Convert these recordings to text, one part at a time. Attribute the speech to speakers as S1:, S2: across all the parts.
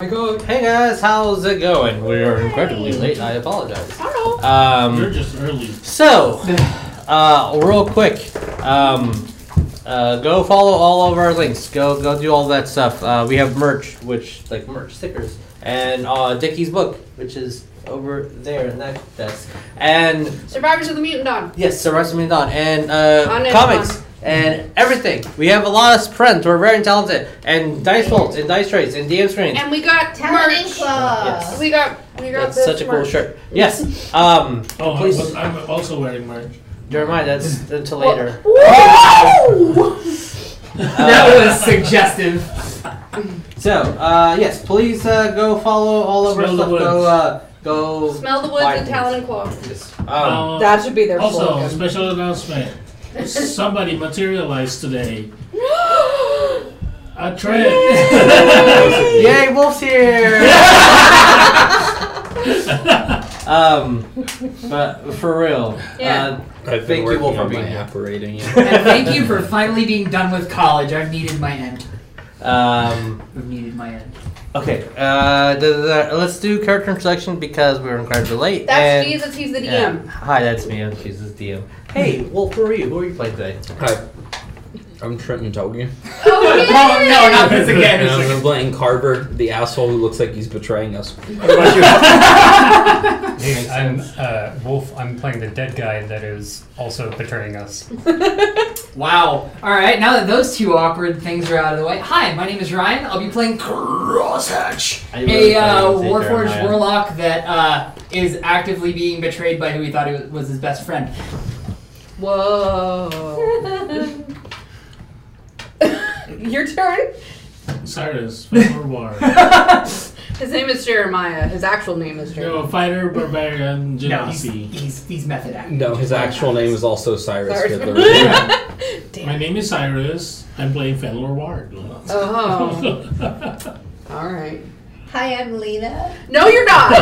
S1: go. Hey guys, how's it going? We are incredibly late. I apologize.
S2: Hello.
S3: You're
S1: Um,
S3: just early.
S1: so, uh, real quick, um, uh, go follow all of our links. Go, go do all that stuff. Uh, we have merch, which like merch stickers, and uh, Dickie's book, which is over there in that desk, and
S2: Survivors of the Mutant Dawn.
S1: Yes, Sir Wrestling Dawn and uh,
S2: On and
S1: comics
S2: on.
S1: and everything. We have a lot of friends. We're very talented. And dice bolts and dice trays and DM screens.
S2: And we got
S4: Talent
S2: merch.
S4: Club.
S1: Yes.
S2: We got we got
S1: That's
S2: this
S1: such a cool
S2: merch.
S1: shirt. Yes. Um,
S3: Oh, I
S1: Please.
S3: was, I'm also wearing merch.
S1: Jeremiah, that's until later. Um,
S5: That
S1: Uh,
S5: was suggestive.
S1: so uh, yes, please uh, go follow all of our
S3: Smell the
S1: stuff. Go
S3: woods.
S1: uh, go.
S2: Smell the woods
S1: buy
S2: and
S1: things.
S2: Talon and Claw.
S1: Yes. Um,
S3: Uh,
S6: That should be their
S3: also,
S6: slogan.
S3: special announcement. Somebody materialized today. A trend.
S1: Yay, Wolf's here! um, but for real, Uh,
S2: Yeah.
S7: I've
S1: Thank you
S7: been
S1: all
S7: working
S1: for
S7: on
S1: being
S7: my
S1: here.
S7: operating.
S5: And thank you for finally being done with college. I've needed my end.
S1: uh, um,
S5: I've needed my end.
S1: Okay, uh, da- da- da- let's do character introduction because we were incredibly late.
S2: That's
S1: and-
S2: Jesus. He's the DM.
S1: yeah. Hi, that's me. I'm Jesus DM. Hey, Wolf, who are you? Who are you playing today?
S7: Hi, I'm Trenton Togi.
S2: Oh,
S5: Oh no, not this
S7: And I'm
S5: again.
S7: gonna blame Carver, the asshole who looks like he's betraying us.
S8: Hey, I'm uh, Wolf. I'm playing the dead guy that is also betraying us.
S5: Wow. All right, now that those two awkward things are out of the way. Hi, my name is Ryan. I'll be playing Crosshatch,
S1: I really
S5: a uh,
S1: thought you were gonna say
S5: Warforged
S1: Jeremiah.
S5: warlock that uh, is actively being betrayed by who he thought he was, was his best friend.
S6: Whoa. Your turn?
S3: Cyrus, for war.
S2: His name is Jeremiah. His actual name is
S3: You're
S2: Jeremiah.
S3: a fighter, barbarian,
S5: No, he's,
S3: genasi.
S5: he's, he's method acting.
S7: No, his actual name is also Cyrus
S6: Cyrus.
S7: Fiddler.
S3: My name is Cyrus. I'm playing Fedor Ward.
S2: Oh, all right.
S4: Hi, I'm Lena.
S2: No, you're not.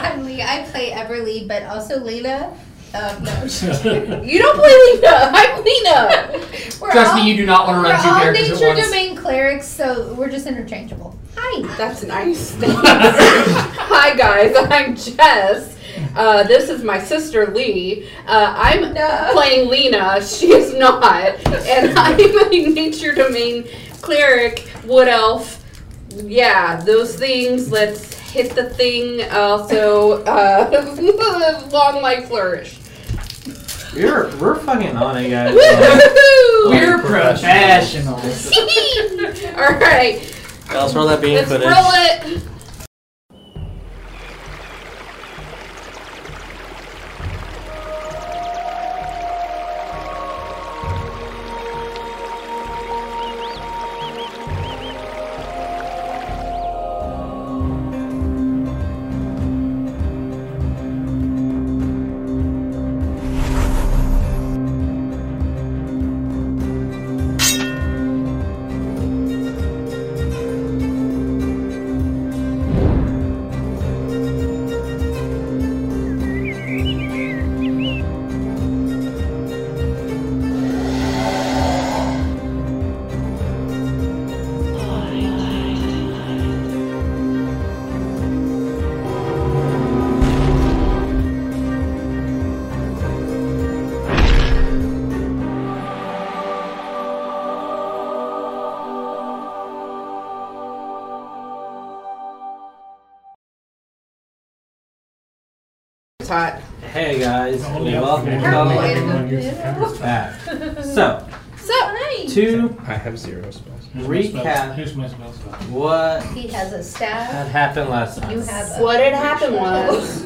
S4: I'm Le- I play Everly, but also Lena. Um, no, I'm just kidding.
S2: you don't play Lena. I'm Lena.
S4: we're
S5: Trust
S4: all,
S5: me, you do not want to
S4: we're
S5: run two
S4: all
S5: characters
S4: nature
S5: at once.
S4: domain clerics, so we're just interchangeable. Hi.
S2: That's nice. Hi guys, I'm Jess. Uh, this is my sister Lee. Uh, I'm
S4: No.
S2: playing Lena. She is not, and I'm a nature domain cleric, wood elf. Yeah, those things. Let's hit the thing. Also, uh, long life flourish.
S1: You're we're fucking on it, guys.
S2: Woohoo!
S5: We're
S7: Professionals.
S5: professionals.
S2: All right,
S1: Let's roll that bean
S2: let's
S1: footage.
S2: roll it. It's hot.
S1: Hey guys,
S3: Oh,
S1: and
S3: yeah.
S1: welcome
S3: Yeah.
S1: welcome
S4: Yeah.
S1: back. So
S2: So
S1: to
S7: I have zero spells.
S3: Here's my spell-
S1: Recap.
S3: Here's my spell spell.
S1: what
S4: He has a staff.
S1: had happened last
S4: You
S1: time.
S4: have a.
S2: what had happened was.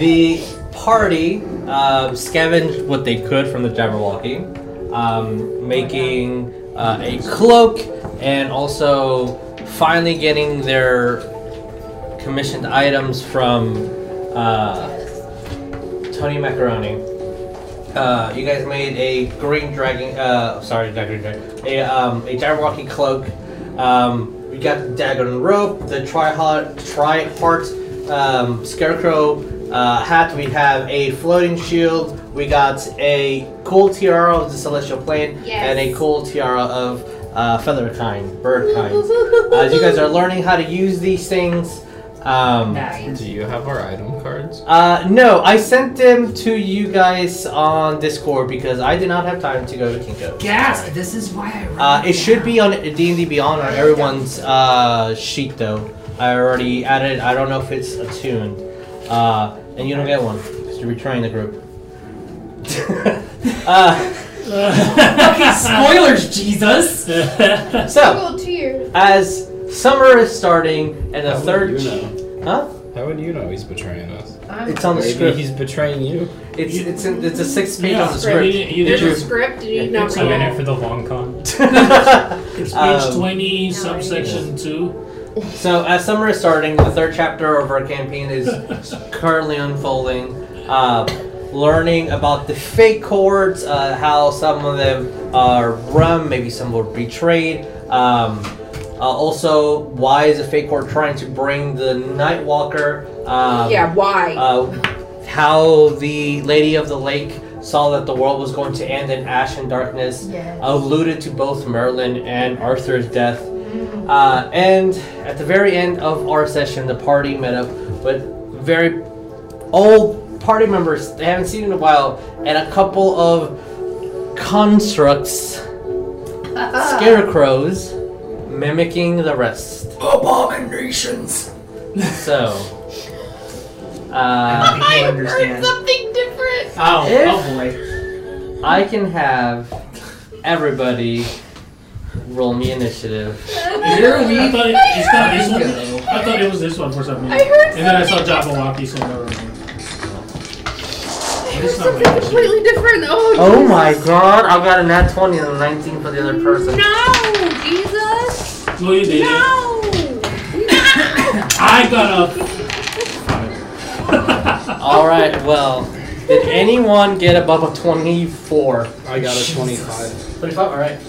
S1: The party uh, scavenged what they could from the Jabberwocky, um, making uh, a cloak and also finally getting their commissioned items from uh, Tony Macaroni. Uh, you guys made a green dragon. Uh, sorry, not green dragon. A um, a Jabberwocky cloak. Um, we got the dagger and rope. The tri heart tri heart um, scarecrow uh, hat. We have a floating shield. We got a cool tiara of the celestial plane
S4: Yes.
S1: and a cool tiara of uh, feather kind, bird kinds. As you guys are learning how to use these things, um,
S5: Nice.
S7: Do you have our item cards?
S1: uh, no, I sent them to you guys on Discord because I did not have time to go to Kinko's.
S5: Gasp! This is why I. wrote
S1: Uh, it should
S5: down.
S1: be on D&D Beyond on everyone's uh, sheet though. I already added. I don't know if it's attuned, uh, and you don't get one because you're betraying the group. uh,
S5: Fucking spoilers, Jesus! Oh.
S1: so
S4: Google tier.
S1: as summer is starting and the
S7: How
S1: third,
S7: would you know?
S1: huh?
S7: How would you know he's betraying us?
S1: It's on the
S7: Maybe
S1: script.
S7: he's betraying you.
S1: It's it's in, it's a six page on the
S3: Yeah,
S1: script.
S3: you didn't- you
S2: There's a
S3: didn't-
S2: script. Did you not
S3: It's
S8: I'm in
S2: read
S8: it
S2: it?
S8: for the long con.
S3: It's page
S1: Um,
S3: 20, subsection 2.
S1: So as summer is starting, the third chapter of our campaign is currently unfolding. Uh, learning about the fake cords, uh, how some of them are rum, maybe some were betrayed. Um, uh, also, why is the fake cord trying to bring the Nightwalker? Um,
S2: yeah, why?
S1: uh, how the Lady of the Lake saw that the world was going to end in ash and darkness,
S4: Yes.
S1: alluded to both Merlin and Arthur's death. Uh, and at the very end of our session, the party met up with very old party members they haven't seen in a while, and a couple of constructs,
S4: Uh, Ah.
S1: scarecrows, mimicking the rest.
S5: Abominations!
S1: So. Uh,
S5: I think you understand.
S2: something different.
S5: Oh,
S1: If-
S5: oh boy.
S1: I can have everybody roll me initiative.
S5: Here
S3: I
S5: we
S3: thought it, it's not this one.
S5: go.
S3: I thought it was this one for some reason.
S2: I heard
S3: and then I saw Jabberwocky, so never mind. It's not
S2: Something
S3: my issue.
S2: completely different. Oh,
S1: Oh my god, I got a nat 20 and a 19 for the other person.
S2: No, Jesus.
S3: No, you didn't.
S2: No.
S3: I got a.
S1: Alright, well, did anyone get above a 24?
S7: I got a 25.
S1: 25, alright.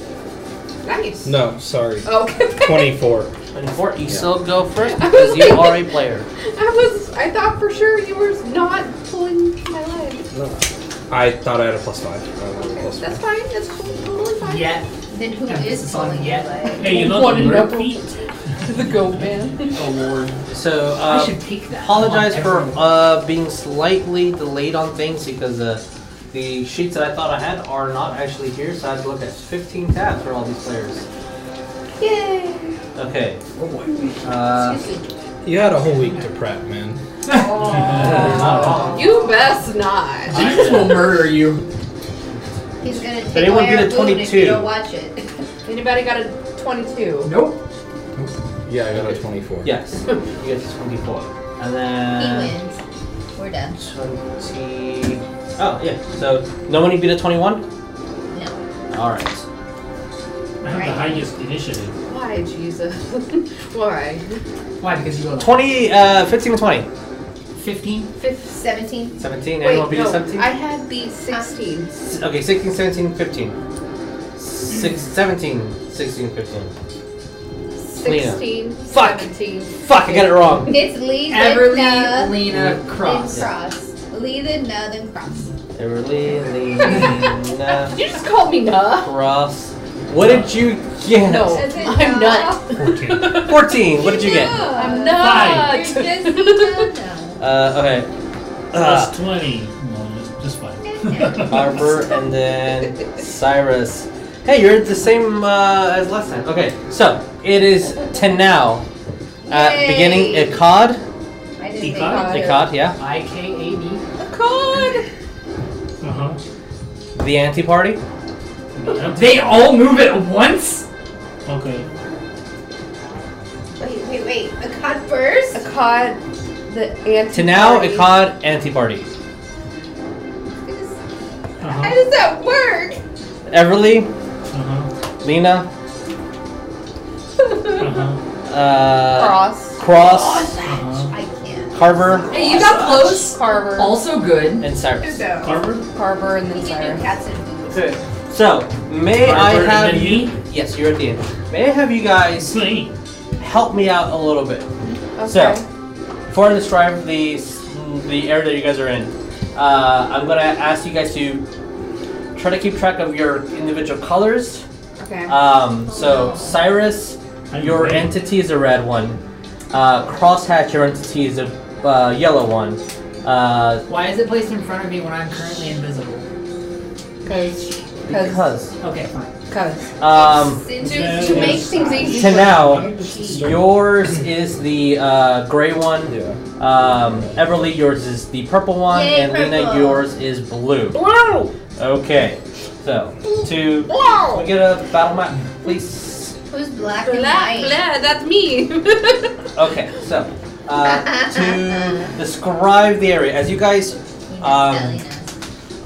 S2: Nice.
S7: No, sorry.
S2: Okay.
S7: 24.
S1: 24, you
S7: Yeah.
S1: still go for it because you are a player.
S2: I was. I thought for sure you were not pulling my leg.
S7: I thought I had a plus 5. I don't have a plus
S2: That's fine. That's totally fine.
S5: Yet.
S4: Then who
S5: Yeah, this
S4: is
S5: is on
S4: pulling
S5: yet.
S4: the
S3: Hey, you know
S6: One
S3: the
S6: and
S3: bird
S6: double.
S3: feet?
S6: The goat man.
S3: Award.
S1: So,
S5: I
S1: uh,
S5: should take that.
S1: apologize
S5: Come
S1: for
S5: on,
S1: uh, being slightly delayed on things because uh, the sheets that I thought I had are not actually here, so I had to look at 15 tabs for all these players.
S2: Yay.
S1: Okay.
S5: everyone.
S1: Uh,
S7: five. You had a whole week to prep, man.
S1: not all.
S5: Uh,
S2: You best not.
S5: Jesus will murder you.
S4: light. He's gonna take
S1: anyone
S4: away
S1: get
S4: our
S1: a
S4: food if
S1: 22?
S4: you don't watch it.
S2: Anybody got a 22?
S5: Nope.
S7: Yeah, I got a 24.
S1: Yes. You get to 24. And
S4: He
S5: Uh.
S1: then.
S4: wins. We're done.
S1: 20. Oh, yeah. So, nobody beat a 21?
S4: No.
S1: Alright. uh,
S3: I have the highest initiative.
S2: Why, Jesus? Why?
S5: Why? Because you will.
S1: 20, uh, 15 and 20.
S5: 15?
S2: Fifth.
S4: 17.
S1: 17.
S2: Wait,
S1: Anyone beat a
S2: no.
S1: 17?
S2: I had the 16.
S1: Okay, 16, 17, 15. Six, 17, 16, 15.
S2: 16.
S1: Fuck.
S2: 17.
S1: Fuck, I got it wrong.
S4: It's Lee,
S5: Everly,
S4: then Nah,
S5: Lena,
S4: then
S5: Cross.
S4: Cross. Lee, then Nah, then Cross.
S1: Everly, Lena,
S2: You just called me nah.
S1: Cross. What did you get?
S2: No,
S4: Is it
S2: I'm
S4: not?
S2: not.
S8: 14.
S1: 14. What did you get?
S2: I'm
S4: Nah.
S2: not.
S4: You're just Nah,
S1: Uh, okay. Uh,
S3: Plus 20. No, it's just fine.
S4: Nah.
S1: Arbor and then Cyrus. Hey, you're the same uh, as last time. Okay, so it is ten now. Uh,
S4: Yay.
S1: beginning Ikad.
S4: I didn't think
S3: Icon?
S4: about it.
S1: Ikad, yeah.
S5: I K A D.
S2: God.
S3: uh-huh.
S1: The anti party.
S3: Yep.
S5: They all move at once?
S3: Okay.
S4: Wait, wait, wait. A cod first?
S2: Akkad, the anti.
S1: To now, Ikad, anti party. Uh-huh.
S4: How
S3: Uh-huh.
S4: does that work?
S1: Everly,
S3: Uh-huh.
S1: Lena,
S3: Uh-huh.
S1: uh,
S2: Cross.
S1: Cross,
S3: Uh-huh.
S4: I can't.
S1: Carver,
S5: Hey, you got close.
S2: Carver.
S5: Also good.
S1: and Cyrus.
S4: So,
S3: Carver?
S2: Carver and
S4: we
S2: then
S4: can do
S2: Cyrus.
S4: cats and boots.
S1: Okay. So, may
S3: Carver
S1: I have
S3: and then E?
S1: you?
S3: me?
S1: Yes, you're at the end. May I have you guys
S3: Slay.
S1: help me out a little bit?
S2: Okay.
S1: So, before I describe the the area that you guys are in, uh, I'm gonna ask you guys to try to keep track of your individual colors
S2: Okay.
S1: Um, so Cyrus, your entity is a red one. Uh, Crosshatch, your entity is a uh, yellow one. Uh,
S5: Why is it placed in front of me when I'm currently invisible?
S2: Because.
S1: because
S5: Okay, fine.
S2: Because.
S1: um,
S4: To,
S3: Yeah,
S4: to make
S3: yes.
S4: things easy.
S1: to
S4: for
S1: now,
S4: you.
S1: yours is the uh, gray one.
S7: Yeah.
S1: Um, Everly, yours is the purple one,
S4: Yay,
S1: and Lena,
S4: purple.
S1: yours is blue.
S2: Wow!
S1: Okay, so to
S2: Wow!
S1: we get a battle map, please.
S4: Who's black and
S2: Blah,
S4: white?
S2: blah, that's me.
S1: Okay, so uh, to describe the area, as you guys Um,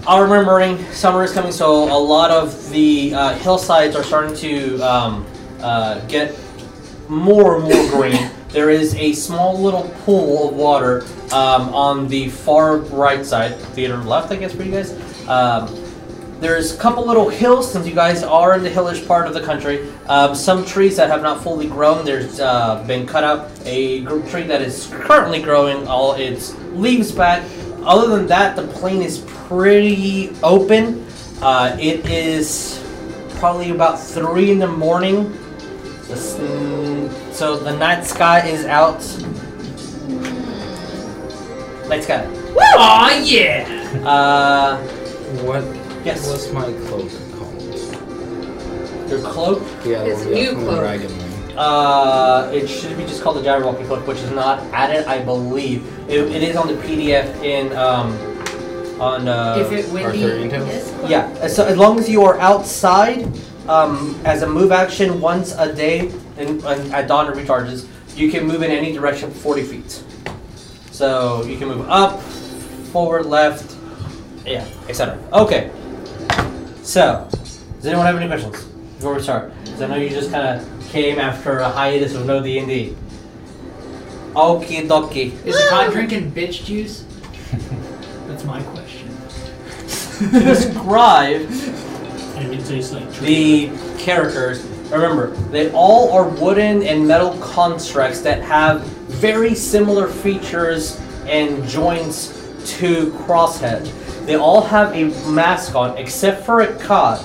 S1: are remembering, summer is coming, so a lot of the uh, hillsides are starting to um, uh, get more and more green. There is a small little pool of water um, on the far right side, theater left, I guess, for you guys. Um, there's a couple little hills since you guys are in the hillish part of the country. Um, some trees that have not fully grown. There's uh, been cut out a gr- tree that is currently growing all its leaves back. Other than that, the plain is pretty open. Uh, it is probably about three in the morning. The s- mm, So the night sky is out. Night sky.
S5: Aw, yeah!
S1: Uh,
S7: What
S1: yes.
S7: was my cloak called?
S1: Your cloak
S7: Yeah,
S2: His
S7: the one we got
S2: new
S7: from the
S2: cloak.
S7: Dragon Wing.
S1: Uh, it should be just called the Gyro Walking Book, which is not added, I believe. It, it is on the PDF in um, on uh,
S5: If it would
S7: Arthurian
S5: be.
S7: tail?
S1: yeah. uh, So as long as you are outside, um, as a move action once a day, and, and at dawn it recharges. You can move in any direction forty feet. So you can move up, forward, left, yeah, etc. Okay. So, does anyone have any questions before we start? Because I know you just kind of came after a hiatus of no D and D. Okie dokie.
S5: Is the cod drinking bitch juice? That's my question.
S1: To describe
S3: And it tastes like tree.
S1: the characters. Remember, they all are wooden and metal constructs that have very similar features and joints to Crosshead. They all have a mask on, except for a cod,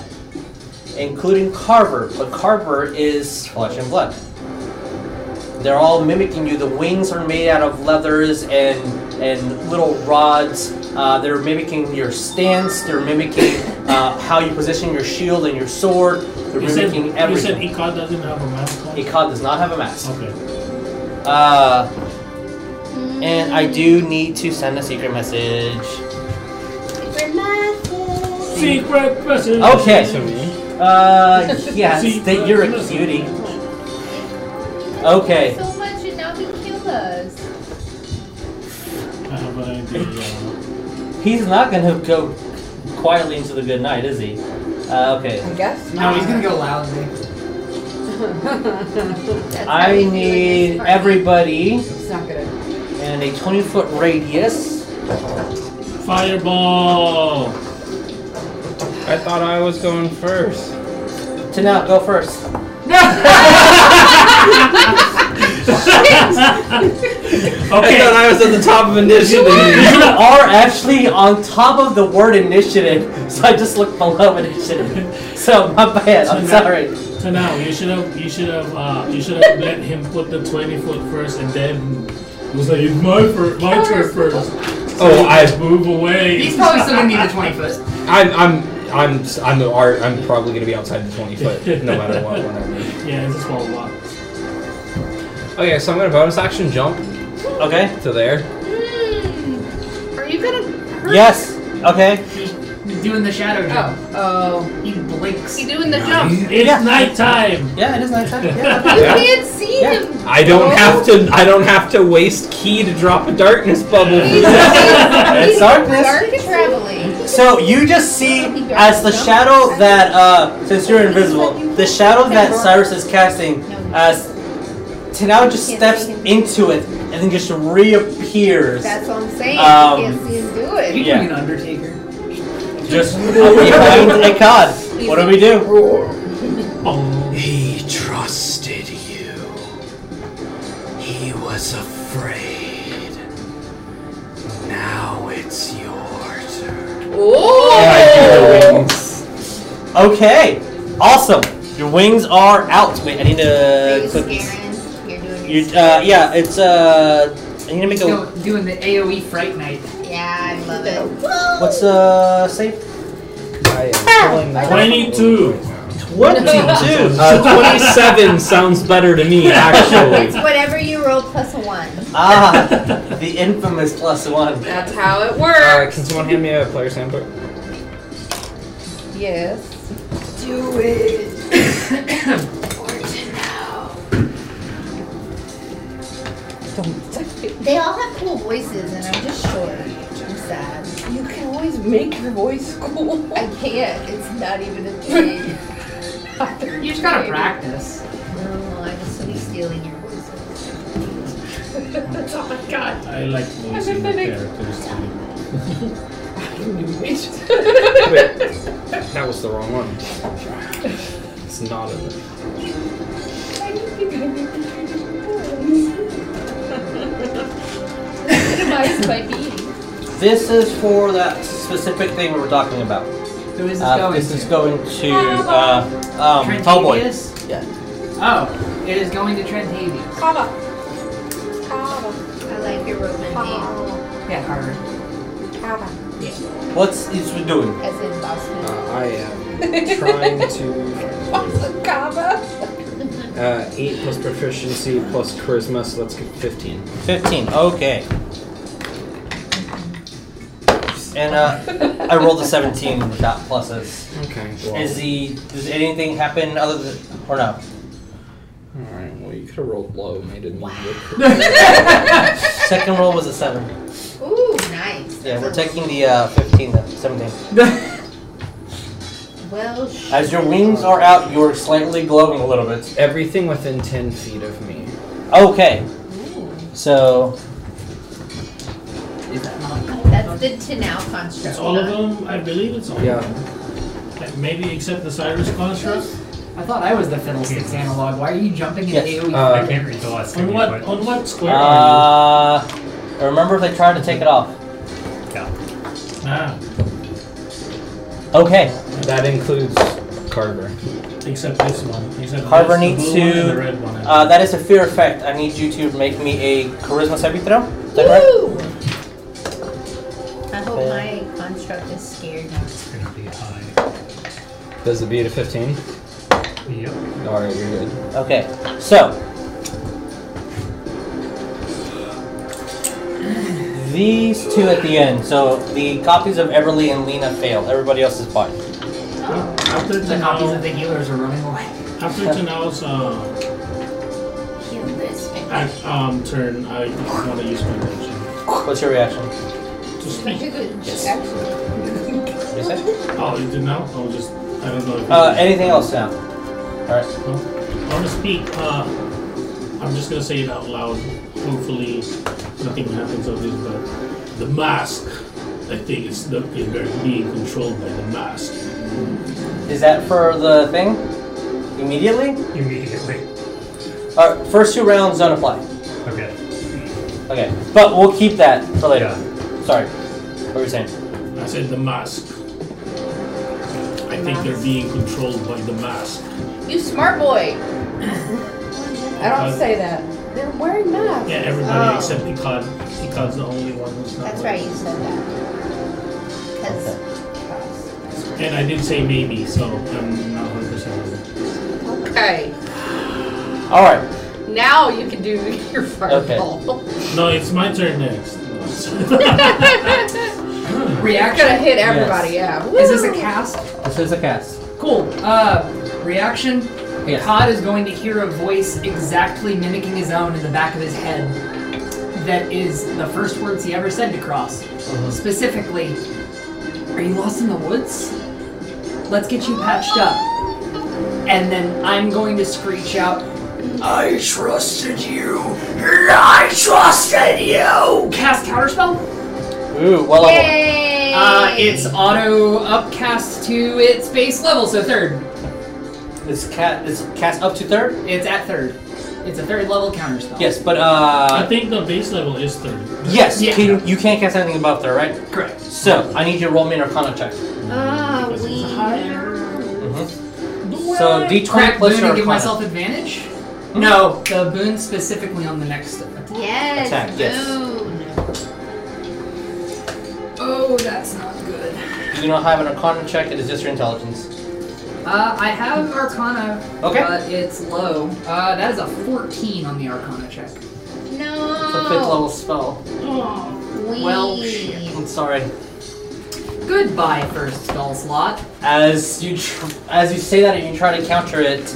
S1: including Carver, but Carver is flesh and blood. They're all mimicking you. The wings are made out of leathers and and little rods. Uh, they're mimicking your stance. They're mimicking uh, how you position your shield and your sword. They're
S3: You said,
S1: mimicking
S3: you said
S1: everything.
S3: Ikad doesn't have a mask on?
S1: A cod does not have a mask.
S3: Okay. Oh.
S1: Uh, and I do need to send a secret message.
S3: Secret message!
S1: Okay.
S7: To me?
S1: Uh, yes, that
S3: Secret
S1: you're a
S3: message.
S1: cutie. Okay.
S4: So much and now he killed us.
S3: I have an idea.
S1: He's not gonna go quietly into the good night, is he? Uh, okay.
S6: I guess.
S5: No, he's gonna go loudly.
S4: That's how we
S1: I
S4: do it
S1: need
S4: this part.
S1: everybody
S6: It's not gonna.
S1: and a 20 foot radius.
S3: Fireball!
S7: I thought I was going first.
S1: To now, go first.
S7: I thought
S3: Okay.
S7: I was at the top of initiative.
S1: You are actually on top of the word initiative, so I just looked below initiative. So my bad. I'm sorry.
S3: So now you should have you should have uh, you should have let him put the twenty foot first, and then it was like it's my fir- my turn first.
S7: oh, I
S3: move away.
S5: He's probably still gonna need the 20 foot.
S7: I'm I'm I'm s- I'm the art. I'm probably gonna be outside the 20 foot no matter what. Whatever.
S3: yeah, it's a small block.
S7: Okay, so I'm gonna bonus action jump
S1: Okay.
S7: to there.
S2: Hmm. Are you gonna hurt?
S1: Yes. Okay.
S5: He's doing the shadow jump.
S6: Oh. Oh.
S5: He blinks.
S2: You doing the jump?
S3: It's
S1: Yeah.
S3: nighttime.
S1: Yeah, it is nighttime. Yeah.
S2: You
S7: Yeah.
S2: can't see
S1: Yeah.
S2: him.
S7: I don't have to. I don't have to waste key to drop a darkness bubble. through this.
S1: It's darkness.
S4: Dark traveling.
S1: So you just see as the shadow that uh since you're invisible, the shadow that Cyrus is casting as Tanao just steps into it and then just reappears.
S4: That's what I'm saying.
S1: Um,
S4: you can't see him do it.
S5: You're
S1: yeah.
S5: doing an Undertaker.
S1: Just hey God, what do we do?
S3: Oh,
S7: He trusted you. He was afraid. Now it's your turn.
S2: Oh!
S7: I do the wings.
S1: Okay, awesome. Your wings are out. Wait, I need
S4: Are
S1: to
S4: you
S1: click.
S4: scaring? You're doing
S1: uh, You,
S4: your
S1: uh, yeah, it's uh. I need to make a.
S5: Go- doing the AOE Fright Night.
S4: Yeah, I love it.
S1: What's uh save?
S7: I am pulling that.
S3: 22.
S1: Twenty-two.
S7: Uh, 27 sounds better to me,
S4: It's
S7: actually.
S4: whatever you roll plus a one.
S1: ah, the infamous plus one.
S2: That's how it
S7: Uh,
S2: works.
S7: can someone hand me a player's handbook?
S4: Yes. Do it.
S6: Don't touch it.
S4: They all have cool voices, and I'm just short. I'm sad.
S6: You can always make your voice cool.
S4: I can't. It's not even a thing.
S5: You just gotta practice.
S4: No, I'm just gonna be stealing your voices.
S3: I like voicing the characters. too.
S7: Wait, that was the wrong one. It's not in there.
S4: Minimized by being.
S1: This is for that specific thing we were talking about.
S5: Who is this
S1: Uh,
S5: going
S1: this
S5: to?
S1: is going to uh, um, Tallboy.
S5: Trentavious?
S1: Yeah.
S5: Oh, it is going to Trentavious.
S2: Kava. Kava.
S4: I like your Roman name.
S5: Yeah, Harvard.
S2: Kava.
S1: What's it's doing?
S4: As in Boston.
S7: Uh, I am trying to. Uh, 8 plus proficiency plus charisma, so let's get 15.
S1: Fifteen. Okay. And uh, I rolled a seventeen without pluses.
S7: Okay.
S1: Is the does anything happen other than or no?
S7: Alright, well, you could have rolled low, made it wow.
S1: Second roll was a seven.
S4: Ooh, nice.
S1: Yeah, we're taking the uh, fifteen, then, seventeen.
S4: Well,
S1: As your wings are out, you're slightly glowing a little bit.
S7: Everything within 10 feet of me.
S1: Okay. So
S5: Is that not?
S4: That's the Tanao construct.
S3: It's all of them? I believe it's all
S7: Yeah.
S3: of them. Maybe except the Cyrus construct.
S5: I thought I was the fiddlesticks analog. Why are you jumping in E
S1: Yes.
S5: AOE?
S7: Uh,
S8: I can't read the last
S3: On
S8: thing you
S3: what,
S8: put.
S3: on what square are
S1: uh, remember if they tried to take it off.
S8: Yeah.
S3: you? Ah,
S1: Okay.
S7: That includes Carver.
S3: except this one. Except
S1: Carver
S3: that's the
S1: needs
S3: blue one and
S1: to-
S3: the red one.
S1: Uh, that is a fear effect. I need you to make me a charisma saving throw. Is that correct?
S4: Woo! I hope my construct is scared now.
S8: It's gonna be high.
S7: Does it beat a 15?
S8: Yep.
S7: Alright, you're good.
S1: Okay, so these two at the end. So the copies of Everly and Lena fail. Everybody else is fine.
S3: after
S5: The copies of
S3: Tanao,
S5: the healers are running away.
S3: after Tanao's uh,
S4: Heal this thing.
S3: act, um, turn, I want to use my reaction.
S1: What's your reaction?
S3: To speak.
S4: Actually,
S1: You say?
S3: Oh, you did now? Oh, just, I don't know. If
S1: Uh, anything else now? All right.
S3: I'm gonna speak. Uh, I'm just gonna say it out loud. Hopefully, nothing happens of this. But the mask, I think, is the is very- being controlled by the mask.
S1: Is that for the thing? Immediately?
S8: Immediately.
S1: All right. First two rounds don't apply.
S8: Okay.
S1: Okay, but we'll keep that for later.
S8: Yeah.
S1: Sorry. What were you saying?
S3: I said the mask. I think they're being controlled by the mask.
S2: You smart boy. I don't say that. They're wearing masks.
S3: Yeah, everybody
S4: Oh.
S3: except Ikad. Ikad's the only one who's not.
S4: that's
S3: wearing-
S4: right, you said that. Because.
S3: And I did say maybe, so I'm not 100 percent.
S2: Okay.
S1: All right.
S2: Now you can do your fireball.
S3: No, it's my turn next.
S2: It's gonna
S5: Reaction?
S2: hit everybody, yeah.
S5: Is this a
S2: Woo!
S5: cast?
S1: This is a cast.
S5: Cool. Uh, reaction.
S1: Yes.
S5: Cod is going to hear a voice exactly mimicking his own in the back of his head. That is the first words he ever said to Cross. Specifically, are you lost in the woods? Let's get you patched up. And then I'm going to screech out, I trusted you. I trusted you. Cast counterspell.
S1: Ooh, well level.
S4: Yay!
S5: Uh, it's auto upcast to its base level, so third.
S1: This cat is cast up to third.
S5: It's at third. It's a third level counter spell.
S1: Yes, but
S3: I
S1: uh,
S3: think the base level is third.
S1: yes,
S5: Yeah.
S1: can, you can't cast anything above there, right?
S5: Correct.
S1: So I need you to roll me an Arcana check.
S4: Ah, we.
S3: Higher.
S1: Mhm. So D20
S5: Crack boon
S1: plus
S5: and
S1: your
S5: Uh, give
S1: arcana.
S5: myself advantage? No, the boon specifically on the next attack.
S4: Yes.
S1: Attack, yes.
S4: Moon.
S5: Oh, that's not good.
S1: You do not have an Arcana check. It is just your intelligence.
S5: Uh, I have Arcana,
S1: Okay.
S5: but it's low. Uh, that is a 14 on the Arcana check.
S1: It's a fifth
S5: Oh.
S4: No.
S1: level spell.
S4: We.
S5: Well, shit.
S1: I'm sorry.
S5: Goodbye, first skull slot.
S1: As you tr- as you say that and you try to counter it,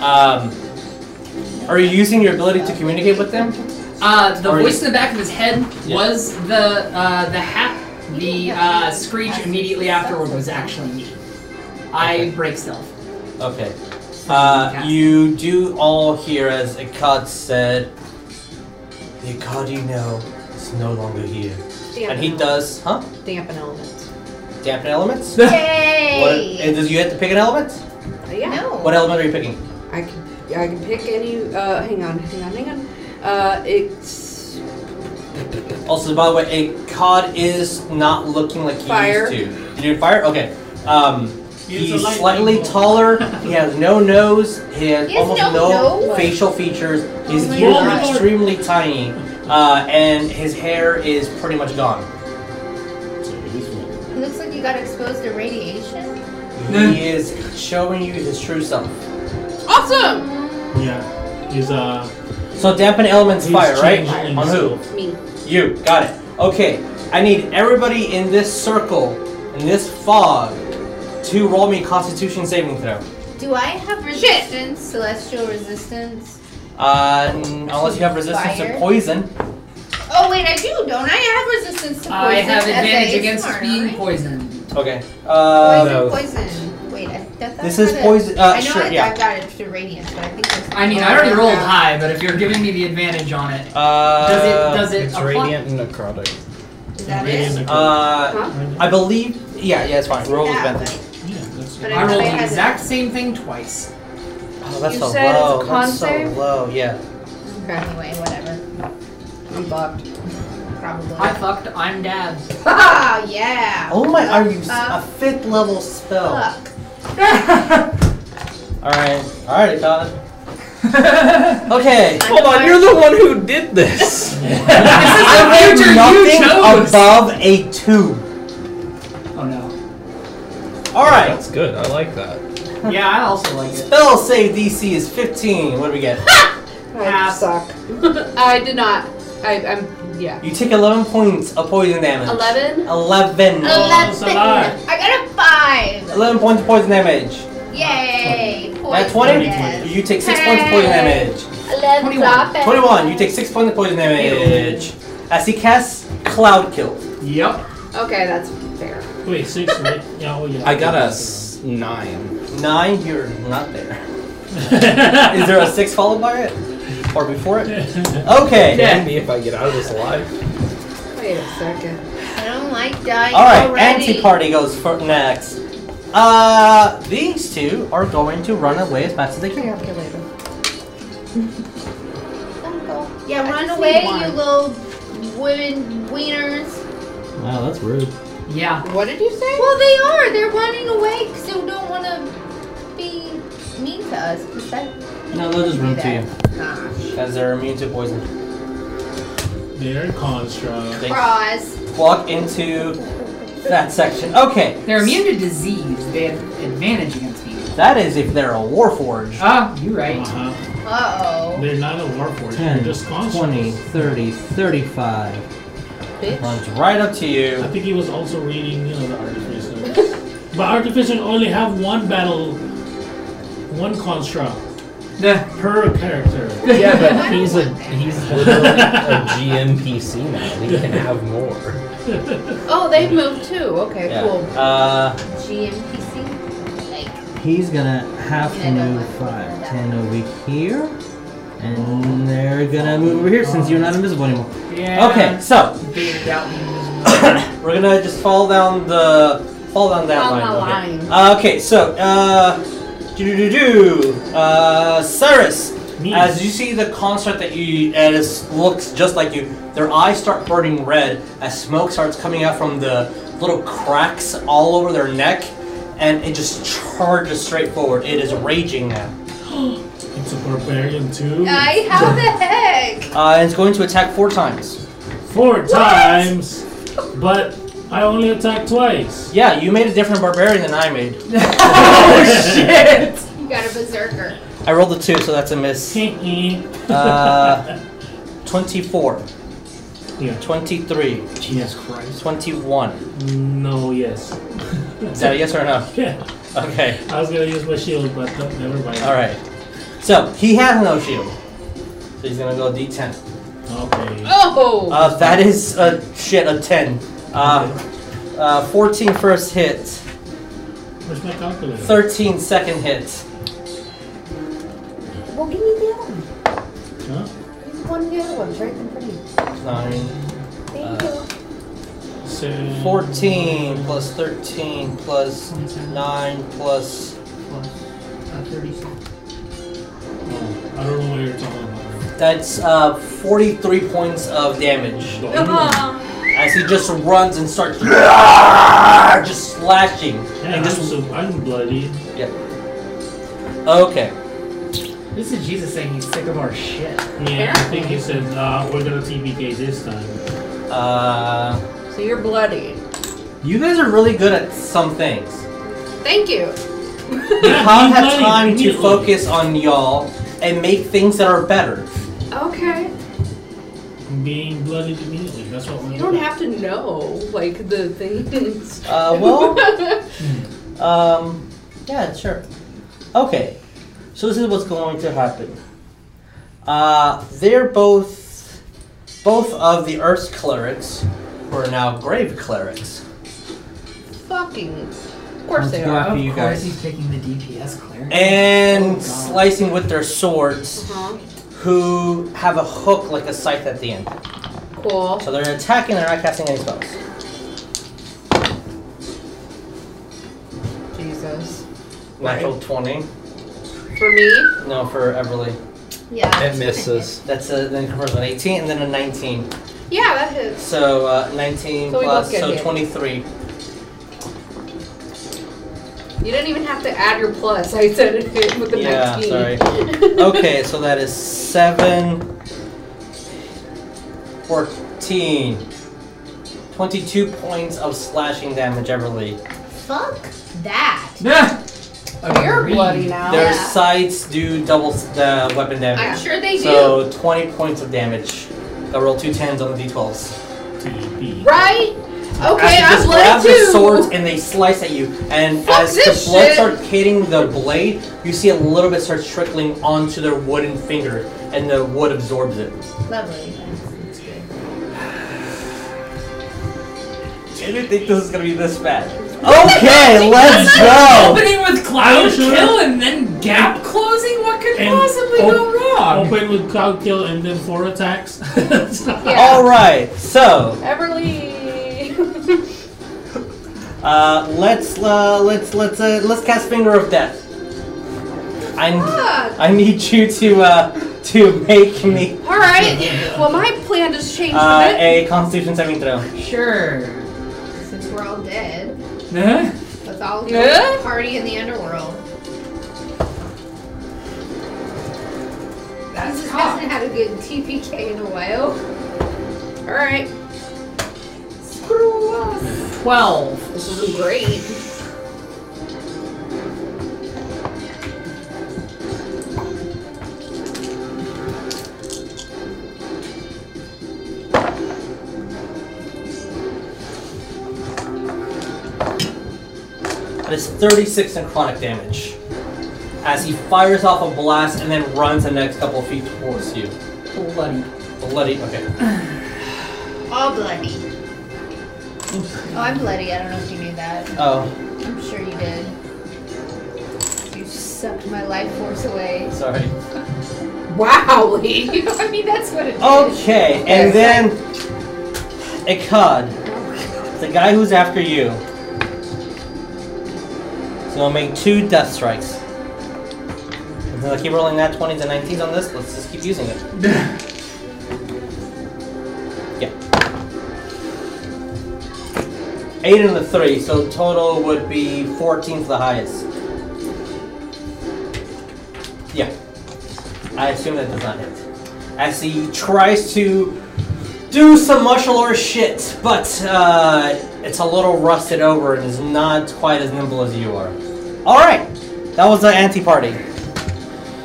S1: um, are you using your ability to communicate with them?
S5: Uh, the
S1: Are
S5: voice in the back of his head
S1: Yeah.
S5: was the uh, the hat. The uh, screech immediately afterward was actually me. I break stealth.
S1: Okay. Uh, you do all hear as Akkad said, the Akkad you know is no longer here.
S2: Dampen
S1: and he
S2: ele-
S1: does, huh?
S2: dampen elements.
S1: Dampen elements? What, and
S4: Yay.
S1: does you have to pick an element?
S2: Uh, yeah.
S4: No.
S1: What element are you picking?
S2: I can I can pick any. Uh, hang on, hang on, hang on. Uh, it's
S1: Also, by the way, a cod is not looking like he
S2: Fire.
S1: used to. Did you do fire? Okay. Um,
S3: He's a
S1: he's
S3: lightning
S1: slightly
S3: bolt.
S1: taller. He has no nose. He has
S4: He has
S1: almost
S4: no
S1: no,
S4: nose?
S1: facial features. His
S4: my
S1: ears are
S3: God.
S1: extremely tiny, uh, and his hair is pretty much gone.
S3: So it is one.
S4: It looks like you got exposed to radiation.
S1: He is showing you his true self.
S2: awesome.
S3: Yeah. He's uh.
S1: So dampen elements
S3: he's
S1: fire, right?
S3: changing
S1: On who?
S3: himself.
S2: Me.
S1: You got it. Okay, I need everybody in this circle, in this fog, to roll me Constitution saving throw.
S4: Do I have resistance? Celestial resistance?
S1: Uh, n- unless you have resistance
S4: Fire.
S1: to poison.
S4: Oh wait, I do, don't I? I have resistance to poison.
S5: I have
S4: FA
S5: advantage against
S4: smart,
S5: being
S4: right?
S5: poisoned.
S1: Okay. Uh,
S7: no.
S4: poison, poison. Wait, I, that's
S1: This is poison- uh,
S4: I know
S1: sure,
S4: I,
S1: yeah.
S4: I got it to radiance, but I think there's.
S5: I mean, I already rolled high, but if you're giving me the advantage on it,
S1: uh,
S5: does it does it
S7: It's
S5: apply?
S7: radiant and necrotic.
S4: Is that
S3: Radiant
S4: it?
S3: necrotic.
S1: Uh,
S2: Huh?
S1: I believe. Yeah, yeah, it's fine. Roll with
S4: Yeah,
S1: advantage.
S3: yeah, that's
S4: But
S5: I rolled
S4: I had
S5: the
S4: it.
S5: exact same thing twice.
S1: Oh, that's
S2: You
S1: so
S2: said it's a
S1: low.
S2: con
S1: that's
S2: save?
S1: so low. Yeah.
S4: but Anyway, whatever.
S2: I'm bugged.
S4: Probably.
S5: I fucked. I'm dabs.
S4: Ah, yeah.
S1: Oh my! Are you s-
S4: Uh,
S1: a fifth level spell?
S4: Fuck.
S1: All right. All right, Todd. Okay.
S4: Hold on, you're
S7: the one who did this.
S1: I
S5: Future you
S1: rolled nothing
S5: chose.
S1: above a two.
S5: Oh no.
S1: All right.
S7: That's good. I like that.
S5: Yeah, I also like it.
S1: Spell save DC is 15. What do we get?
S2: I
S5: Half.
S2: suck. I did not. I, I'm yeah.
S1: You take 11 points of poison damage.
S2: Eleven.
S1: 11.
S3: Almost alive.
S4: Eleven. I got a five.
S1: 11 points of poison damage.
S4: Yay.
S1: At
S4: Poison,
S1: 20,
S4: yes.
S1: you take 6 points of poison damage.
S4: Eleven.
S5: 21.
S4: Stop it.
S1: 21, you take 6 points of poison damage. As he casts Cloud Kill.
S5: Yep.
S2: Okay, that's fair.
S3: Wait, six, right? Yeah, oh yeah.
S7: I got a s- nine.
S1: 9, you're not there. Is there a 6 followed by it? Or before it? Okay.
S5: Yeah.
S7: Maybe if I get out of this alive.
S2: Wait a second.
S4: I don't like dying
S1: All right,
S4: already.
S1: anti-party goes for next. Uh, these two are going to run away as fast as they can.
S2: Calculator.
S4: Don't go. Yeah,
S2: I
S4: run
S2: just
S4: away,
S2: need one.
S4: you little women wieners.
S7: Wow, that's rude.
S5: Yeah.
S2: What did you say?
S4: Well, they are. They're running away because they don't want to be mean to us. 'cause that-
S1: No, they'll just
S4: do
S1: run to
S4: that.
S1: you.
S4: Nah.
S1: Because they're immune to poison.
S3: They're construct.
S1: They
S4: Bras.
S1: walk into that section. Okay,
S5: They're immune to disease. They have advantage against me.
S1: that is if they're a warforged.
S5: Ah, you're right.
S3: Uh-huh.
S4: Uh oh.
S3: They're not a warforged. They're
S1: 10,
S3: just constructs.
S1: 20, 30, 35.
S2: Bitch.
S1: Runs right up to
S3: I
S1: you.
S3: think he was also reading, you know, the artificer. but artificer only have one battle, one construct
S5: Nah.
S3: per character.
S7: Yeah, but he's a he's literally a GMPC now. He can have more.
S2: Oh, they moved too. Okay,
S1: Yeah.
S2: cool.
S1: Uh,
S4: GMPC. Like,
S1: he's gonna have
S4: to move five, 10
S1: over here. And they're gonna move over here since you're not invisible anymore.
S5: Yeah.
S1: Okay, so
S5: Baited out me.
S1: We're gonna just fall down the fall down that
S2: Down the
S1: line.
S2: line.
S1: Okay. Uh, okay, so uh do do do uh Cyrus.
S3: Me.
S1: As you see the construct that you that is looks just like you, their eyes start burning red as smoke starts coming out from the little cracks all over their neck, and it just charges straight forward. It is raging now.
S3: It's a barbarian too.
S4: I, how the heck?
S1: Uh, and it's going to attack four times.
S3: Four times, but I only attack twice.
S1: Yeah, you made a different barbarian than I made.
S4: You got a berserker.
S1: I rolled a two, so that's a miss.
S3: yeah.
S1: Uh, 24, 23,
S3: Jesus Christ.
S1: 21.
S3: No. Yes.
S1: Is that a yes or a no?
S3: Yeah.
S1: Okay.
S3: I was gonna use my shield, but no, never mind.
S1: All right. So he has no shield. So he's gonna go D10.
S3: Okay.
S2: Oh!
S1: Uh, that is a shit a 10. Uh, uh, 14 first hit,
S3: Where's my calculator?
S1: 13 second hit.
S6: Well, give me the other one.
S3: Huh?
S6: Give me One of the other ones right in front of you.
S1: Nine,
S6: Thank
S1: Uh,
S6: you.
S3: Seven.
S1: 14 plus 13 plus 9 plus.
S5: uh,
S3: Oh, I don't know what you're talking about.
S1: That's uh, 43 points of damage
S2: Uh-huh.
S1: as he just runs and starts just slashing
S3: Yeah,
S1: and
S3: I'm,
S1: just
S3: so, I'm bloody.
S1: okay.
S5: This is Jesus saying he's sick of our shit.
S3: Yeah, I think he said uh, we're gonna TPK this time.
S1: Uh,
S2: So you're bloody.
S1: you guys are really good at some things.
S2: Thank you.
S3: Yeah,
S1: Tom
S3: be
S1: had
S3: bloody,
S1: time to
S3: immediately.
S1: focus on y'all and make things that are better.
S2: Okay.
S3: Being bloody immediately. That's what we're
S2: You don't have to know, like, the things.
S1: Uh, well, um, yeah, sure. Okay, so this is what's going to happen. Uh, they're both, both of the Earth's clerics, who are now grave clerics.
S2: Fucking. Of course they
S1: Let's go
S2: are.
S1: after you
S5: of course
S1: guys.
S5: he's picking the DPS cleric.
S1: And
S5: Oh, God.
S1: slicing with their swords,
S2: Uh-huh.
S1: who have a hook like a scythe at the end.
S2: Cool.
S1: So they're attacking, they're not casting any spells.
S2: Jesus.
S1: Natural 20.
S2: For me?
S1: No, for Everly.
S4: Yeah.
S7: It misses.
S1: That's a, then converts an 18 and then a 19.
S2: Yeah, that hits.
S1: So uh, 19
S2: So we
S1: plus,
S2: both get
S1: so
S2: hit.
S1: 23.
S2: You didn't even have to add your plus. I said it hit with the
S1: Yeah,
S2: 19.
S1: sorry. Okay, so that is 7, 14, 22 points of slashing damage, Everly.
S4: Fuck that.
S5: Yeah.
S2: You're
S5: Ah! Agreed.
S2: bloody now.
S1: Their
S4: Yeah.
S1: sides do double s- the weapon
S4: I'm
S1: damage.
S4: sure they do.
S1: So 20 points of damage. I roll two tens on the d12s.
S3: TP.
S4: Right? Okay,
S1: as they just
S4: I'm
S1: grab
S4: bloody
S1: the
S4: too.
S1: swords and they slice at you. And
S4: Fuck
S1: as the
S4: this
S1: blood
S4: shit.
S1: starts hitting the blade, you see a little bit start trickling onto their wooden finger, and the wood absorbs it.
S4: Lovely. That's good.
S1: didn't think this was gonna be this bad. Okay, let's go.
S5: Opening with cloud
S3: I'm sure-
S5: kill and then gap closing? What could
S3: And
S5: possibly
S3: op-
S5: go wrong?
S3: Open with cloud kill and then four attacks.
S2: Yeah.
S1: All right, so
S2: Everly.
S1: uh, let's uh, let's let's uh, let's cast Finger of Death. I
S4: Fuck.
S1: I need you to uh, to make me
S2: All right. Well, my plan just changed
S1: uh,
S2: a bit.
S1: a Constitution saving throw.
S5: Sure.
S4: Since we're all dead,
S5: Huh?
S4: let's all go
S2: Yeah?
S4: party in the underworld.
S5: That's
S4: This
S5: cocked.
S4: hasn't had a good TPK in a while.
S2: All right.
S4: Screw us.
S5: 12.
S4: This is great.
S1: That is 36 necrotic damage. As he fires off a blast and then runs the next couple of feet towards you.
S5: Bloody.
S1: Bloody. Okay.
S4: All bloody. Oh, I'm bloody. I don't know if you knew that.
S1: Oh,
S4: I'm sure you did. You sucked my life force away.
S1: sorry.
S2: Wow, Lee.
S4: You know, I mean, that's what it is.
S1: Okay, and then Akkad. The guy who's after you. So I'll make two death strikes. And then I keep rolling that 20s and 19s on this. Let's just keep using it. yeah. Eight and a three, so total would be 14 for the highest. Yeah. I assume that does not hit. As he tries to do some martial arts shit, but uh, it's a little rusted over and is not quite as nimble as you are. Alright! That was the anti party.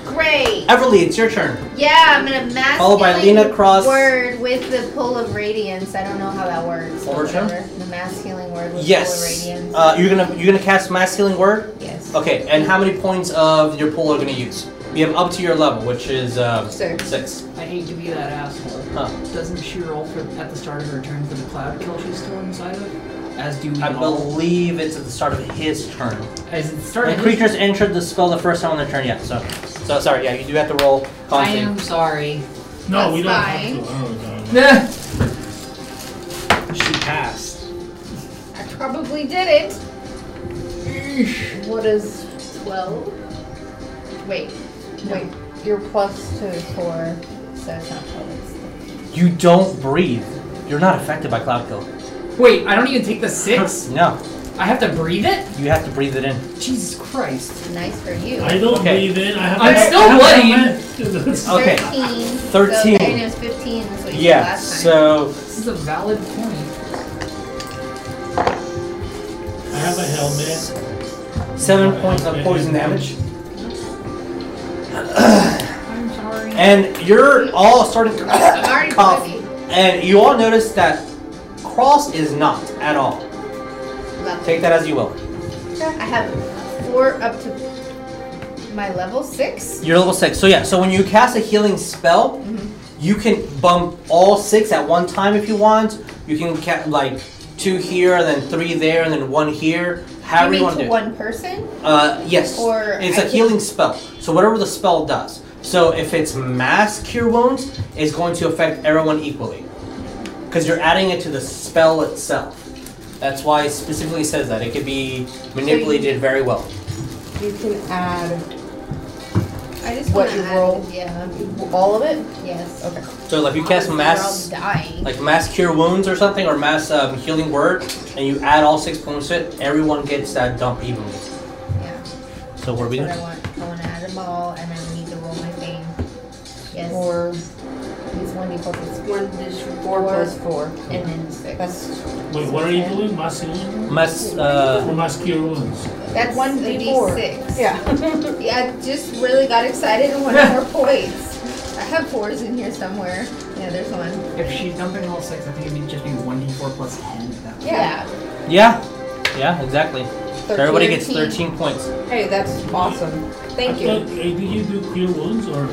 S4: Great.
S1: Everly, it's your turn.
S4: Yeah, I'm gonna mask.
S1: Followed by Lena Cross.
S4: Word with the pull of radiance. I don't know how that works. but
S1: Overture?
S4: whatever. The mass healing word with
S1: Yes.
S4: pull of radiance.
S1: Uh, you're gonna you're gonna cast mass healing word?
S4: yes.
S1: Okay, and how many points of your pool are going to use? You have up to your level, which is uh,
S4: Six.
S1: six.
S5: I hate to be that asshole.
S1: Huh.
S5: Doesn't she roll for at the start of her turn for the cloud kill she's still inside of? As do we
S1: I
S5: all.
S1: believe it's at the start of his turn.
S5: As it started.
S1: When creatures entered the spell the first time on their turn, yeah. So, so sorry, yeah, you do have to roll con
S5: I
S1: save.
S5: am sorry.
S3: No, we don't
S4: That's
S3: have to. I don't know.
S5: she passed.
S4: I probably did it. What is twelve? Wait, wait. You're plus two four, so it's not twelve. It's
S1: You don't breathe. You're not affected by cloud kill.
S5: Wait, I don't even take the six.
S1: No,
S5: I have to breathe it.
S1: you have to breathe it in.
S5: Jesus Christ.
S4: nice for you.
S3: I don't
S1: Okay.
S3: breathe in. I have.
S5: I'm
S3: to-
S5: still
S3: I have
S5: bloody.
S3: to-
S1: Okay.
S4: Thirteen.
S1: Thirteen.
S4: So minus fifteen is what you did
S1: Yeah.
S4: last time.
S1: So
S5: This is a valid point.
S3: I have a helmet.
S1: seven points of poison damage,
S5: I'm sorry.
S1: and you're all starting
S4: I'm already
S1: to cough.
S4: bloody.
S1: And you all notice that cross is not at all.
S4: Lovely.
S1: Take that as you will.
S4: I have four up to my level six.
S1: You're level six. So yeah, so when you cast a healing spell,
S4: Mm-hmm.
S1: you can bump all six at one time if you want. You can ca- like two here, and then three there, and then one here. However you,
S4: you mean
S1: want to do. it.
S4: to one person?
S1: Uh, yes.
S4: Or
S1: it's
S4: I
S1: a
S4: can-
S1: healing spell. So whatever the spell does. So if it's mass cure wounds, it's going to affect everyone equally, because you're adding it to the spell itself. That's why it specifically says that it can be manipulated very well.
S6: You can add
S4: I just
S6: What,
S4: wanna
S6: you
S4: add-
S6: roll?
S4: Yeah.
S6: all of it.
S4: Yes.
S6: Okay.
S1: So like, if you cast
S4: Honestly,
S1: mass
S4: We're all dying.
S1: like mass cure wounds or something, or mass um, healing word, and you add all six points to it, everyone gets that dump evenly.
S4: yeah.
S1: So what are we
S4: But
S1: doing?
S4: I want. I want to add them all, and I need to roll my thing. Yes.
S6: Or
S4: it's one equal to six,
S2: One dish for
S6: four plus four.
S4: and then six.
S6: That's
S3: Wait, what are you doing? Mass healing?
S1: Mass. Uh,
S3: Or mass cure wounds?
S4: That's
S6: one
S4: the
S6: D four.
S4: D6.
S6: yeah.
S4: Yeah, I just really got excited and wanted more points. I have fours in here somewhere. Yeah, there's one.
S5: If she's dumping all six, I think it'd be- just be 1d4 plus 10 at that point.
S4: Yeah.
S1: yeah, yeah, exactly. So everybody gets
S4: 13.
S1: thirteen points.
S6: Hey, that's awesome.
S4: Thank
S3: I
S4: you.
S3: thought, uh, did you do cure wounds or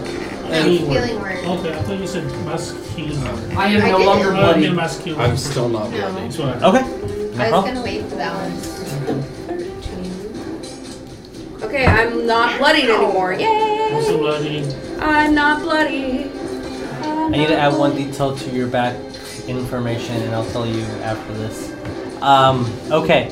S4: Healing
S3: healing
S4: word.
S3: word?
S1: Oh,
S3: Okay, I thought you said mass healing word.
S5: I am
S4: I
S5: no
S4: did
S3: Uh,
S4: it.
S5: longer
S3: I mean
S5: bloody.
S3: mass cure
S7: I'm
S3: wounds.
S7: still not
S4: No.
S7: bloody.
S3: That's what I
S1: Okay.
S4: I
S1: No
S4: was
S1: problem.
S4: gonna wait for that one.
S2: Okay, I'm not bloodied anymore. Yay!
S3: Also bloody.
S2: I'm not bloody.
S1: I need to add one detail to your back information, and I'll tell you after this. Um, okay.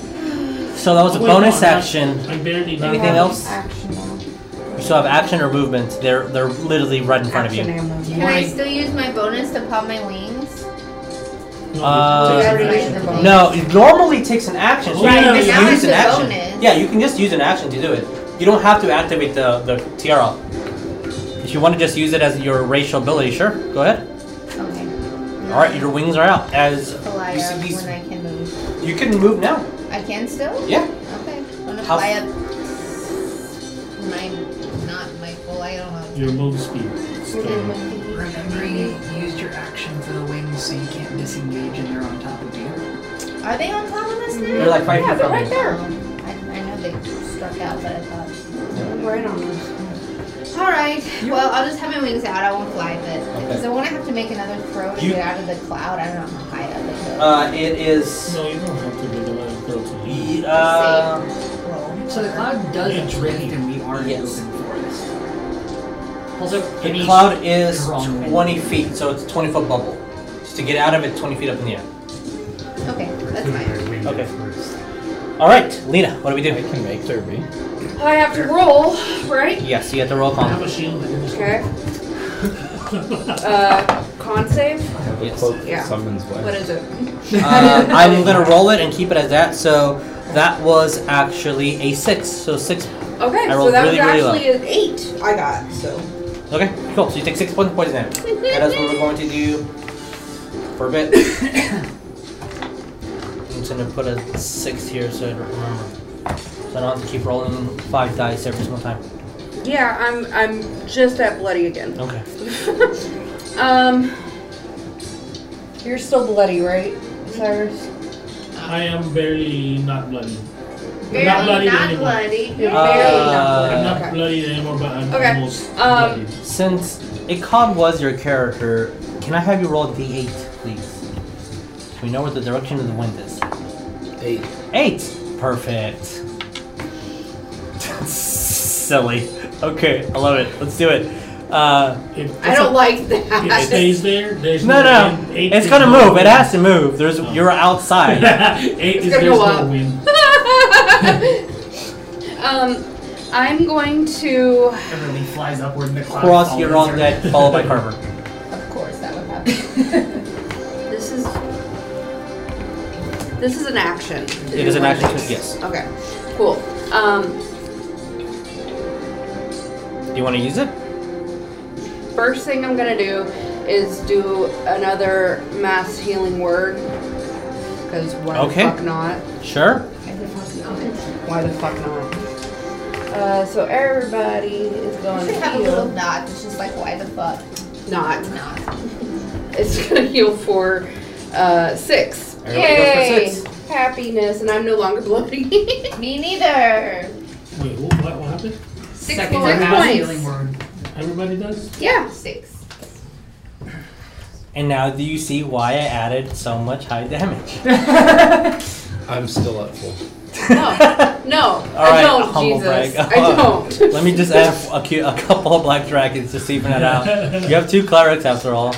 S1: So that was a
S3: Wait, Uh-huh.
S1: bonus
S3: no, I'm not-
S1: action.
S3: I'm barely done.
S1: Anything else?
S6: Action now.
S1: You still have action or movement. They're they're literally right in front of you.
S6: Action ammo.
S4: Can I still use my bonus to pop my wings?
S1: Uh,
S3: No, it's-
S6: already
S3: it's-
S6: used your bonus.
S1: No, it normally takes an action. So
S3: Right,
S1: you can
S3: but
S1: just
S3: now
S1: use
S4: it's
S1: an
S4: a
S1: action.
S4: bonus.
S1: Yeah, you can just use an action to do it. You don't have to activate the, the tiara. If you want to just use it as your racial ability, sure. Go ahead.
S4: Okay.
S1: Alright, your wings are out. As
S4: Fly
S7: You see
S4: up
S7: these-
S4: when I can move.
S1: you can move now.
S4: I can still?
S1: Yeah.
S4: Okay. I'm gonna
S1: How-
S4: fly up. My not my full. I don't know.
S3: Your move speed.
S5: Remember, you used your action for the wings, so you can't disengage and they're on top of you.
S4: Are they on top of us now?
S1: Mm-hmm. They're like five
S6: Yeah,
S1: feet
S6: they're
S1: from
S6: right
S1: you.
S6: there.
S4: Um, I, I know they struck out, but I thought.
S6: Right on us.
S4: All right. Well, I'll just have my wings out. I won't fly, but because
S1: Okay.
S4: I want to have to make another throw to
S1: You-
S4: get out of the cloud. I don't know how high up it goes.
S1: Uh, it is.
S3: No, you don't have to be the one girl to leave.
S1: Uh,
S5: So the cloud does
S3: Yeah.
S5: drift, and we are
S1: Yes.
S5: moving forest. Also,
S1: the
S5: any-
S1: cloud is
S5: Wrong.
S1: 20 feet, so it's a 20 foot bubble. Just to get out of it, 20 feet up in the air.
S4: Okay, that's fine.
S1: Okay. Alright, Lena, what do we
S7: I
S1: do?
S7: can make there be.
S2: I have to roll, right?
S1: Yes, you have to roll
S3: I have
S1: con.
S3: a shield. I can just-
S2: Okay. Uh, con save.
S7: have a
S1: Yes.
S7: cloak
S6: Yeah.
S7: that summons web.
S2: What is it?
S1: Uh, I'm gonna roll it and keep it as that. So that was actually a six. So six.
S2: Okay,
S1: I
S2: so
S1: rolled
S2: that
S1: really,
S2: was
S1: really low.
S2: actually an eight.
S6: I got so.
S1: Okay, cool. So you take six points of poison damage. And that's what we're going to do for a bit. I'm just gonna put a six here so I don't remember. So I don't have to keep rolling five dice every single time.
S2: Yeah, I'm I'm just at bloody again.
S1: Okay.
S2: Um,
S4: You're still bloody, right, Cyrus?
S3: I am barely not bloody.
S4: Barely
S3: not bloody
S4: not
S3: anymore.
S4: bloody.
S6: You're
S1: Uh,
S6: barely not
S3: I'm not
S6: Okay.
S3: bloody anymore, but I'm
S2: Okay,
S3: almost
S2: um,
S3: bloody.
S1: Since Ikon was your character, can I have you roll a d8, please? We know where the direction of the wind is.
S7: Eight.
S1: Eight. Perfect. Silly. Okay, I love it. Let's do it. Uh,
S3: If,
S2: I don't like
S3: if it
S2: that.
S3: stays there, there's
S1: no, no.
S3: wind. Eight
S1: It's
S3: is
S1: gonna
S3: no
S1: move. It
S3: wind.
S1: has to move. There's you're outside.
S3: Eight is
S2: gonna go
S3: there's no
S2: up.
S3: wind.
S2: um, I'm going to.
S5: Everybody flies upward in the cloud.
S1: Cross
S5: follows
S1: you're on
S5: her.
S1: dead, followed by Carver.
S4: Of course, that would happen.
S2: This is. This is an action.
S1: It is an action to yes.
S2: Okay, cool. Um,
S1: Do you want to use it?
S2: first thing I'm gonna do is do another mass healing word. Because why
S1: Okay.
S2: the fuck not?
S1: Sure.
S2: Why the fuck not? Uh, so everybody is going
S4: should
S2: to
S4: have a little
S2: heal.
S4: nod. It's just like, why the fuck
S2: Not.
S4: not?
S2: It's gonna heal for uh, six.
S1: Everybody goes for six.
S2: Happiness, and I'm no longer bloody.
S4: Me neither.
S3: Wait, what, what, what happened?
S2: six
S5: Second
S2: points.
S5: mass
S2: Six
S5: healing word.
S3: Everybody does?
S2: Yeah.
S4: Six.
S1: And now do you see why I added so much high damage?
S7: I'm still at full.
S2: No. No. I
S1: right,
S2: don't,
S1: humble
S2: Jesus.
S1: brag.
S2: I don't.
S1: Let me just add a, cu- a couple of black dragons just to even it out. You have two clerics after all.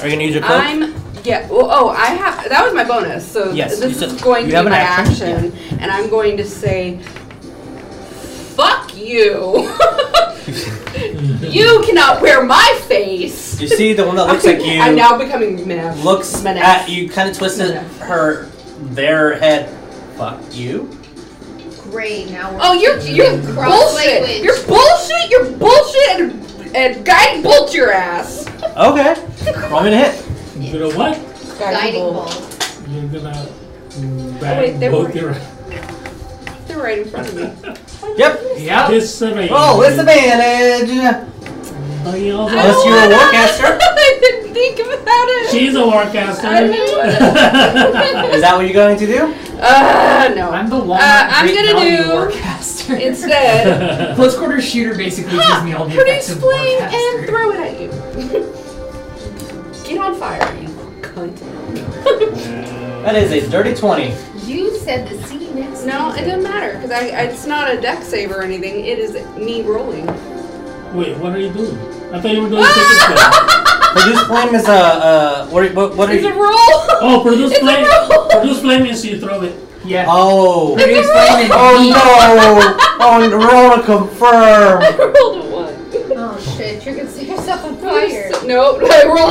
S1: Are you gonna use your cloak?
S2: I'm. Yeah. Well, oh, I have. That was my bonus. So
S1: Yes,
S2: this
S1: you
S2: is
S1: said-
S2: going
S1: you
S2: to
S1: have an
S2: be my
S1: action.
S2: action, and I'm going to say, "Fuck you! you cannot wear my face."
S1: You see the one that looks like you
S2: I'm now becoming mad.
S1: looks
S2: Menace.
S1: at you, kind of twisted her their head. Fuck you.
S4: Great. Now we're.
S2: Oh, you're you're
S4: Cross
S2: bullshit.
S4: language.
S2: You're bullshit. You're bullshit, and and guiding bolt your ass.
S1: Okay. Roll me to hit.
S3: You're gonna what?
S4: Guiding bolt.
S3: You're gonna
S2: Oh, wait,
S3: bang
S2: they
S3: both
S2: were-
S3: your
S2: They're right in front of me.
S1: Yep.
S5: Yep.
S3: disadvantage.
S2: Oh,
S1: Roll disadvantage.
S3: Oh, you also-
S1: Unless you're a
S2: wanna-
S1: warcaster.
S2: I didn't think about it.
S3: She's a
S2: I knew
S3: warcaster.
S1: Is that what you're going to do?
S2: Uh, no.
S5: I'm the one.
S2: Uh, I'm gonna do-
S5: warcaster.
S2: Instead,
S5: Close quarter shooter basically gives me all the effects
S2: produce
S5: of
S2: flame
S5: warcaster.
S2: and throw it at you. Get on fire, you cunt.
S1: That is a dirty twenty.
S4: You said the C next.
S2: No, it doesn't matter because I, I- it's not a deck save or anything. It is me rolling.
S3: Wait, what are you doing? I thought you were
S5: Oh,
S3: doing second spell.
S1: Produce flame is a uh. What? are- What? What are
S2: It's a
S1: you?
S2: roll.
S3: Oh, produce
S2: It's a
S3: flame.
S2: roll.
S3: Produce flame means you throw it.
S5: Yeah.
S1: Oh.
S5: Produce flame and
S1: Oh no! On roll to confirm.
S2: I rolled a one.
S4: Oh shit! You're gonna set yourself on fire.
S2: Fire. No, I rolled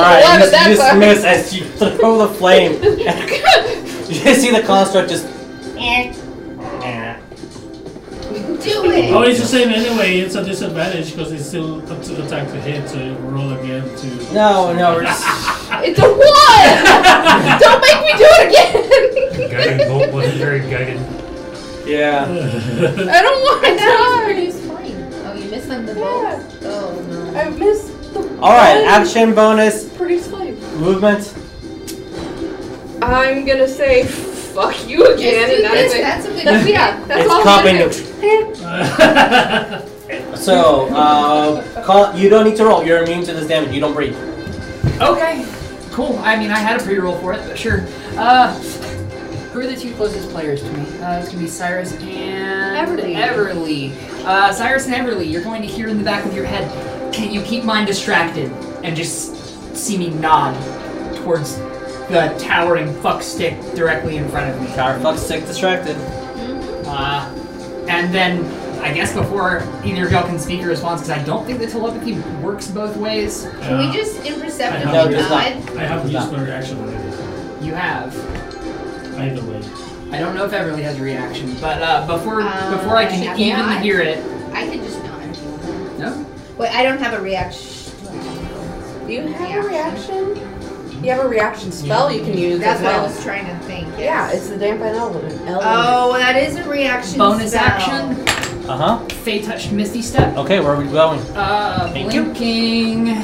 S1: All
S2: a one
S1: right, you
S2: at
S1: just
S2: that time.
S1: miss as you throw the flame. you see the construct just.
S4: Do it.
S3: Oh, it's the same anyway. It's a disadvantage because it's still up to attack to hit, so you roll again to.
S1: No, no, we're just-
S2: It's a one. Don't make me do it again.
S8: Guiding bolt wasn't very guided.
S1: yeah.
S2: I don't want to
S4: That
S2: die.
S4: was pretty fine. Oh, you missed on the
S2: Yeah.
S4: bolt. Oh no.
S2: I missed the.
S1: All right, action bonus,
S2: Produce flame.
S1: movement.
S2: I'm gonna say fuck you
S4: Just
S2: again,
S4: do
S2: and that's
S4: this.
S2: it.
S4: That's a good
S2: That's,
S4: idea.
S2: yeah, that's
S1: it's
S2: all
S1: copy
S2: I'm gonna do.
S1: neutral. So, uh, call, you don't need to roll. You're immune to this damage. You don't breathe.
S5: Okay, cool. I mean, I had a pre-roll for it, but sure. Uh, who are the two closest players to me? Uh, it's gonna be Cyrus and
S2: Everly.
S5: Everly. Uh, Cyrus and Everly, you're going to hear in the back of your head. Can you keep mine distracted and just see me nod towards the towering fuck stick directly in front of me?
S1: Power fuck sick distracted.
S5: Uh, and then I guess before either of y'all can speak a response, because I don't think the telepathy works both ways.
S4: Can we
S3: Uh,
S4: just imperceptibly
S3: No,
S1: just not.
S4: nod?
S3: I have
S1: It's
S3: used
S1: not.
S3: my reaction already.
S5: You have.
S3: Either way.
S5: I don't know if Everly has a reaction, but uh, before
S4: Um,
S5: before I
S4: should
S5: can
S4: we
S5: even
S4: not?
S5: hear it,
S4: I could just nod.
S5: no.
S4: Wait, I don't have a reaction.
S6: Do you have a reaction? You have a reaction spell you can use
S4: That's
S6: as
S4: what I
S6: well.
S4: was trying to think.
S6: yeah,
S4: yes.
S6: it's the dampen element. element.
S4: Oh, that is a reaction.
S5: Bonus
S4: spell.
S5: action.
S1: Uh huh.
S5: Faye touched Misty Step.
S1: Okay, where are we going?
S5: Uh,
S1: Thank you.
S5: blinking.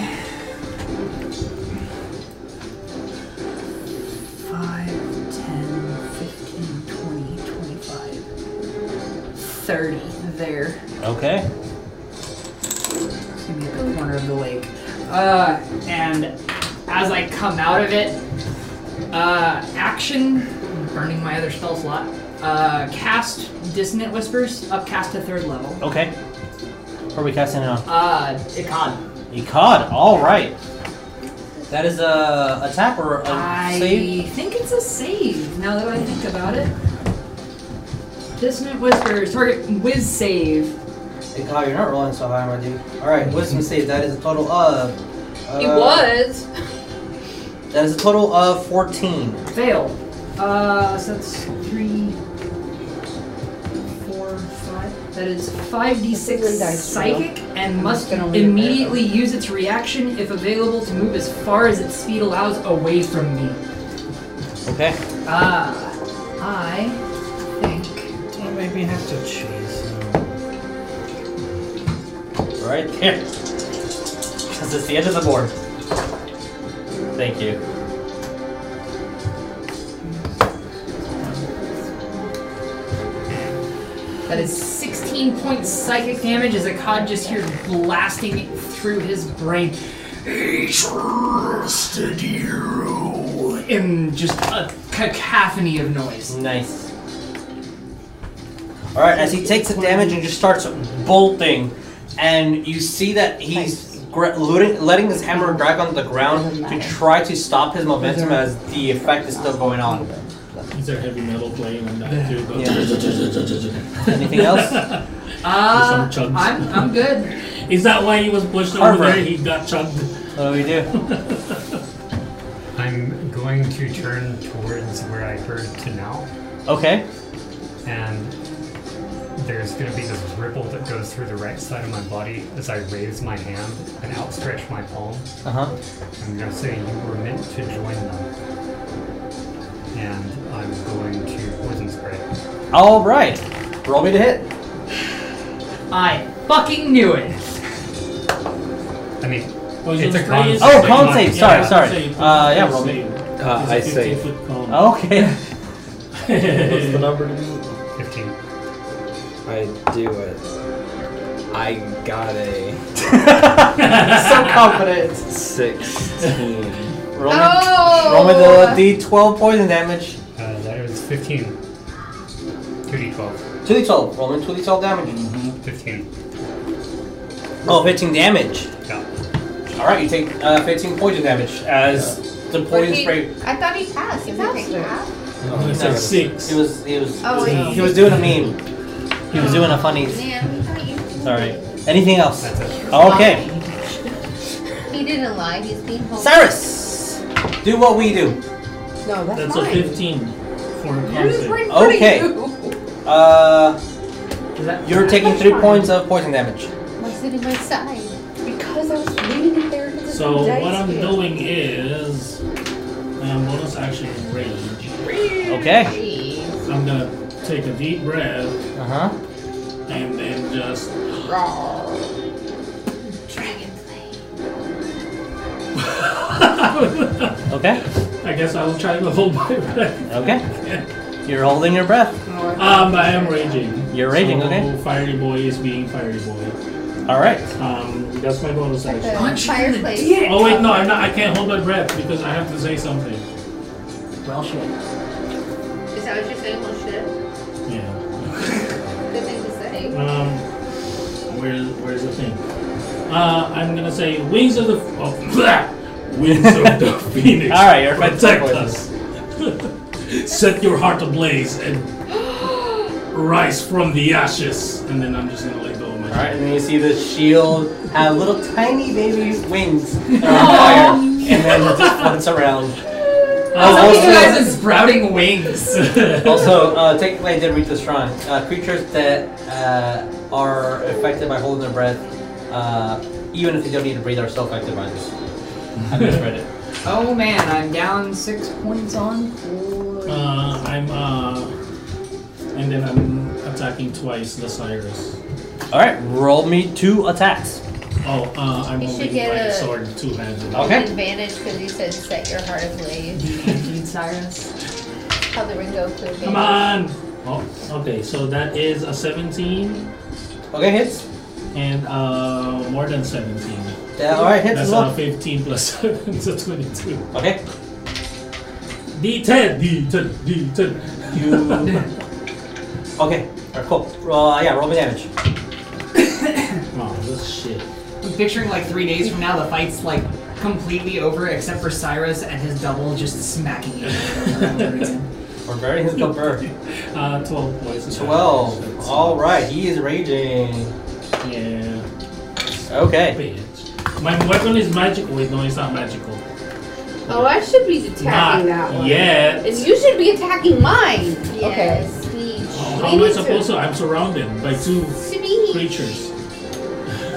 S5: Five, ten, fifteen, twenty, twenty-five, thirty. There.
S1: Okay.
S5: It's gonna be at the corner of the lake. Uh, and as I come out of it, uh, action, burning my other spell slot, uh, cast Dissonant Whispers, upcast to third level.
S1: Okay. Where are we casting it on?
S5: Uh,
S1: Um,
S5: Ikan.
S1: Ikad. All right. That is a attack or a
S5: I
S1: save.
S5: think it's a save, now that I think about it. Dissonant Whispers, target whiz save.
S1: Ikad, you're not rolling so high, my dude. All right, wisdom save. That is a total of. Uh,
S2: It was.
S1: That is a total of 14.
S5: Fail. Uh, so that's three, four, five. That is five d six
S6: This is a dice roll.
S5: psychic, and must
S6: gonna leave it
S5: immediately use its reaction if available to move as far as its speed allows away from me.
S1: Okay.
S5: Ah, I think.
S7: You maybe have to chase.
S1: Right there. Because it's the end of the board. Thank you.
S5: That is 16 points psychic damage as a cod just here blasting it through his brain. He trusted you! In just a cacophony of noise.
S1: Nice. All right, as he takes the damage and just starts bolting, and you see that he's gra- looting, letting his hammer drag on the ground to try to stop his momentum as the effect is still going on.
S3: These are heavy metal playing and that too. But
S1: Anything else?
S5: Uh,
S3: Some chugs.
S5: I'm, I'm good.
S3: Is that why he was pushed
S1: Harper.
S3: over there? He got chugged.
S1: What do we do?
S8: I'm going to turn towards where I heard to now,
S1: Okay.
S8: and there's going to be this ripple that goes through the right side of my body as I raise my hand and outstretch my palm.
S1: Uh huh.
S8: I'm going to say you were meant to join them, and I'm going to poison spray.
S1: All right. Roll me to hit.
S5: I fucking knew it.
S8: I mean,
S3: Poison
S8: it's a
S3: spray
S8: con.
S3: is-
S1: Oh,
S8: save,
S1: con
S8: not-
S1: save.
S8: yeah.
S1: Sorry,
S3: Yeah,
S1: sorry.
S3: save.
S1: Uh, yeah, Oh, roll me.
S3: Save.
S7: Uh,
S3: It's a
S7: I say.
S3: 15 foot cone.
S1: Okay.
S7: What's the number? to do?
S8: Fifteen.
S7: I do it. I got a
S1: so confident.
S7: sixteen.
S1: Roll me,
S4: Oh.
S1: roll me the d12 poison damage.
S8: Uh, that is fifteen. Two d twelve.
S1: 2d12. Roll me 2d12 damage.
S8: Fifteen.
S1: Oh, 15 damage.
S8: Yeah.
S1: All right, you take uh, 15 poison damage as the poison
S4: He-
S1: spray.
S4: I thought he passed. Is that half?
S7: Oh,
S3: It's
S7: no.
S3: a six.
S1: He was he was
S4: Oh, wait.
S1: he was doing a meme. He was doing a funny.
S4: Man, we thought you.
S1: Sorry. Anything else? Oh,
S8: That's it.
S1: Okay.
S4: He didn't lie. He's being home.
S1: Cyrus, do what we do.
S6: No, that's,
S3: That's a
S6: mine.
S3: 15 for a con save.
S1: Okay. Uh,
S5: Is that-
S1: you're taking three points of poison damage.
S4: I'm sitting by side.
S6: Because I was reading there. because it's
S3: So
S6: a dice
S3: what I'm
S6: game.
S3: doing is, um, I'm bonus action rage.
S1: Okay.
S3: I'm gonna take a deep breath
S1: Uh huh.
S3: and then just
S4: Dragon play.
S3: I
S1: Okay.
S3: guess I will try to hold my breath.
S1: Okay. You're holding your breath.
S3: Um, I am raging.
S1: You're raging,
S3: So,
S1: okay.
S3: Fiery boy is being fiery boy.
S1: All right.
S3: Um, that's my bonus action.
S5: Punch you in the
S4: Fireplace.
S5: dick.
S3: Oh wait, no, I'm not. I can't hold my breath because I have to say something.
S5: Well, shit.
S4: Is that what you're saying? Well, shit.
S3: Yeah.
S4: Good thing to say.
S3: Um, where, where's the thing? Uh, I'm gonna say wings of the oh, bleh, wings of the phoenix.
S1: All right, you're
S3: protect
S1: fine.
S3: us. Set your heart ablaze and rise from the ashes, and then I'm just gonna let go of my.
S1: All right, and then you see the shield have little tiny baby wings that are on fire, and then it just floats around.
S5: Oh,
S1: also-
S5: you guys are sprouting wings.
S1: Also, uh, technically, I did read the shrine. Uh, creatures that uh, are affected by holding their breath, uh, even if they don't need to breathe, are still affected by this. I misread it.
S5: oh man, I'm down six points on. four.
S3: Uh, I'm uh, and then I'm attacking twice the Cyrus.
S1: All right, roll me two attacks.
S3: Oh, uh, I'm
S4: You should
S3: holding
S4: get
S3: my
S4: a-
S3: sword two handed.
S1: Okay.
S4: Advantage because you said set your heart ablaze.
S5: Dude, Cyrus.
S4: How the ring go to
S3: Come on. Oh, okay. So that is a 17
S1: Okay, hits.
S3: and uh, more than 17.
S1: Yeah, all right, hits.
S3: That's
S1: as
S3: a
S1: well.
S3: 15 plus 7, so 22.
S1: Okay.
S3: D10, D10, D10.
S1: You. okay. All right. Cool. Uh, yeah. Roll me damage.
S3: Oh, this shit.
S5: I'm picturing like three days from now the fight's like completely over except for Cyrus and his double just smacking each other over and over again.
S1: We're burying his bird.
S3: Uh, 12 points. of damage.
S1: Twelve.
S3: That's-
S1: All right. He is raging.
S3: Yeah.
S1: Okay.
S3: Bitch. My weapon is magical. Wait, no, it's not magical.
S2: Oh, I should be attacking that
S3: not
S2: one.
S3: yet.
S2: And you should be attacking mine.
S4: Okay.
S2: Okay.
S4: Sneech.
S3: Oh,
S2: We
S3: how am I
S2: need
S3: supposed to? I'm surrounded by two
S4: Sneech.
S3: creatures.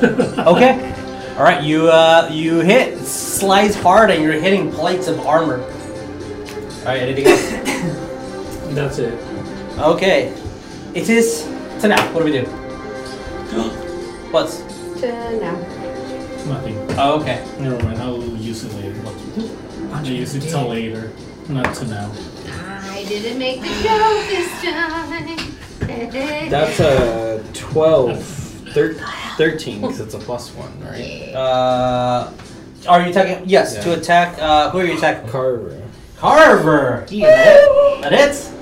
S1: Okay. All right. You uh, you hit slice hard, and you're hitting plates of armor. All right. Anything else?
S3: That's it.
S1: okay. It is to now. What do we do? What's?
S2: To now.
S3: Nothing.
S1: Oh, okay.
S3: Never mind. I'll use it later. I'll use it till later. Not to now.
S4: I didn't make the joke this time.
S7: That's a 12, thir- 13, because it's a plus one, right?
S1: Uh, are you attacking? Yes. To
S7: Yeah.
S1: attack. Uh, who are you attacking?
S7: Carver.
S1: Carver.
S5: He is hit.
S1: That it?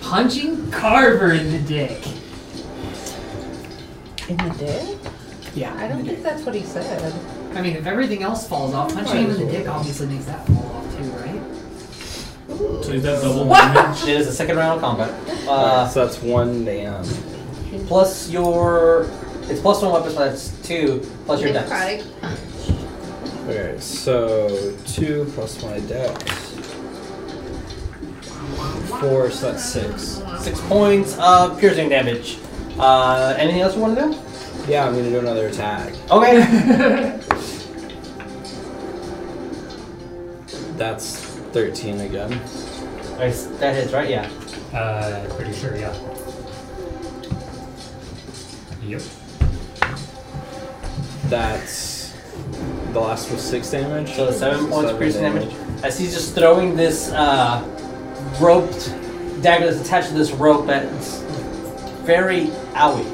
S5: punching Carver in the dick.
S4: In the dick?
S5: Yeah.
S4: I don't think that's what he said.
S5: I mean, if everything else falls off, punching him in the dick obviously makes that fall off too, right?
S3: So is that double damage?
S1: It is the second round of combat. Uh,
S7: so that's one damn.
S1: plus your. It's plus one weapon, so that's two. Plus your dex.
S4: Necrotic.
S7: Okay, so 2 plus my dex. 4, so that's 6.
S1: Six points of piercing damage. Uh, anything else you want to do?
S7: Yeah, I'm gonna do another attack.
S1: Okay.
S7: That's 13 again.
S1: Alright, that hits, right? Yeah.
S8: Uh, pretty sure, yeah. Yep.
S7: That's. The last was 6 damage.
S1: So seven points of piercing damage. As he's just throwing this uh, roped dagger that's attached to this rope that's very owie.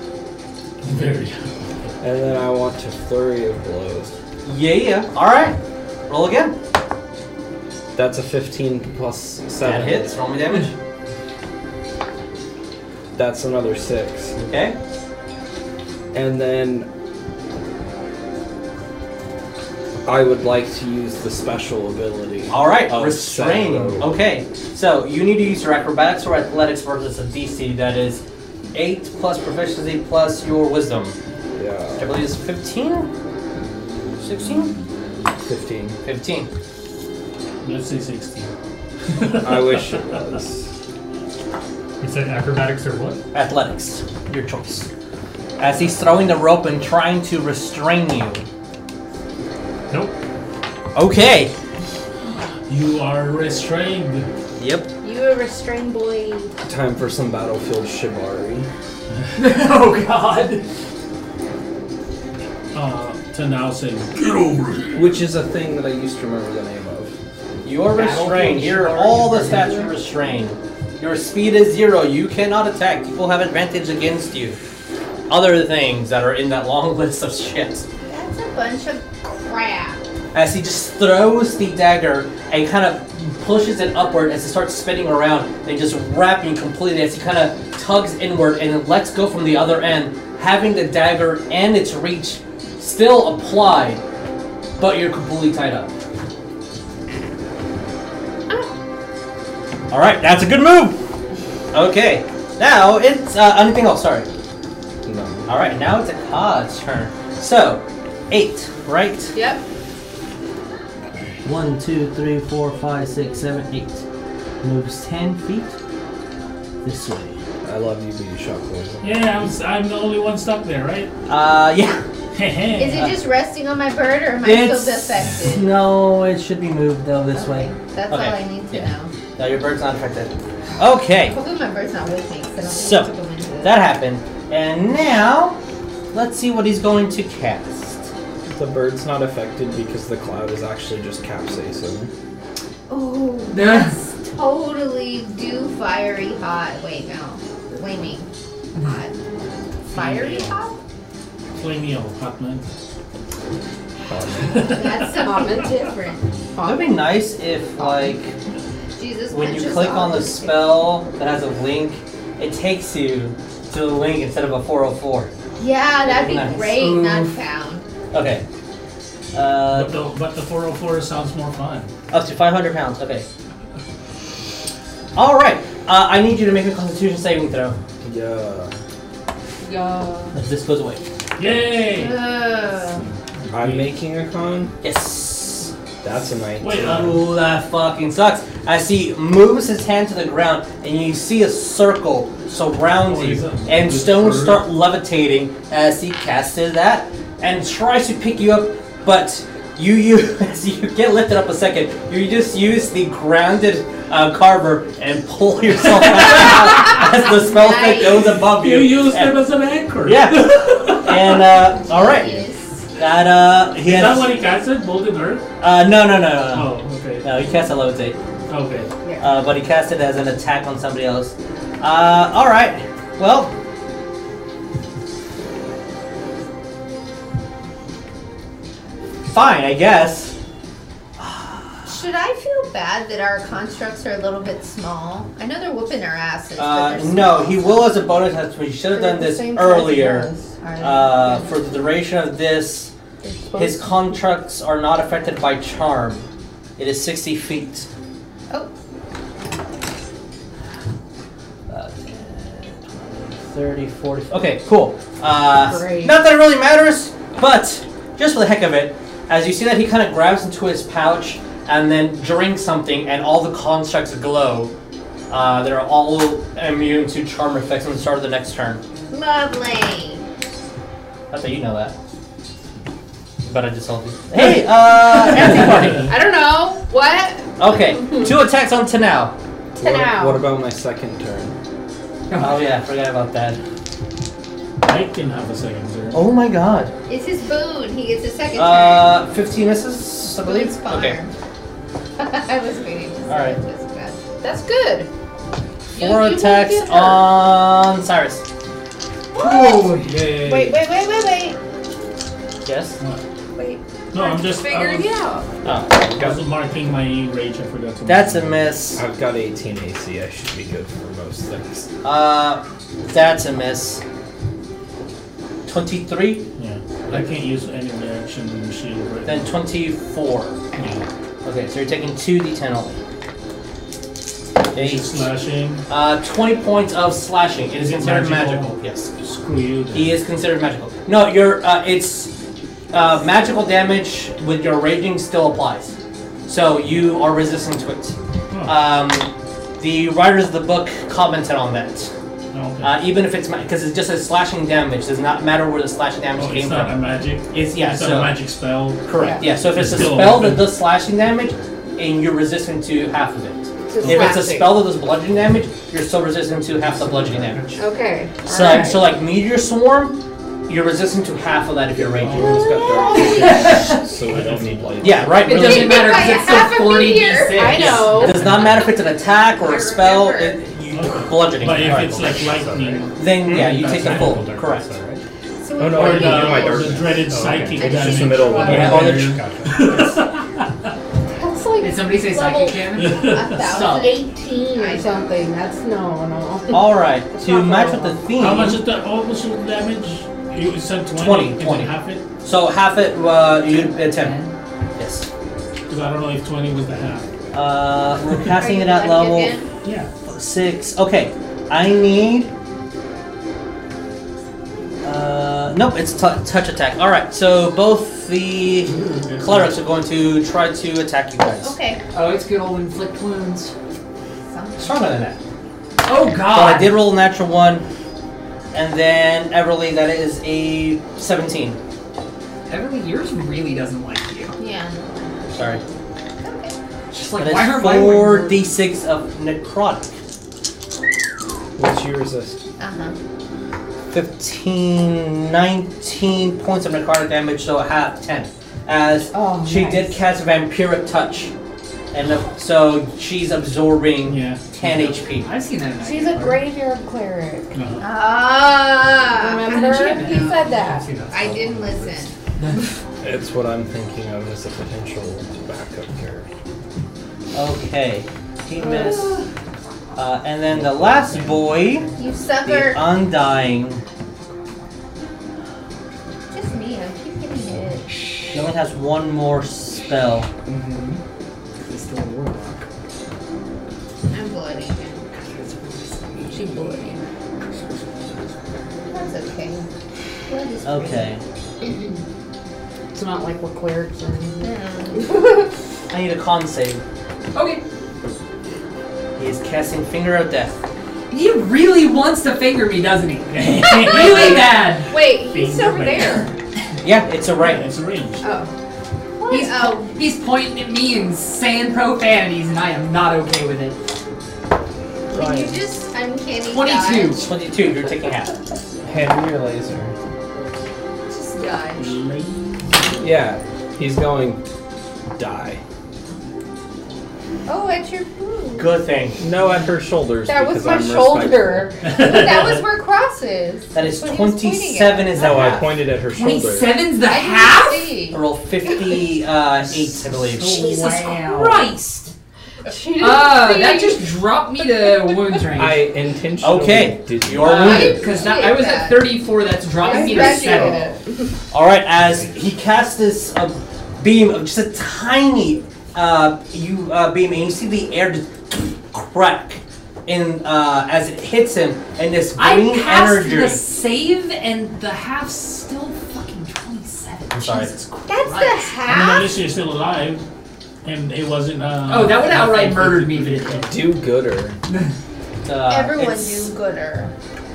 S3: Very.
S7: And then I want to flurry of blows.
S1: Yeah, yeah. Alright. Roll again.
S7: That's a 15 plus 7.
S1: That hits. Roll me damage.
S7: That's another 6.
S1: Okay.
S7: And then I would like to use the special ability.
S1: All right,
S7: of
S1: restrain.
S7: Shadow.
S1: Okay, so you need to use your acrobatics or athletics versus a DC that is eight plus proficiency plus your wisdom. I
S7: Yeah.
S1: believe it's 15? 16?
S7: 15.
S1: 15.
S3: Let's say 16.
S7: I wish it was.
S8: You said acrobatics or what?
S1: Athletics, your choice. As he's throwing the rope and trying to restrain you.
S8: Nope.
S1: Okay.
S3: You are restrained.
S1: Yep.
S2: You a restrained boy.
S7: Time for some battlefield shibari.
S5: oh god.
S3: Uh, to now say, get over here.
S7: Which is a thing that I used to remember the name of.
S1: You're restrained. You're all the stats are restrained. Your speed is zero. You cannot attack. People have advantage against you. Other things that are in that long list of shit.
S4: That's a bunch of crap.
S1: as he just throws the dagger and kind of pushes it upward as it starts spinning around and just wrapping completely as he kind of tugs inward and it lets go from the other end, having the dagger and its reach still applied, but you're completely tied up. All right, that's a good move. Okay, Now it's uh, anything else. Sorry.
S7: No.
S1: All right. Now it's Akkad's turn. So, eight, right?
S2: Yep.
S1: One, two, three, four, five, six, seven, eight. Moves ten feet this way.
S7: I love you, but you shot poison.
S3: Yeah, I'm, I'm the only one stuck there, right?
S1: Uh, yeah.
S4: Is it just resting on my bird, or am I
S1: It's
S4: still affected?
S1: no. It should be moved though this way.
S4: That's all
S1: Okay.
S4: I need to
S1: Yeah.
S4: know.
S1: No, your bird's not affected. Okay,
S4: Hopefully my bird's not with me, because I don't
S1: So,
S4: think I took him into
S1: that happened. And now, let's see what he's going to cast.
S7: The bird's not affected because the cloud is actually just capsaicin.
S4: Oh,
S5: Yes.
S4: that's totally do fiery hot. Wait, no. Flaming hot. Fiery hot?
S3: Play me old hot man.
S4: That's something different.
S1: It would be nice if, like,
S4: Jesus
S1: when you
S4: punches
S1: click
S4: all
S1: on the
S4: these
S1: spell that has a link, it takes you to the link instead of a 404.
S4: things. Yeah, that'd be
S1: Nice.
S4: great.
S1: Ooh.
S4: Not found.
S1: Okay.
S3: But
S1: Uh,
S3: the, but the 404 sounds more fun.
S1: up to 500 pounds. Okay. All right. Uh, I need you to make a Constitution saving throw.
S7: Yeah.
S2: Go.
S1: If this goes away.
S3: Yay!
S4: Ugh.
S7: I'm making a con.
S1: Yes.
S7: That's a night.
S3: Wait, uh,
S1: Ooh, that fucking sucks. As he moves his hand to the ground, and you see a circle surrounds
S3: What
S1: you,
S3: is that?
S1: and
S3: Just
S1: stones
S3: bird?
S1: start levitating as he casted that, and tries to pick you up, but you you as you get lifted up a second, you just use the grounded uh, carver and pull yourself out as the spell that
S4: Nice.
S1: goes above you.
S3: you used
S1: and,
S3: him as an anchor.
S1: Yeah. and uh, all right,
S4: Yes.
S1: that uh, he
S3: Is that
S1: has
S3: what he casted? Molded Earth?
S1: uh, no no no no no.
S3: Oh, okay.
S1: No, he casts a levitate.
S3: Okay.
S1: Uh, but he cast it as an attack on somebody else. Uh, all right. Well. Fine, I guess.
S4: Should I feel bad that our constructs are a little bit small? I know they're whooping our asses. but
S1: Uh,
S4: they're
S1: no,
S4: small.
S1: he will as a bonus action. He should have done this earlier. Uh, for the duration of this, his contracts are not affected by charm. It is 60 feet.
S4: Oh.
S1: Uh, 30, 40. Okay, cool. Uh,
S2: Great.
S1: not that it really matters, but just for the heck of it, as you see that he kind of grabs into his pouch and then drinks something, and all the constructs glow. Uh, they're all immune to charm effects on the start of the next turn.
S4: Lovely.
S1: Not that you know that. But I just told you. Hey, uh, anti
S2: I don't know. What?
S1: party. Okay, two attacks on Tanao.
S7: What,
S2: now.
S7: what about my second turn?
S1: Oh yeah, forgot about that.
S3: I can have a second turn.
S1: Oh my god.
S4: It's his boon. He gets a second
S1: Uh, 15 misses, I
S4: turn.
S1: believe.
S4: Boon's farm.
S1: Okay.
S4: I was waiting. To
S1: All right.
S2: That's good.
S1: Four attacks on Cyrus.
S4: What?
S3: Yay.
S4: Wait, wait, wait, wait, wait.
S1: Yes.
S4: Wait.
S3: No, I'm just. I
S2: figuring
S3: was,
S2: out.
S1: Oh,
S7: I've
S3: I was
S7: got,
S3: marking my rage. I forgot to.
S1: that's a
S3: mark.
S1: miss.
S7: I've got 18 AC. I should be good for most things.
S1: Uh, that's a miss. 23,
S3: Yeah. I can't use any reaction shield right
S1: then 24.
S3: now.
S1: Okay, so you're taking 2d10 only.
S3: She's slashing.
S1: Uh, 20 points of slashing. It is considered magical.
S3: Magical.
S1: Yes.
S3: Screw you. then.
S1: He is considered magical. No, your uh, it's uh, magical damage with your raging still applies. So you are resistant to it.
S3: Oh,
S1: Um, the writers of the book commented on that.
S3: Oh, okay.
S1: Uh, even if it's because it just says slashing damage, does not matter where the slashing damage
S3: oh,
S1: came
S3: it's not a
S1: from.
S3: magic.
S1: It's yeah.
S3: It's not
S1: so
S3: a magic spell.
S1: correct. Yeah. So if it's,
S3: It's
S1: a
S3: still
S1: spell
S3: open.
S1: that does slashing damage, and you're resistant to half of it.
S6: Just
S1: If it's a
S6: slashing.
S1: spell that does bludgeoning damage, you're still resistant to half the bludgeoning damage.
S2: Okay.
S1: So,
S2: alright.
S1: so like meteor swarm, you're resistant to half of that if you're raging.
S7: Everyone's got 30 so I don't need light.
S1: Yeah, right.
S5: It
S1: really.
S5: doesn't matter
S4: By
S5: because it's
S4: half a
S5: still 40
S4: meteor.
S5: d6.
S2: I know.
S1: It does not matter if it's an attack or
S4: I
S1: a spell.
S4: remember.
S1: It, you bludgeoning.
S3: But if
S1: Alright,
S3: it's
S1: cool.
S3: like Hmm. lightning
S1: then yeah, you
S8: That's
S1: take the
S8: magical
S1: full.
S8: darkness,
S1: Correct.
S8: though, right?
S4: So
S7: Oh, no,
S3: or
S7: I
S4: we're
S7: already
S3: the,
S7: did my
S3: or the
S7: darkness.
S3: dreaded
S8: Oh, okay.
S3: psychic
S4: It's
S7: It's
S3: damage.
S7: just the middle of the
S1: Yeah.
S7: night.
S1: all the-
S8: Gotcha.
S2: That's like
S5: Did somebody say psychic damage?
S4: a thousand.
S2: 18 or something. That's no, no.
S1: All right.
S2: It's
S1: To
S2: not
S1: match with
S2: horrible.
S1: the theme,
S3: How much is that? How much is the damage? You said 20.
S1: 20,
S3: Is
S1: 20.
S3: it half it?
S1: so half it. Uh, you uh, ten. Yes.
S3: Because I don't know if 20 was the half.
S1: Uh, we're
S4: Are
S1: casting
S4: you
S1: it at
S4: lucky
S1: level
S4: again?
S3: Yeah.
S1: six. Okay. I need. Uh, nope, it's t- touch attack. All right, so both the clerics are going to try to attack you guys.
S4: Okay.
S5: Oh, it's good old inflict wounds.
S1: Stronger than that.
S5: Oh god!
S1: But I did roll a natural one, and then Everly, that is a seventeen.
S5: Everly, yours really doesn't like you.
S4: Yeah.
S1: Sorry.
S5: She's
S1: That
S5: like, why her
S1: is
S5: mind
S1: four
S5: went-
S1: d six of necrotic.
S7: What's you resist?
S4: Uh huh.
S1: 15, 19 points of necrotic damage, so half ten. As
S4: Oh,
S1: she
S4: nice.
S1: did cast vampiric touch, and the- so she's absorbing
S3: Yeah.
S1: 10 HP.
S5: I've seen that. in
S4: She's a
S5: action before.
S4: graveyard cleric.
S3: Uh-huh.
S4: Ah. Remember?
S5: How did she
S4: He
S5: know?
S4: said
S8: I've
S4: that.
S8: seen that
S6: I
S8: stuff.
S6: didn't listen.
S7: It's what I'm thinking of as a potential backup here.
S1: Okay,
S4: Ah.
S1: he missed. Uh, and then the last boy,
S4: You
S1: the
S4: sucker.
S1: undying,
S4: Just me. I keep getting hit.
S1: he only has one more spell.
S7: Mm-hmm.
S5: She's still a warlock.
S6: I'm bloody. She bloody.
S4: That's okay. Blood is
S1: Okay,
S6: It's not like we're clerics or anything.
S4: pretty. Mm.
S1: I need a con save.
S5: Okay.
S1: He is casting Finger of Death.
S5: He really wants to finger me, doesn't he? really bad.
S6: Wait, he's
S3: Finger
S6: over
S3: bang.
S6: there.
S1: Yeah, it's a
S3: Right,
S1: right.
S3: it's arranged.
S6: Oh.
S5: He's,
S6: Oh.
S5: he's pointing at me and saying profanities, and I am not okay with it.
S6: Can you just uncanny
S5: 22.
S6: dodge?
S1: 22, you're taking half.
S7: Hand your laser.
S6: Just dodge.
S7: Yeah, he's going die.
S4: Oh, at your boot.
S1: Good thing.
S7: No, at her shoulders.
S4: That was
S7: because
S4: my
S7: I'm
S4: shoulder. that was where cross is.
S1: That is
S4: That's what he was pointing at.
S1: 27 is
S7: respectful. No,
S1: that
S7: I
S1: half.
S7: pointed at her shoulder.
S5: 27's the
S4: I didn't
S5: half? Oh,
S4: see.
S1: I roll 58, I believe.
S5: Jesus
S8: Wow.
S5: Christ!
S2: She didn't
S5: Oh,
S2: see.
S5: that just dropped me to wounds range.
S7: I intentionally
S1: Okay,
S7: did
S1: you are
S5: Uh,
S1: wounded.
S5: Cause that, I was at 34. That's dropping me to seven.
S1: All right, as he casts this uh, beam of just a tiny uh, you uh, beam, and you see the air just crack in uh, as it hits him, and this green
S5: I passed
S1: energy.
S5: the save, and the half's still fucking 27.
S1: I'm sorry.
S5: Jesus Christ.
S4: That's the
S3: I mean, at
S4: half.
S3: least you're still alive, and it wasn't. Uh,
S5: Oh, that would outright murdered me if it did.
S7: do gooder.
S1: Uh,
S4: Everyone
S1: it's-
S4: knew gooder.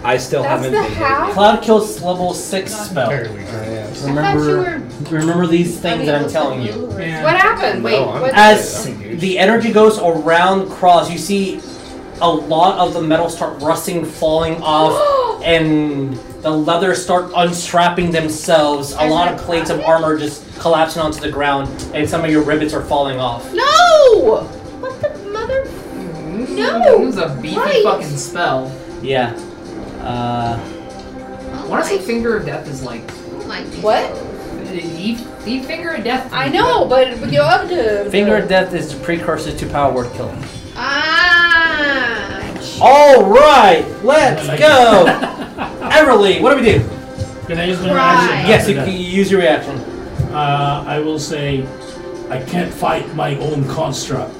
S7: I still
S4: That's
S7: haven't
S4: the
S7: been hit.
S4: half.
S1: Cloud kills level six spell.
S8: Barely.
S7: I am.
S4: I
S1: Remember, remember these things that I'm telling you.
S2: What happened? Wait,
S7: No, I'm
S2: what?
S7: good.
S1: As
S7: I'm good.
S1: the energy goes around Cross, you see a lot of the metal start rusting, falling off, and the leathers start unstrapping themselves. A
S4: There's
S1: lot
S4: no
S1: of plates of
S4: pocket?
S1: armor just collapsing onto the ground, and some of your rivets are falling off.
S2: no!
S4: What the mother?
S5: It was a beefy
S4: Right.
S5: fucking spell.
S1: Yeah. Uh,
S4: Oh
S5: I want to say Finger of Death is like.
S2: What?
S5: Deep, deep Finger of Death.
S2: I know, but but you have to.
S1: Finger of Death is the precursor to Power Word Killing.
S6: Ah.
S1: All right, let's
S3: I like
S1: go. Everly, what do we do?
S3: Can I use
S6: Right.
S3: my reaction? after
S1: Yes, you
S3: that?
S1: can use your reaction.
S3: Uh, I will say, I can't fight my own construct.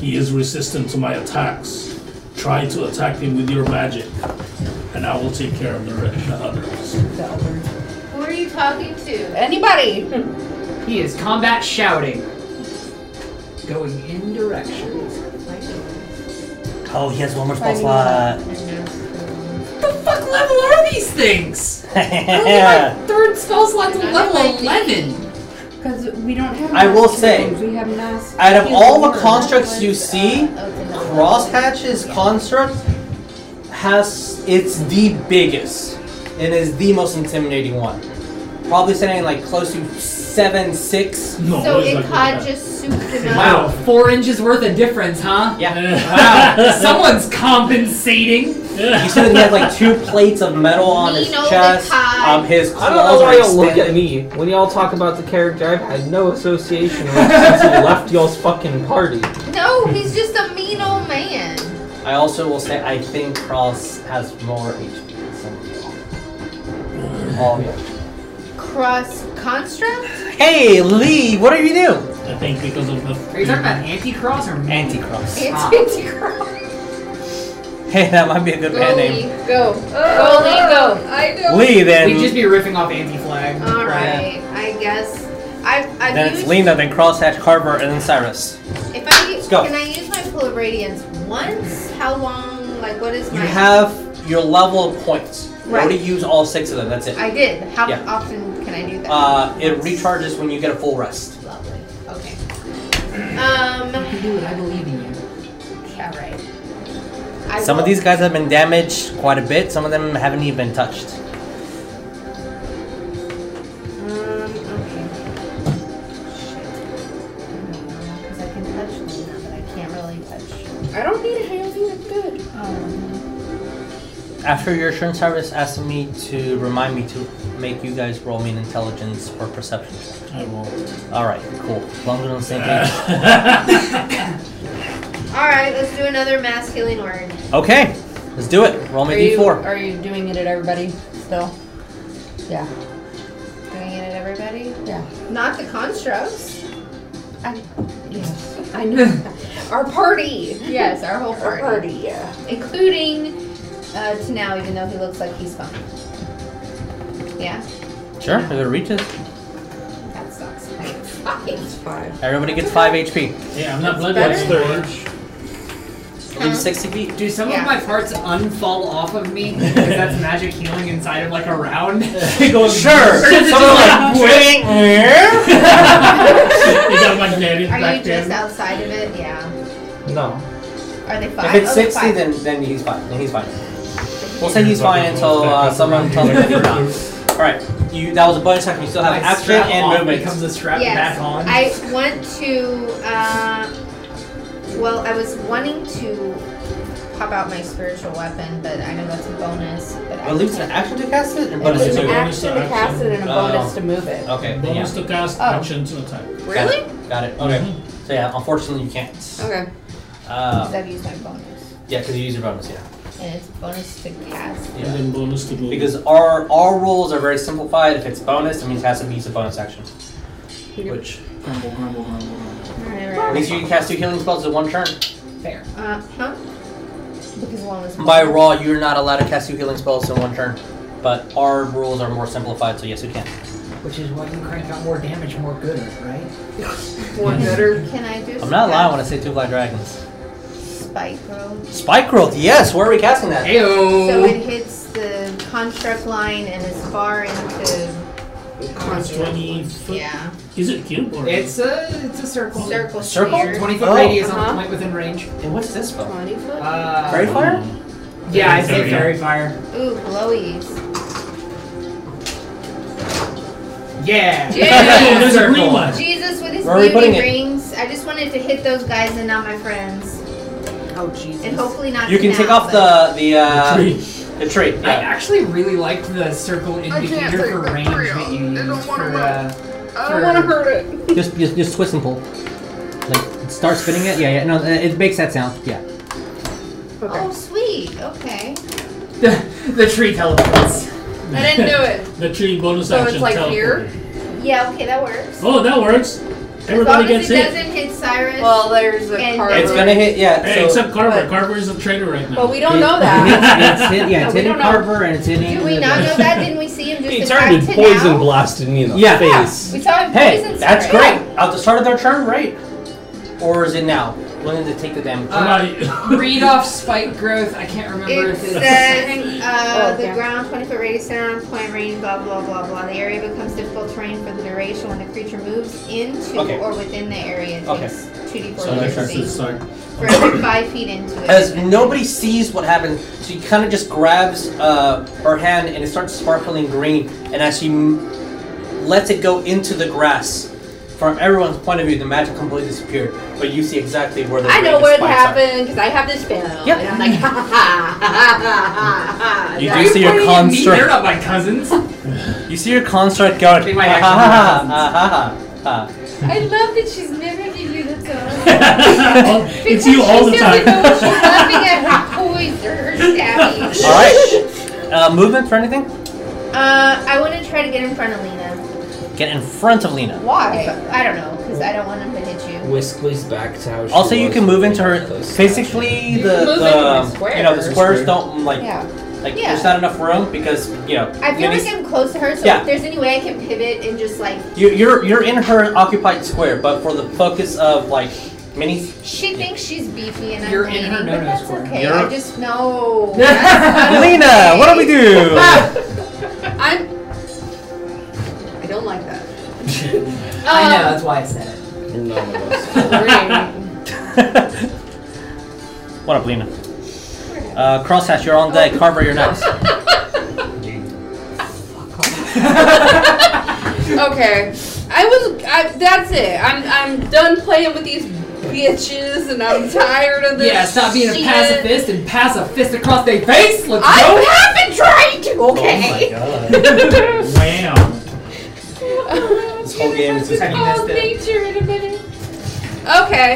S3: He is resistant to my attacks. Try to attack him with your magic, and I will take care of the, re- the others.
S6: Who are you talking to?
S2: Anybody?
S5: He is combat shouting. Going in directions.
S1: Oh, he has one more spell slot.
S5: What the fuck level are these things? Only my third spell slot's level 11.
S4: Because we don't have.
S1: I will
S4: mass
S1: say,
S4: healers, we have mass.
S1: Out of all the
S4: healers.
S1: constructs you see,
S4: uh, Cross
S1: Crosshatch's construct has it's the biggest and is the most intimidating one. Probably sitting like close to seven six.
S3: No,
S6: So
S3: it's not gonna
S6: Ikhad just souped him up.
S5: Wow, four inches worth of difference, huh?
S1: Yeah.
S5: Wow, someone's compensating.
S1: You said he had like two plates of metal on his
S6: Mean old
S1: chest.
S6: Ikhad.
S1: Um, his
S7: I don't know
S1: claws
S7: why
S1: are
S7: y'all look at
S1: extended.
S7: me when y'all talk about the character I've had no association with since he left y'all's fucking party.
S6: No, he's just a mean old man.
S1: I also will say I think Cross has more HP than some of y'all. All of y'all.
S6: Cross construct?
S1: Hey Lee, what are you doing?
S3: I think because of the.
S5: Are you talking about anti-cross or
S1: Anti-Cross.
S5: Ah.
S6: It's anti-cross.
S1: Hey, that might be a good band
S4: Goalie,
S1: name.
S4: go.
S2: Oh,
S4: Goalie, go.
S2: I don't.
S1: Lee, then.
S5: We'd just be riffing off anti-flag.
S2: All right, I guess. I've, I've
S1: Then it's
S2: used,
S1: Lena, then Crosshatch, Carver, and then Cyrus.
S4: If I u-
S1: Let's go.
S4: can I use my pool of radiance once? How long? Like what is
S1: You
S4: my?
S1: have your level of points. You already use all six of them. That's it.
S4: I did. How
S1: Yeah.
S4: often can I do that?
S1: Uh, it recharges when you get a full rest.
S4: Lovely. Okay. Um.
S5: You can do it. I believe in you.
S4: Yeah. Right. I
S1: Some of
S4: will-
S1: these guys have been damaged quite a bit. Some of them haven't even been touched.
S4: Um, okay. Shit. Because I can touch them now, but I can't really touch.
S6: I don't need a hand, you look good.
S4: Um,
S1: After your assurance service asked me to remind me to make you guys roll me an intelligence or perception check.
S3: I won't.
S1: All right, cool. As long as we're on the same page.
S4: all right, let's do another mass healing word.
S1: Okay, let's do it. Roll me
S6: Are
S1: a
S6: you,
S1: d4.
S6: are you doing it at everybody still? Yeah.
S4: Doing it at everybody.
S6: Yeah.
S4: Not the constructs.
S6: Yes.
S4: I know. our party. Yes, our whole
S6: Our
S4: party,
S6: party, yeah.
S4: including uh, to now, even though he looks like he's fine. Yeah,
S1: Sure, if it reaches.
S4: that sucks.
S6: It's fine.
S1: Everybody gets 5 HP.
S3: Yeah, I'm not blood
S4: better.
S3: What's third?
S1: Leave 60 feet.
S5: Do some
S4: Yeah.
S5: of my parts unfall off of me because that's magic healing inside of like a round? it goes
S1: Sure.
S5: Or does it
S1: Someone
S5: just,
S1: like, wait. eh?
S3: You got magnetic
S4: Are you
S3: back
S4: just
S3: then.
S4: outside of it? Yeah.
S7: No.
S4: Are they five?
S1: If it's
S4: Oh, they're
S1: 60,
S4: five.
S1: then, then he's fine. Then he's fine. We'll say he's fine until uh, someone tells me that you're not. Alright, you, that was a bonus action. You still have
S5: my
S1: action
S5: strap
S1: and
S5: on
S1: movement.
S5: becomes a strap
S4: Yes.
S5: back on.
S4: I want to. Uh, well, I was wanting to pop out my spiritual weapon, but I know that's a bonus. But I
S1: Well, it leaves an action to cast it, or
S6: It
S1: bonus
S6: was
S1: to
S6: an
S1: move?
S3: bonus
S6: action to cast it and a
S1: Oh.
S6: bonus to move it.
S1: Okay, then
S3: Bonus
S1: yeah.
S3: to cast,
S4: Oh.
S3: action to attack.
S1: Really? Got it. Oh. Okay.
S3: Mhm.
S1: So yeah, unfortunately you can't.
S6: Okay.
S1: Uh,
S4: I've used my bonus,
S1: yeah, because you use your bonus, yeah.
S4: and it's bonus to cast.
S3: And
S1: yeah.
S3: then bonus to move.
S1: Because our our rules are very simplified. If it's bonus, it means it has to be used a bonus action. Which
S3: Grumble, grumble, grumble, grumble.
S4: Alright,
S1: at
S4: right.
S1: least you can cast two healing spells in one turn.
S5: Fair.
S4: Uh huh. Because one was
S1: By raw, you're not allowed to cast two healing spells in one turn. But our rules are more simplified, so yes, you can.
S5: Which is why you crank out more damage, more good, right?
S6: One
S1: Mm-hmm.
S6: better.
S4: Can I do?
S1: I'm not lying when I say two black dragons.
S4: Spike roll.
S1: Spike growth, yes. Where are we casting that?
S4: So
S5: Ayo!
S4: it hits the construct line and is far into.
S3: It's 20 foot.
S4: Yeah.
S3: Is it cube or?
S5: It's a it's a circle.
S4: Circle.
S1: Circle?
S4: sphere.
S5: 20 foot
S1: Oh.
S5: radius on
S6: Uh-huh.
S5: the point within range.
S1: And what's this spell?
S6: 20 foot?
S5: Uh,
S1: Fairy fire?
S5: Yeah, I say
S3: Thirty.
S5: fairy fire.
S4: Ooh, glowies.
S5: Yeah.
S3: Oh, there's a green
S5: Circle.
S3: one.
S4: Jesus with his
S1: Where are we putting
S4: beauty
S1: it?
S4: rings. I just wanted to hit those guys and not my friends,
S6: Oh, Jesus.
S4: and hopefully not.
S1: You can
S4: now,
S1: take off
S4: but-
S1: the the uh,
S3: Three.
S1: the tree.
S5: I
S1: Yeah.
S5: actually really liked the circle indicator
S6: take
S5: for
S6: the
S5: range
S6: thrill.
S5: that you
S6: They don't
S5: used
S6: wanna
S5: for.
S6: roll.
S5: Uh,
S6: I don't want to hurt it.
S1: Just, just just twist and pull. Like start spinning it. Yeah, yeah. No, it makes that sound. Yeah.
S6: Okay.
S4: Oh, sweet. Okay.
S5: the, the tree teleports.
S6: I didn't do it.
S3: The tree bonus
S6: So it's
S3: action.
S6: like here?
S3: teleported.
S4: Yeah. Okay, that works.
S3: Oh, that works.
S4: As
S3: Everybody
S4: long
S3: gets
S4: as it
S3: hit.
S4: doesn't hit Cyrus.
S6: Well, there's a
S4: And-
S6: card.
S1: It's gonna hit. Yeah.
S3: Hey,
S1: so
S3: except Carver.
S6: but-
S3: Carver is a traitor right now.
S6: But
S2: uh,
S6: we don't know that.
S1: it's, it's hit, yeah, it's
S6: We
S1: hitting
S6: don't know.
S1: Carver and it's hitting.
S4: do we
S1: the-
S4: not know that? Didn't we see him just
S7: He
S4: attack
S7: turned
S4: to
S7: poison
S4: now?
S7: blasted me in the
S1: Yeah.
S7: face.
S4: We saw him
S1: Hey,
S4: poison
S1: that's
S4: Cyrus.
S1: great. At the start of their turn, right? Or is it now? When did they take the damage?
S3: Somebody-
S5: Read off spike growth. I can't remember
S4: It
S5: if it's.
S4: says uh,
S6: Oh,
S4: the
S6: yeah.
S4: ground 20 foot radius center on point range, blah, blah, blah, blah. The area becomes difficult terrain for the duration when the creature moves into
S1: Okay.
S4: or within the area. It
S1: Okay.
S4: takes 2d4
S3: So that's
S4: piercing
S3: just sorry.
S4: for every 5 feet into it.
S1: As nobody sees what happens, she kind of just grabs uh, her hand and it starts sparkling green. And as she m- lets it go into the grass, from everyone's point of view, the magic completely disappeared. But you see exactly where the
S6: I know
S1: green
S6: what
S1: spikes are.
S6: happened because I have this spell.
S1: Yeah.
S6: And I'm like, ha ha ha ha ha ha ha.
S1: You
S6: Yeah.
S1: do see your
S5: They're
S1: construct.
S5: not my cousins.
S1: You see your construct going.
S5: They
S1: "Ah,
S5: might
S1: ha, ha,
S5: actually be
S1: ha, ha, ha, ha."
S4: I love that she's mimicking you the song.
S3: it's you all the time.
S4: She's laughing at her toys or her stabby.
S1: All right. Uh, movement for anything?
S4: Uh, I want to try to get in front of Lena.
S1: Get in front of Lena.
S4: Why? I don't know, because I don't want him to hit you.
S7: Whisk Liz back to how she
S1: Also, you
S7: was
S1: can move into her.
S7: Close.
S1: Basically,
S2: You
S1: the,
S2: can move
S1: the, um,
S2: into the
S1: you know the
S2: square.
S1: squares don't mm, like
S6: Yeah.
S1: like
S4: Yeah.
S1: there's not enough room because you know
S4: I feel
S1: maybe
S4: like I'm close to her, so
S1: Yeah.
S4: if there's any way I can pivot and just like
S1: you, you're you're in her occupied square, but for the focus of like minis,
S4: she thinks she's beefy and
S5: You're
S4: I'm
S5: in her
S4: tiny, but
S5: no-no
S4: that's
S5: square.
S4: okay. I
S1: You're-
S4: just know.
S1: Lena, what do we do?
S2: I'm. I don't like that.
S5: I know, that's why I said it.
S7: You're none of us.
S1: what up, Lena? Uh, Crosshatch, you're on deck. Carver, you're next.
S2: Okay, I was. I, that's it. I'm. I'm done playing with these bitches, and I'm tired of this.
S5: Yeah, stop being a
S2: shit.
S5: pacifist and pass a fist across their face. Let's
S2: I
S5: go.
S2: have been trying to.
S1: Oh
S3: my
S2: Okay.
S3: god. Wow.
S1: This whole game is just-
S5: I
S2: Oh,
S5: missed it.
S2: nature in a minute. Okay.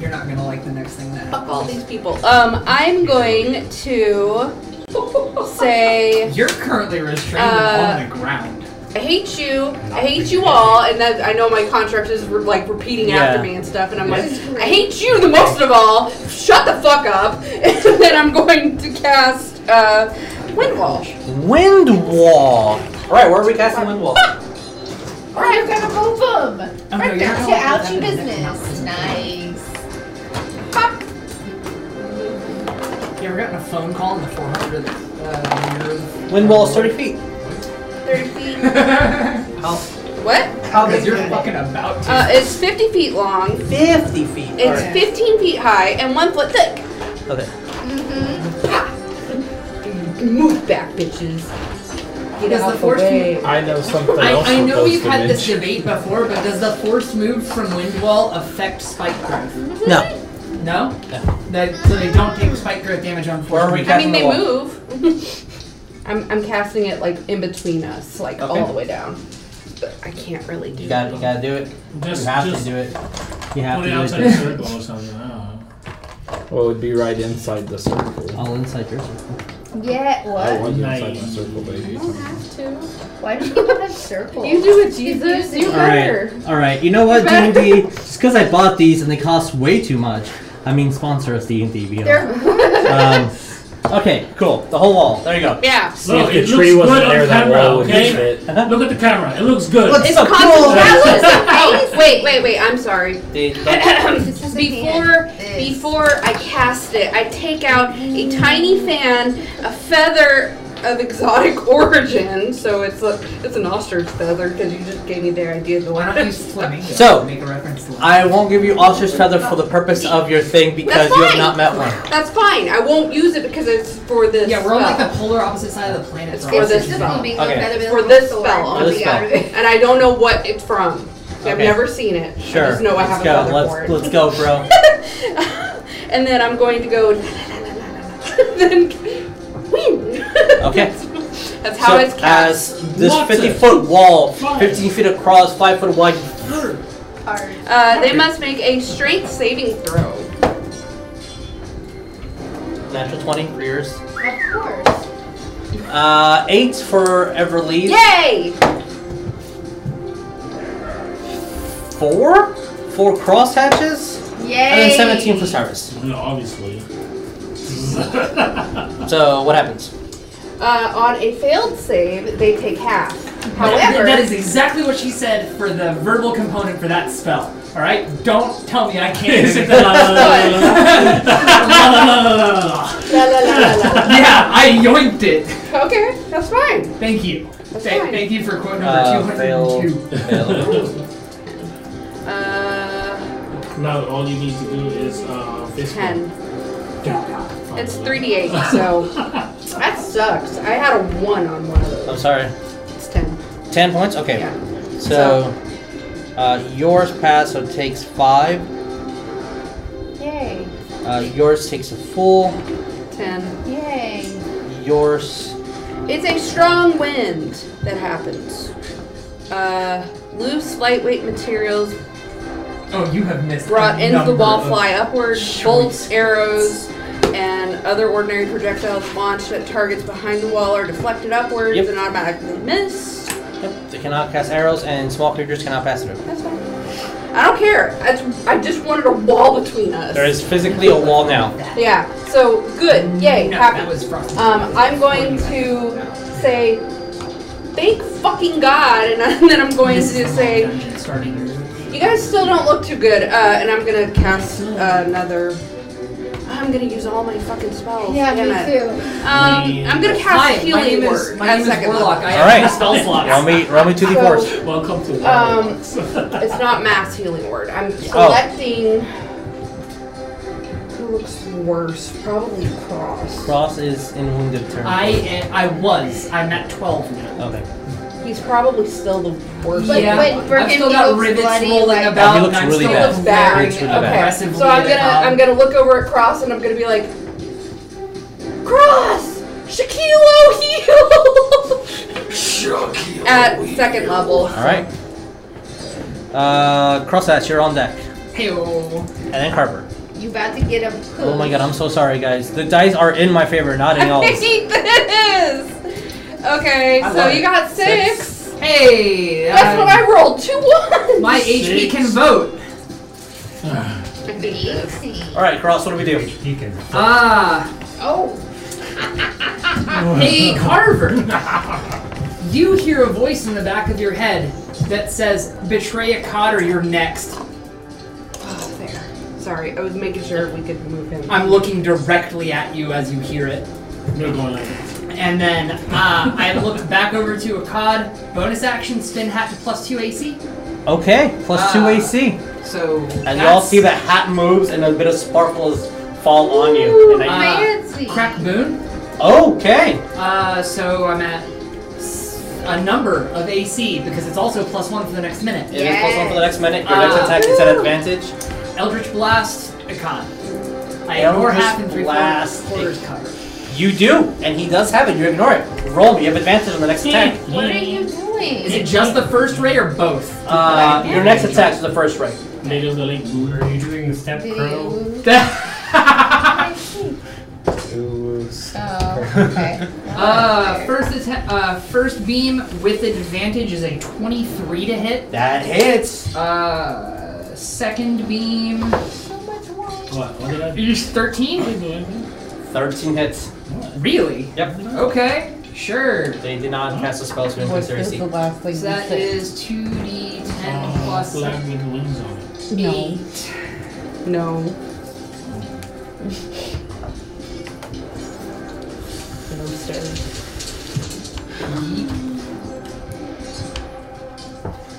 S5: You're not gonna like the next thing that
S2: Fuck all these people. Um, I'm going to say
S5: You're currently restrained
S2: Uh,
S5: and on the ground.
S2: I hate you. I hate you all, and that I know my contract is re- like repeating
S1: Yeah.
S2: after me and stuff. And I'm like, I hate you the most of all. Shut the fuck up. And then I'm going to cast uh, Windwall.
S1: Wind wall. All right, where are we casting wind wall?
S4: All right, we're gonna move him.
S5: Oh, no,
S4: right
S5: you're
S4: back
S5: not
S4: to
S5: allowed to
S4: ouchie
S5: have it.
S4: business. Nice.
S5: You ever gotten a phone call in the 400 uh, year of-
S1: Wind wall is 30 feet.
S4: Thirty feet.
S1: How?
S2: What?
S1: How
S5: Because you're fucking about to.
S2: Uh, it's 50 feet long.
S1: 50 feet.
S2: It's 15 feet high and one foot thick.
S1: Okay.
S2: Move back, bitches. Get
S5: Does
S2: out
S5: the force move?
S7: I know something
S5: I,
S7: else.
S5: I
S7: with
S5: know
S7: those
S5: we've had this
S7: image.
S5: debate before, but does the force move from wind wall affect spike growth?
S1: No.
S5: No? That, so they don't take spike growth damage on
S1: Where
S5: force.
S1: are we casting
S2: I mean,
S5: move?
S1: the
S2: they
S1: wall?
S2: move. I'm, I'm casting it like in between us, like
S1: Okay.
S2: all the way down. But I can't really do
S1: You got you gotta do it. You
S3: Just,
S1: have to
S3: just
S1: do it. You have
S3: put it
S1: to
S3: outside
S1: do
S3: the
S1: it.
S3: circle or something. I don't know.
S7: Well, it would be right inside the circle.
S1: All inside your circle.
S4: Yeah.
S7: I
S4: What?
S7: want you
S3: Nice.
S7: inside my circle, baby.
S2: to.
S4: Why do people have circles?
S2: You do it, Jesus. You
S1: All right,
S2: better.
S1: all right. You know what, D
S2: Better.
S1: and D? Just because I bought these and they cost way too much. I mean, sponsor us, D and D. Um, okay, cool. The whole wall. There you go.
S2: Yeah.
S3: Look,
S7: if
S3: it
S7: the tree
S3: looks
S7: wasn't
S3: good
S7: there,
S3: on
S7: that
S3: camera,
S7: wall would
S3: okay?
S7: fit.
S3: Look at the camera. It looks good.
S1: What's
S2: It's
S1: the
S2: constant-
S1: problem?
S2: Oh, wait, wait, wait. I'm sorry.
S1: They- they-
S2: before before I cast it, I take out a tiny fan, a feather of exotic origin. So it's a it's an ostrich feather because you just gave me the idea. The
S5: Why
S2: one.
S5: don't you flamingo?
S1: So-
S5: make a reference to that?
S1: I won't give you ostrich feather for the purpose of your thing because
S2: That's
S1: you have
S2: fine.
S1: not met one.
S2: That's fine. I won't use it because it's for this.
S5: Yeah, we're on like
S2: spell.
S5: the polar opposite side of the planet.
S2: It's
S5: for
S2: for
S5: us
S2: this
S5: to-
S2: spell.
S1: Okay.
S2: for this spell
S1: For
S2: on
S1: this
S2: the
S1: spell.
S2: outer, and I don't know what it's from. I've
S1: Okay.
S2: never seen it.
S1: Sure.
S2: I just know I
S1: let's
S2: have
S1: go.
S2: a feather
S1: let's
S2: for it.
S1: let's go, bro.
S2: and then I'm going to go then win.
S1: Okay.
S2: That's
S1: so
S2: how it's cast.
S1: as this
S3: What's
S1: fifty
S3: it?
S1: foot wall,
S3: Fine.
S1: fifteen feet across, five foot wide.
S2: Uh, they must make a strength saving throw.
S1: Natural twenty for yours.
S4: Of course.
S1: Uh, eight for Everly.
S2: Yay!
S1: Four, four cross hatches,
S4: Yay.
S1: and then seventeen for Cyrus.
S3: No, obviously.
S1: So what happens?
S2: Uh, on a failed save, they take half. However,
S5: that is exactly what she said for the verbal component for that spell. All right, don't tell me I can't. do that.
S2: La, la, la, la, la.
S5: yeah, I yoinked it.
S2: okay, that's fine.
S5: Thank you.
S2: That's
S5: Thank,
S2: fine.
S5: thank you for quote number
S1: Uh,
S5: 202.
S1: fail.
S2: Uh,
S3: now all you need to do is uh, fist
S2: ten.
S3: bump.
S2: It's three d eight, so that sucks. I had a one on one of those.
S1: I'm sorry.
S2: It's ten.
S1: Ten points. Okay.
S2: Yeah.
S1: So, uh, yours pass, so it takes five.
S4: Yay.
S1: Uh, yours takes a full.
S2: Ten.
S4: Yay.
S1: Yours.
S2: It's a strong wind that happens. Uh, loose, lightweight materials
S5: Oh, you have missed.
S2: brought
S5: a
S2: into the
S5: number
S2: wall
S5: of-
S2: fly upward,
S5: choice
S2: bolts, arrows, and other ordinary projectiles launched at targets behind the wall are deflected upwards
S1: Yep.
S2: and automatically missed.
S1: Yep. They cannot cast arrows, and small creatures cannot pass through.
S2: That's fine. I don't care. I just, I just wanted a wall between us.
S1: There is physically a wall now.
S2: Yeah. So good. Yay.
S5: No,
S2: happy.
S5: that was frosty.
S2: Um, I'm going to say, thank fucking God, and, then I'm going
S5: This is
S2: to
S5: the
S2: say,
S5: dungeon starting.
S2: you guys still don't look too good, uh, and I'm gonna cast uh, another. I'm gonna use all my fucking spells. damn Oh, it.
S4: too.
S2: Um, I'm gonna cast
S5: Hi,
S2: healing
S5: my name
S2: word
S5: is, my
S2: at
S5: name is
S2: second
S5: Warlock. I
S1: level.
S5: have
S1: Alright.
S5: spell slots.
S1: Roll me, roll me two d fours.
S3: Welcome to
S2: Um,
S3: Warlocks.
S2: It's not mass healing word. I'm
S5: Oh.
S2: selecting. Who looks worse? Probably Cross.
S1: Cross is in wounded turn.
S5: I am, I was. I'm at 12 now.
S1: Okay.
S2: He's probably still the worst.
S4: But
S5: yeah,
S4: when
S5: I've still
S4: Burgundy
S5: got
S4: looks
S5: rivets
S4: bloody,
S5: rolling
S4: like-
S5: about.
S1: He looks
S5: and I'm
S1: really
S5: still
S1: bad.
S5: looking
S2: Bad.
S5: very
S1: Looks really bad.
S2: Okay,
S5: aggressively
S2: so I'm gonna
S5: about-
S2: I'm gonna look over at Cross and I'm gonna be like, Cross, Shaquille heal. at second level.
S1: All right. Uh, cross that. You're on deck,
S5: Hey-oh.
S1: and then Carver.
S4: You about to get a push.
S1: Oh my god, I'm so sorry, guys. The dice are in my favor, not in
S2: I
S1: y'all's.
S2: hate this. Okay,
S5: I
S2: so
S5: love it.
S2: you got six.
S5: Hey! uh,
S2: That's
S5: I-
S2: what I rolled. Two ones.
S5: My HP
S3: Six.
S5: can vote.
S4: Fancy.
S1: All right, Cross. What do we do?
S8: He can.
S5: Ah,
S4: Oh,
S5: hey Carver. you hear a voice in the back of your head that says, "Betray a cotter, you're next."
S2: Oh, there. Sorry, I was making sure we could move him.
S5: I'm looking directly at you as you hear it,
S3: You're going like that.
S5: and then uh, I look back over to a cod. Bonus action, spin hat to plus two AC.
S1: Okay, plus two
S5: Ah.
S1: AC.
S5: So
S1: As you all
S5: that's-
S1: see, the hat moves, and a bit of sparkles fall on you. And I,
S5: Ah.
S4: fancy.
S5: crack moon.
S1: okay.
S5: Uh, so I'm at s- a number of AC because it's also plus one for the next minute.
S1: It is plus one for the next minute. Your next
S5: Ah.
S1: attack is at advantage.
S5: Eldritch Blast, a con. I ignore
S1: Eldritch
S5: half and three
S1: Blast,
S5: quarters, quarters cover.
S1: You do, and he does have it. You ignore it. Roll me. You have advantage on the next attack.
S4: what are you doing?
S5: Is it just the first ray or both?
S1: Uh, your next attack is the first ring.
S3: Lady of the Lake Moon.
S8: Are you doing the step
S4: Did
S8: crow?
S4: you-
S5: uh,
S4: Oh, okay.
S5: Uh, first atta- uh, first beam with advantage is a 23 to hit.
S1: That hits.
S5: Uh, second beam
S4: So much wine.
S3: What? What did I do?
S5: is
S3: What
S5: 13.
S3: did I do?
S1: Thirteen hits.
S5: Really?
S1: Yep.
S5: Okay, sure.
S1: They did not cast a spell to
S2: Was
S1: increase their
S2: this
S1: AC.
S2: the last thing
S5: So
S2: you
S5: that
S2: said?
S5: is 2d10
S3: Oh,
S5: plus
S3: flag with wings on it.
S5: 8.
S2: No. No. No, sir.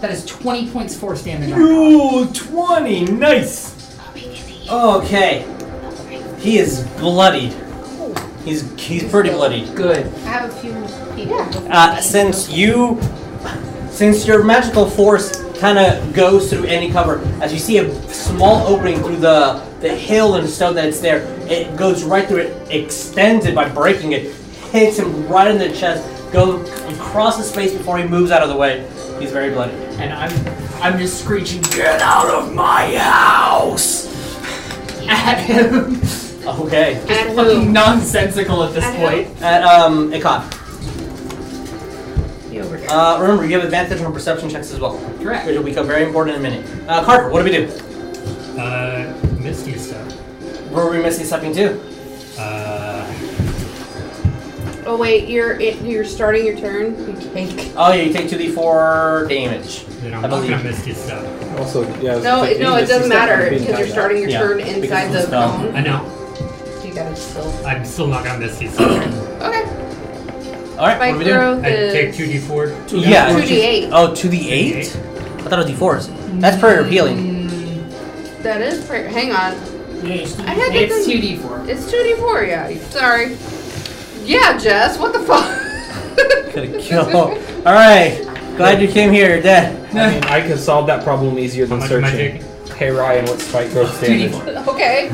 S5: That is 20 points force damage. on Carver.
S1: Ooh, 20. Nice. Okay.
S4: Oh,
S1: He is bloodied. He's he's pretty bloodied.
S5: Good.
S4: I have a few people.
S1: Uh, since you, since your magical force kind of goes through any cover, as you see a small opening through the the hill and stone that it's there, it goes right through it, extends it by breaking it, hits him right in the chest, goes across the space before he moves out of the way. He's very bloody.
S5: And I'm I'm just screeching "Get out!"
S1: Out of my house!
S5: at him.
S1: Okay.
S2: At
S5: Fucking
S2: who?
S5: nonsensical at this
S2: At
S5: point.
S1: At um, Ikon.
S2: You over here.
S1: Uh, remember, you have advantage on perception checks as well, which
S5: Correct.
S1: will become very important in a minute. Uh, Carver, what do we do?
S8: Uh, Misty step.
S1: Were we missing something too?
S8: Uh,
S2: Oh wait, you're it, you're starting your turn. You take.
S1: Oh yeah, you take 2d4 damage.
S8: then
S1: I
S8: I'm not
S1: believe-
S8: gonna Misty step.
S7: Also, yeah.
S2: No, it, no, it doesn't matter because you're starting your
S1: Yeah,
S2: turn
S1: because
S2: inside
S1: it's
S2: the
S1: done.
S2: cone.
S8: I know.
S2: You gotta still.
S8: I'm still not gonna Misty step.
S1: Uh,
S2: Okay.
S1: Alright, what
S2: My
S1: do we do?
S2: growth
S8: I take
S2: is
S8: two d4.
S3: Two
S1: Yeah.
S3: d4s.
S2: two d eight.
S1: Oh, 2d8? I thought it was d4s. That's prayer of healing.
S2: That is. Pre- hang on.
S3: Yeah, it's two
S2: I had to
S5: It's
S2: think-
S5: 2d4.
S2: It's two d four. Yeah. Sorry. Yeah, Jess. What the fuck?
S1: Gotta kill. Alright, glad you came here, you're dead.
S7: I mean, I could solve that problem easier
S8: How
S7: than
S8: much
S7: searching.
S8: magic?
S7: Hey Ryan, what's spike growth damage?
S5: 2d4.
S2: okay.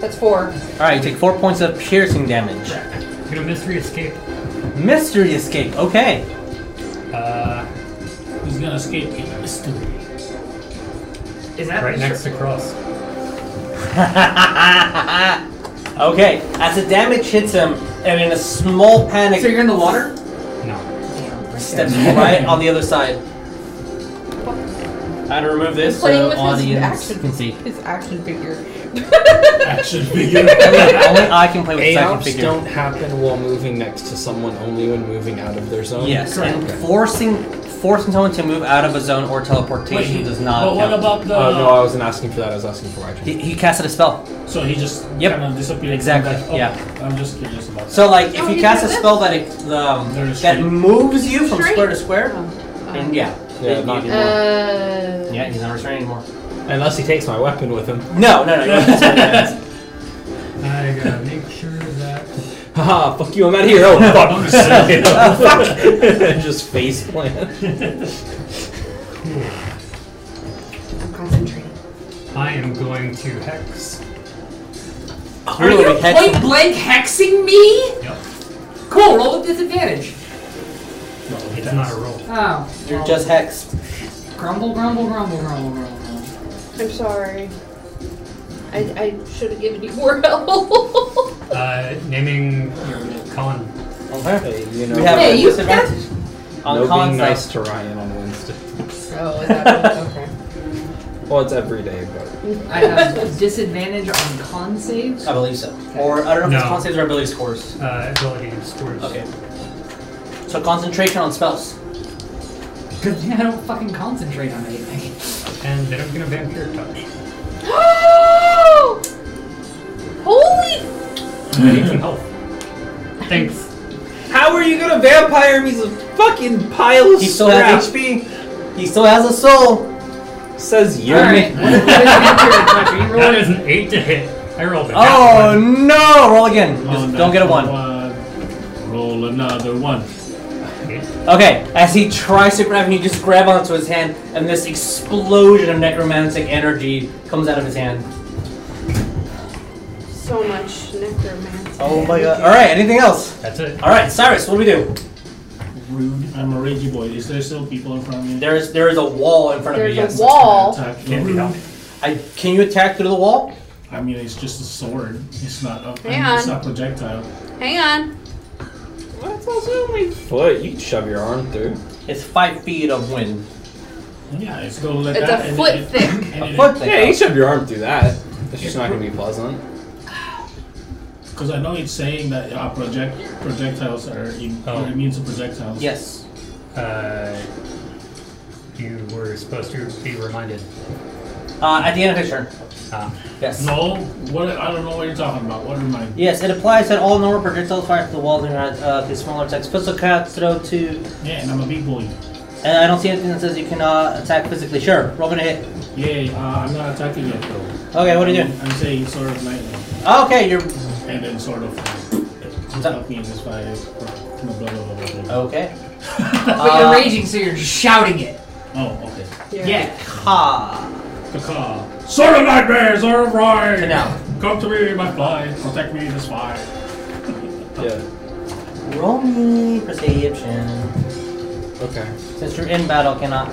S2: That's four.
S1: Alright, you take 4 points of piercing damage.
S8: You know, mystery escape.
S1: Mystery escape, okay.
S8: Uh,
S3: He's gonna escape in mystery.
S5: Is that
S8: right
S5: the
S8: next
S5: shir-
S8: to cross.
S1: okay, as the damage hits him, and in a small panic,
S5: So you're in the water?
S8: No.
S1: steps right on the other side. I had to remove this so
S2: Playing with
S1: the
S2: his
S1: audience
S2: action.
S1: can see.
S6: His action figure.
S3: Action figure.
S1: only, only I can play with the second
S7: Aops
S1: figure.
S7: don't happen while moving next to someone, only when moving out of their zone.
S1: Yes, and
S7: Okay.
S1: forcing forcing someone to move out of a zone or teleportation
S3: Wait,
S1: does not
S3: But what
S1: count.
S3: about the?
S7: Uh, no, I wasn't asking for that. I was asking for my
S1: he, he casted a spell.
S3: so he just
S1: Yep.
S3: kind of disappeared.
S1: Exactly,
S3: That- okay,
S1: yeah.
S3: I'm just curious about that.
S1: So like, if
S2: Oh,
S1: you
S2: he
S1: cast a
S2: did that?
S1: spell that it, um,
S3: They're just
S1: that
S3: straight.
S1: moves you from
S2: Straight.
S1: square to square,
S5: Oh.
S2: Um,
S1: then yeah,
S7: Yeah,
S1: Then
S7: not
S1: you-
S7: anymore.
S2: Uh,
S1: yeah, he's not restrained anymore.
S7: Unless he takes my weapon with him.
S1: No, no, no. you're not
S8: I gotta make sure that.
S7: Haha, fuck you, I'm out of here. Oh, fuck. fuck. Just face plant.
S6: I'm concentrating.
S8: I am going to hex.
S5: Are you
S1: Really, hex-
S5: point blank hexing me?
S8: Yep.
S5: Cool, roll with disadvantage.
S8: It's not a roll.
S5: Oh.
S1: You're just hexed.
S5: Grumble, grumble, grumble, grumble, grumble. grumble.
S2: I'm sorry. I, I should have given you more help.
S8: Uh, naming Colin.
S1: Okay.
S7: Hey, you know,
S1: We have
S5: Hey,
S1: a
S5: you-
S1: disadvantage on
S7: no
S1: con
S7: being nice
S1: saves.
S7: to Ryan on Wednesday.
S4: So is that okay?
S7: Well, it's every day, but
S5: I have disadvantage on con saves.
S1: I believe so. Or I don't know if it's
S8: No.
S1: con saves or ability scores.
S8: Uh, ability scores.
S1: Okay. So concentration on spells.
S5: Because yeah, I don't fucking concentrate on anything.
S8: And then I'm gonna vampire touch.
S2: Holy!
S8: I need some help. Thanks.
S7: how are you gonna vampire him? He's a fucking pile of
S1: He still
S7: scrap.
S1: has HP. He still has a soul.
S7: Says you.
S5: Alright, what is vampire touch? Are you
S8: That
S5: rolling?
S8: is an eight to hit. I rolled a nat
S1: Oh no! Roll again. Just
S3: Oh,
S1: don't get a
S3: that's
S1: one.
S3: one. Roll another one.
S1: Okay, as he tries to grab and you just grab onto his hand, and this explosion of necromantic energy comes out of his hand.
S2: So much necromancy.
S1: Oh my god. Alright, anything else?
S8: That's it.
S1: Alright, Cyrus, what do we do?
S3: Rude. I'm a ragey boy. Is there still people in front of me?
S1: There is there is a wall in front
S2: There's
S1: of you, yes.
S2: a wall.
S3: Attack the
S8: Can't be
S3: rude.
S8: helped.
S1: I, can you attack through the wall?
S3: I mean, it's just a sword. It's not. A,
S2: Hang
S3: it's
S2: on.
S3: not projectile.
S2: Hang on.
S7: That's also my foot. You can shove your arm through.
S1: It's five feet of wind.
S3: Yeah, it's gonna let
S2: It's
S3: that.
S2: a
S3: and
S2: foot
S3: it-
S2: thick.
S3: and
S1: A
S3: it-
S1: foot
S7: Yeah, you can
S1: thick.
S7: shove your arm through that. It's just not gonna be pleasant.
S3: Because I know it's saying that uh, project projectiles are, im-
S8: Oh.
S3: are immune to projectiles.
S1: Yes.
S8: Uh, you were supposed to be reminded.
S1: Uh, at the end of his turn.
S8: Uh,
S1: Yes.
S3: No, what I don't know what you're talking about. What am I?
S1: Yes, it applies that all normal projectiles fired to the wall do not uh, the smaller attacks. Pistol cuts, throw two,
S3: Yeah, and I'm a big boy.
S1: and I don't see anything that says you cannot attack physically. Sure, roll gonna hit.
S3: Yeah, uh, I'm not attacking yet though.
S1: Okay, what do you do?
S3: I'm- I'm saying sort of lightning,
S1: Okay, you're
S3: and then sort of. Stop me in this fire. Blah, blah, blah, blah, blah.
S1: okay.
S5: But you're
S1: Uh,
S5: raging, so you're shouting it.
S3: Oh, okay.
S5: Yeah.
S1: Ha.
S3: Kaka. Sword of nightmares, sword of rhyme.
S1: Canal.
S3: Come to me, my fly. Protect me, this fire.
S7: Yeah.
S1: Roll me perception.
S7: Okay.
S1: Since you're in battle, cannot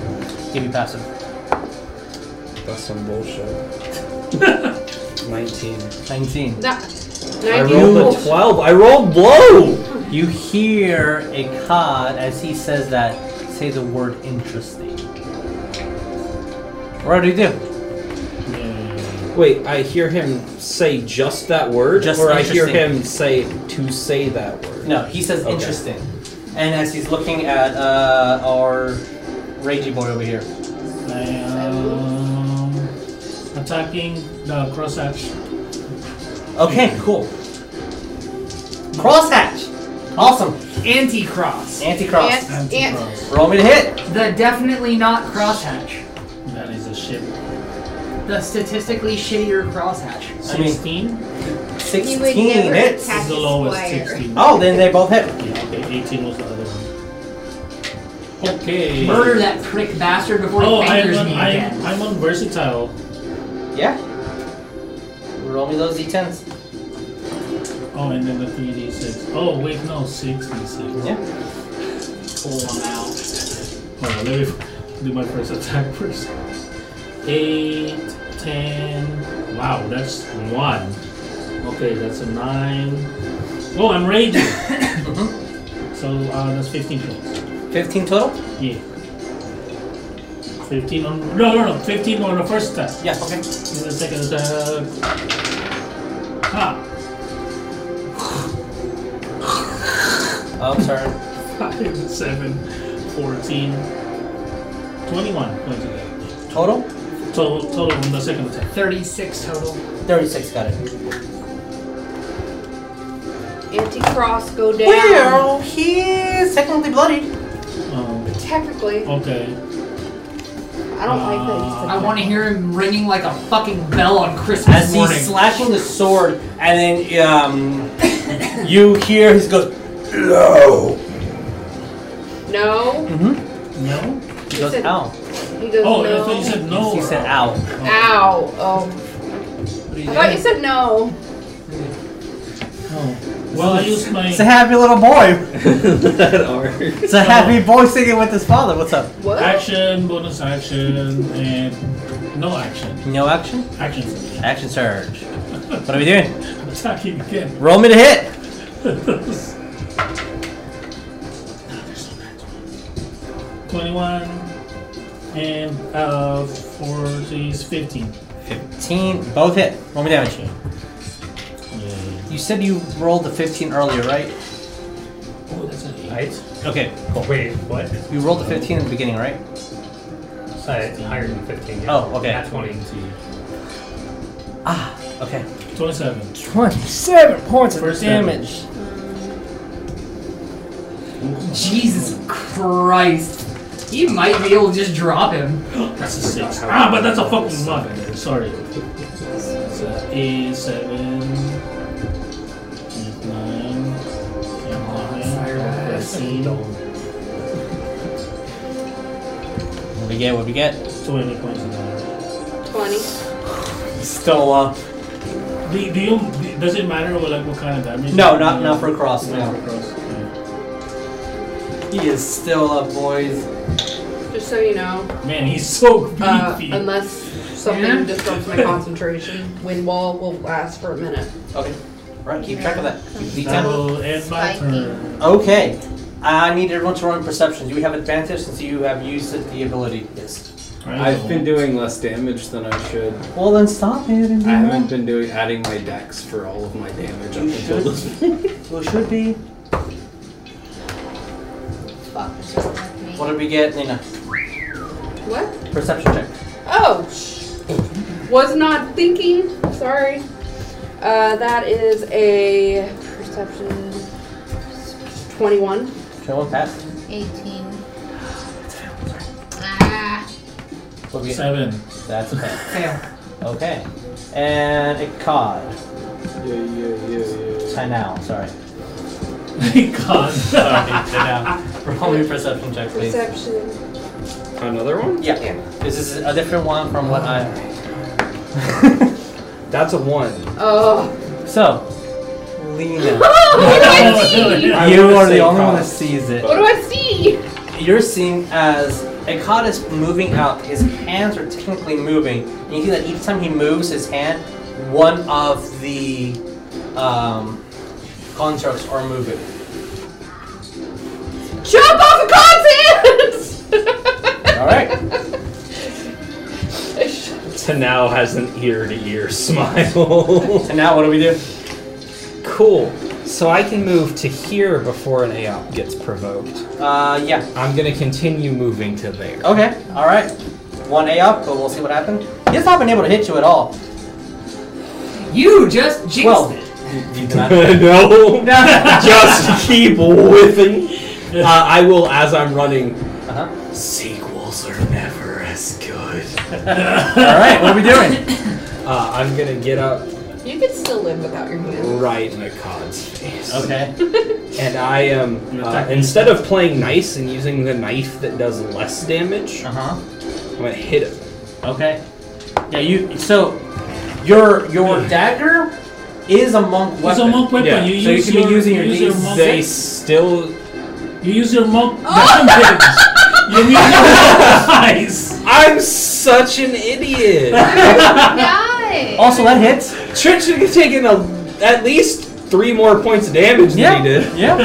S1: give you passive.
S7: That's some bullshit. 19.
S1: 19.
S2: Nah.
S7: I
S2: 90
S7: rolled a 12. I rolled low!
S1: You hear a cod as he says that say the word interesting. What do you do?
S3: Yeah.
S7: Wait, I hear him say just that word?
S1: Just
S7: or I hear
S1: interesting.
S7: him say to say that word?
S1: No, he says
S7: Okay.
S1: interesting. And as he's looking at uh, our ragey boy over here.
S3: I am attacking the cross hatch.
S1: Okay, cool. Crosshatch! Awesome.
S5: Anti-cross.
S1: Anti-cross.
S2: Ant- ant-
S3: Anti-cross.
S1: Roll me to hit.
S5: The definitely not crosshatch.
S3: That is a ship.
S5: The statistically shittier crosshatch.
S1: I mean-
S3: 16
S4: You
S1: 16
S4: would never
S1: hits.
S4: attack
S3: is the
S4: his
S3: lowest.
S4: squire.
S3: 16.
S1: Oh, then they both hit.
S3: Yeah, okay, 18 was the other one. Okay.
S5: Murder that prick bastard before
S3: Oh,
S5: he
S3: I'm
S5: fingers
S3: on,
S5: me
S3: I'm,
S5: again.
S3: I'm on versatile.
S1: Yeah. Roll me those d10s.
S3: Oh, and then the 3d6. Oh, wait, no, 6d6.
S1: Yeah.
S5: Pull him out.
S3: Hold on, let me do my first attack first. 8, 10. Wow, that's 1. Okay, that's a 9. Oh, I'm raging! so uh, that's 15 points.
S1: 15 total?
S3: Yeah. 15 on. No, no, no. 15 on the first test.
S1: Yeah, okay.
S3: And the second attack. Ha!
S1: Oh, I'm sorry.
S3: 5, 7, 14, 21 points of damage.
S1: Total?
S3: Total, total on the second attack.
S5: 36 total.
S1: 36, got it.
S2: Empty cross go down.
S1: Well, he's technically bloodied.
S3: Um,
S2: Oh. Technically,
S3: okay.
S2: I don't like that you said
S3: Uh,
S5: I want to hear him ringing like a fucking bell on Christmas
S1: As
S5: morning.
S1: he's slashing the sword, and then um, you hear he goes, No!
S2: no.
S3: No?
S1: He goes, Ow.
S2: He goes
S3: Oh, I
S2: no.
S3: thought you said no.
S1: He said, Ow.
S2: Ow. Oh, I thought you said no.
S3: Oh. Well, I used my.
S1: It's a happy little boy.
S7: that art.
S1: It's a happy boy singing with his father. What's up?
S2: What?
S3: Action, bonus action, and no action.
S1: No action?
S3: Action. surge.
S1: Action surge. What are we doing?
S3: I'm attacking again.
S1: Roll me to hit.
S3: Twenty-one and uh, four is fifteen.
S1: 15. Both hit. Roll me damage.
S3: Yeah.
S1: You said you rolled a 15 earlier, right?
S3: Oh, that's an eight.
S8: Right?
S1: Okay, cool.
S8: Oh, Wait, what?
S1: You rolled a 15 in the beginning, right?
S8: Uh, higher than 15. Yeah.
S1: Oh, okay.
S8: At 20.
S1: Ah, okay.
S3: Twenty-seven.
S1: 27 points
S3: of First damage.
S5: Jesus Christ. He might be able to just drop him.
S3: That's a six. Ah, but that's a fucking one. Sorry. It's a eight, seven, eight, nine,
S5: Cyrus.
S3: 10, 11, 13,
S1: What we get, what we get.
S3: twenty points of damage.
S2: Twenty.
S1: Still, uh,
S3: Do, do you? Does it matter what like what kind of damage?
S1: No, not- not for cross,
S3: Not
S1: no.
S3: for cross. okay.
S1: he is still up, boys.
S2: Just so you know,
S3: Man, he's so
S2: uh,
S3: creepy.
S2: unless something
S5: Yeah.
S2: disrupts my concentration, wind wall will last for a minute.
S1: Okay. Right, keep track of that. Keep
S3: that
S1: D10.
S3: will end my
S4: Spiky.
S3: turn.
S1: Okay. I need everyone to run perception. Do we have advantage since you have used it- the ability? Yes.
S3: Right?
S7: I've been doing less damage than I should.
S1: Well, then stop it and do
S7: I haven't
S1: that.
S7: been doing adding my dex for all of my damage up
S1: You
S7: until
S1: should.
S7: this.
S1: Well, it should be.
S4: Fuck, this is with me.
S1: What did we get, Nina?
S2: What?
S1: Perception check.
S2: Oh, sh- was not thinking. Sorry. Uh, that is a perception twenty-one.
S1: Show one pass.
S4: 18. Ah.
S1: What we get?
S3: Seven.
S1: That's a pass.
S5: Fail.
S1: Okay. And a cod.
S7: Yeah, yeah, yeah,
S1: Tinal, sorry.
S3: God.
S1: Sorry, Tinal. Roll me a perception check, please.
S2: Perception.
S7: yeah. Another one?
S1: Yeah. This is a different one from what I.
S7: That's a one.
S2: Oh,
S1: so, Lena,
S2: what do I see?
S7: I
S1: you
S7: wanna
S1: are the
S7: say
S1: only one that
S7: cod.
S1: sees it.
S2: What do I see?
S1: You're seeing as a cod is moving out. His hands are technically moving. And you see that each time he moves his hand, one of the um, constructs are moving.
S2: Jump off of content!
S1: All right.
S7: Tanao has an ear to ear smile.
S1: and now what do we do?
S7: cool. So I can move to here before an AOP gets provoked.
S1: Uh, yeah.
S7: I'm gonna continue moving to there.
S1: Okay, alright. 1A up, but we'll see what happens. He's not been able to hit you at all.
S5: You just jinxed
S1: Well,
S5: it.
S1: you did not.
S7: no,
S1: No.
S7: just keep whiffing. Uh, I will, as I'm running.
S1: Uh-huh.
S7: Sequels are never as good.
S1: Alright, what are we doing?
S7: Uh, I'm gonna get up
S2: you can still live without your hand.
S7: right in the cod's face.
S1: Okay.
S7: And I am
S3: You're
S7: uh,
S3: attacking.
S7: instead of playing nice and using the knife that does less damage,
S1: Uh huh.
S7: I'm gonna hit it.
S1: Okay. Yeah, you. So, your your dagger is a monk
S3: It's a
S1: weapon.
S3: monk weapon.
S7: Yeah,
S3: You
S1: so you
S3: use
S1: can be
S3: your,
S1: using your
S3: use
S1: D6.
S3: monk
S7: They still.
S3: You use your monk
S1: Oh.
S3: damage. you use your monk eyes.
S7: I'm such an idiot.
S4: Die!
S1: Also, that hits.
S7: Trent should have taken a, at least three more points of damage than he did.
S1: Yeah.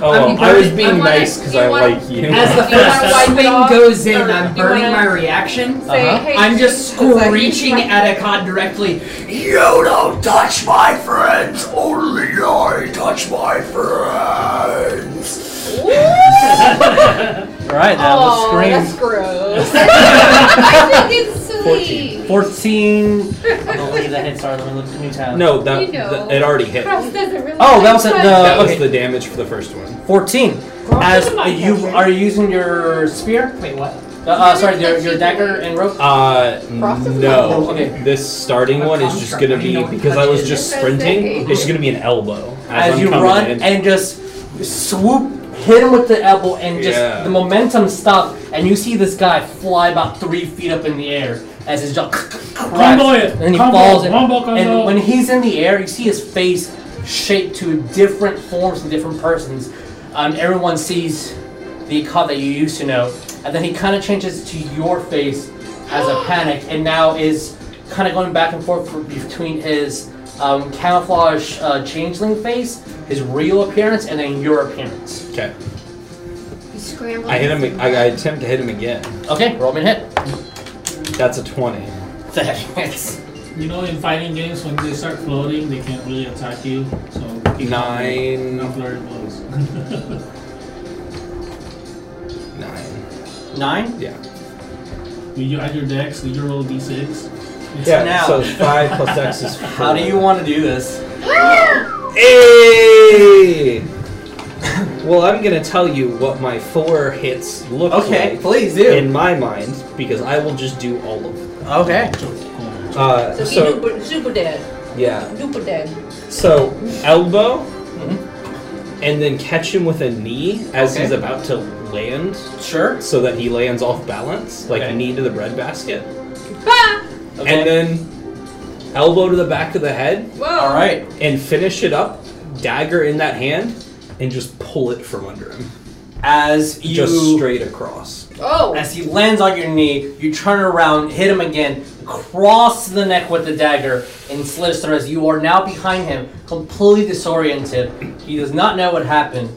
S7: Oh, well,
S5: I'm
S7: I was
S5: burning-
S7: being
S5: I'm
S2: wanna-
S7: nice because
S2: you
S7: I
S2: wanna-
S7: like you.
S5: As the
S2: Do you wanna wipe
S5: first
S2: it
S5: swing
S2: off,
S5: goes in,
S2: or
S5: I'm
S2: do you
S5: burning
S2: wanna-
S5: my reaction.
S2: Say,
S1: Uh-huh.
S2: hey,
S5: I'm just
S2: like-
S5: screeching at Akkad directly. You don't touch my friends. Only I touch my friends.
S1: All right, that
S2: Oh,
S1: was
S2: that's
S1: scream.
S2: gross.
S4: I think it's sweet.
S1: Fourteen. I don't believe that hits. Sorry, let me look at the new tab.
S7: No, that
S4: You know.
S7: th- it already hit.
S4: Cross doesn't really
S1: Oh, that was
S4: like
S1: at
S4: fun.
S1: the-
S7: that was
S1: okay.
S7: the damage for the first one.
S1: Fourteen. As you are you using your spear?
S5: Wait, what?
S1: Uh, uh, sorry, your, your dagger and rope.
S7: Uh,
S4: Crosses
S7: no.
S1: like-
S7: This starting
S5: I'm a
S7: one is just
S5: construct.
S7: gonna
S5: I don't
S7: be
S5: know what
S7: because
S5: touch
S7: I was
S5: is.
S7: just
S4: That's okay.
S7: sprinting. It's just gonna be an elbow
S1: As,
S7: I'm
S1: you
S7: coming
S1: run
S7: in.
S1: and just swoop, hit him with the elbow, and just
S7: Yeah.
S1: the momentum stops, and you see this guy fly about three feet up in the air as his jaw cracks,
S3: Combo it.
S1: and then he
S3: Combo,
S1: falls. in.
S3: combo, combo.
S1: And when he's in the air, you see his face shaped to different forms and different persons. Um, everyone sees the cod that you used to know, and then he kind of changes to your face as a panic, and now is kind of going back and forth for- between his um, camouflage uh, changeling face, his real appearance, and then your appearance.
S7: okay,
S4: You scramble.
S7: I hit him. I, I attempt to hit him again.
S1: Okay, roll me a hit.
S7: That's a twenty.
S1: That hits.
S3: You know, in fighting games, when they start floating, they can't really attack you. So keep Not
S7: Nine.
S3: flurry blows.
S7: Nine.
S1: Nine.
S7: Yeah.
S3: Will you add your dex? Will you roll d6?
S7: Yeah.
S1: Now-
S7: So five plus X is. Four.
S1: How do you want to do this?
S7: Hey! well, I'm gonna tell you what my four hits look
S1: Okay,
S7: like
S1: please do.
S7: in my mind because I will just do all of them.
S1: Okay.
S7: Uh,
S2: So, he
S7: so
S2: duper, super dead.
S7: yeah,
S2: Duper dead.
S7: so elbow, and then catch him with a knee as he's
S1: Okay.
S7: about to land,
S1: Sure.
S7: so that he lands off balance, like
S1: Okay.
S7: knee to the breadbasket,
S1: Okay.
S7: and then elbow to the back of the head,
S2: Whoa.
S1: All right.
S7: and finish it up, dagger in that hand, and just pull it from under him.
S1: As you
S7: just straight across.
S2: Oh.
S1: As he lands on your knee, you turn around, hit him again, cross the neck with the dagger, and slits through as you are now behind him, completely disoriented. He does not know what happened.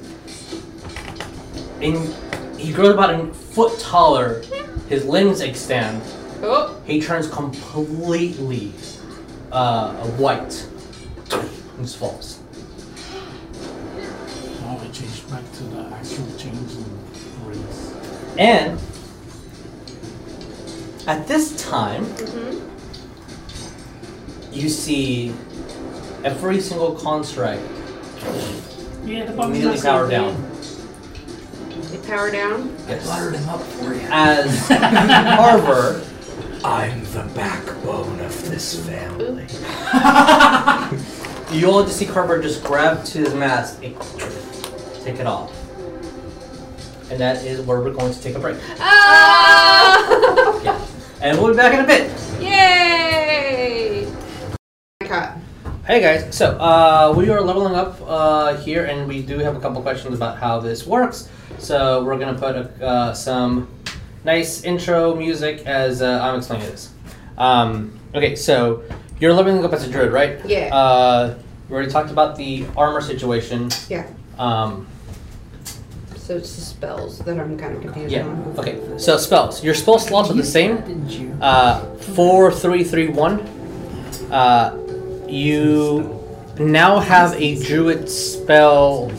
S1: And he grows about a foot taller, his limbs extend.
S2: oh.
S1: He turns completely uh, white and just falls.
S3: Now we change back to the actual change in race.
S1: And at this time, you see every single construct
S3: Yeah, the
S1: immediately power down.
S2: It power down.
S1: Yes.
S5: Fired him up for you.
S1: As Carver,
S7: I'm the backbone of this family.
S1: you all just see Carver just grab to his mask and take it off. And that is where we're going to take a break.
S2: Ah!
S1: And we'll be back in a bit.
S2: Yay!
S6: Cut.
S1: Hey guys, so uh, we are leveling up uh, here, and we do have a couple questions about how this works. So we're gonna put a, uh, some nice intro music as uh, I'm explaining this. Um, okay, so you're leveling up as a druid, right?
S6: Yeah.
S1: Uh, we already talked about the armor situation.
S6: Yeah.
S1: Um,
S6: So it's the spells that I'm kind of confused
S1: yeah.
S6: on.
S1: Okay. So spells. Your spell slots are the same.
S5: Didn't you?
S1: Uh, four, three, three, one. Uh, you now have a druid spell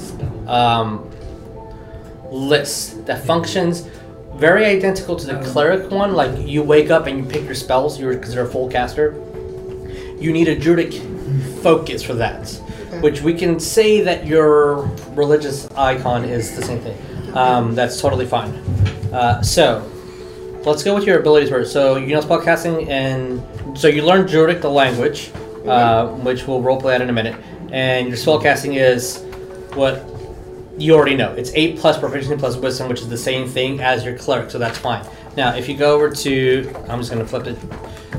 S1: um, list that functions very identical to the cleric one. Like you wake up and you pick your spells. You're considered a full caster. You need a druidic focus for that, which we can say that your religious icon is the same thing. Um, that's totally fine. Uh, so. Let's go with your abilities first. So you know spellcasting, and so you learn Druidic, the language, uh, which we'll roleplay at in a minute. And your spellcasting is what you already know. It's eight plus proficiency plus wisdom, which is the same thing as your cleric, so that's fine. Now, if you go over to, I'm just gonna flip it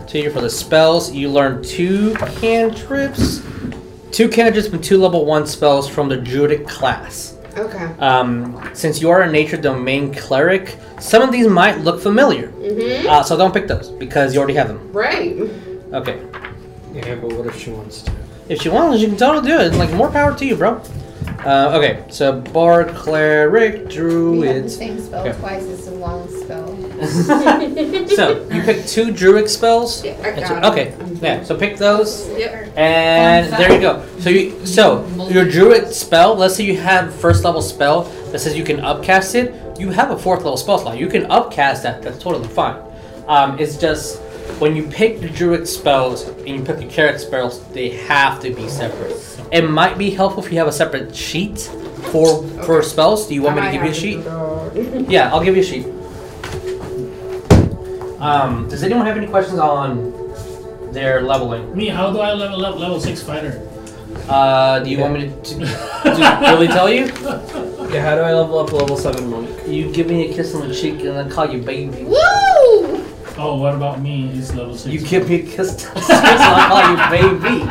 S1: to you for the spells. You learn two cantrips, two cantrips, and two level one spells from the Druidic class.
S6: Okay.
S1: Um, since you are a nature domain cleric, some of these might look familiar. Uh, so don't pick those because you already have them.
S6: Right.
S1: Okay.
S7: Yeah, but what if she wants to?
S1: If she wants, you can totally do it. Like more power to you, bro. Uh, okay, so bar cleric
S4: We have the
S1: druids.
S4: same spell
S1: okay.
S4: twice. It's a long spell.
S1: so you pick two druid spells.
S2: Yeah, I
S1: And
S2: got
S1: so-
S2: it.
S1: okay, yeah. So pick those,
S2: Yep.
S1: and
S5: Fun fact.
S1: there you go. So you so your druid spell. Let's say you have first level spell that says you can upcast it. You have a fourth level spell slot. You can upcast that. That's totally fine. Um, it's just when you pick the druid spells and you pick the cleric spells, they have to be separate. It might be helpful if you have a separate sheet for for spells. Do you want me to give you a sheet? Yeah, I'll give you a sheet. Um, does anyone have any questions on their leveling?
S3: Me, how do I level up level 6 fighter?
S1: Uh, do you want me to, to, to really tell you?
S9: Yeah, how do I level up level 7 monk?
S1: You give me a kiss on the cheek and then call you baby.
S4: Woo!
S3: Oh, what about me? Is level 6.
S1: You give me a kiss on the cheek and I call you baby.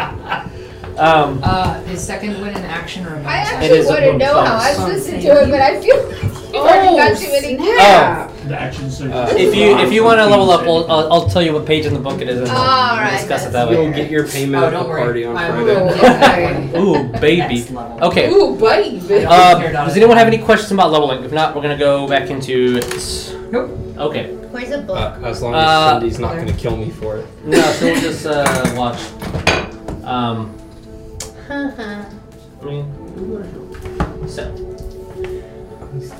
S1: Um,
S5: Uh, is second win an action or a
S4: I
S5: bonus action?
S4: actually
S1: is a
S4: want to
S3: bonus
S4: know how I'm
S5: action.
S4: supposed to do it, but I feel like you've already
S2: Oh,
S4: got too many.
S1: oh,
S3: the action surge.
S9: Uh,
S1: if you if you want to level up, I'll, I'll, I'll tell you what page in the book it is and
S4: All
S1: we'll
S4: right,
S1: discuss it
S4: that's
S1: that
S4: fair.
S1: way.
S9: You'll get your payment
S5: Oh,
S9: at the
S5: don't worry.
S9: party on
S5: I
S9: Friday.
S5: will.
S1: Ooh, baby.
S5: Next level.
S1: Oh, Okay.
S2: Ooh, buddy. bitch.
S1: Um, does anyone have any questions about leveling? If not, we're gonna go back into it.
S5: Nope.
S1: Okay.
S4: Where's a book?
S7: Uh, as long as
S1: Uh,
S7: Cindy's not going to kill me for it.
S1: No, so we'll just uh, watch. Um, I mean, so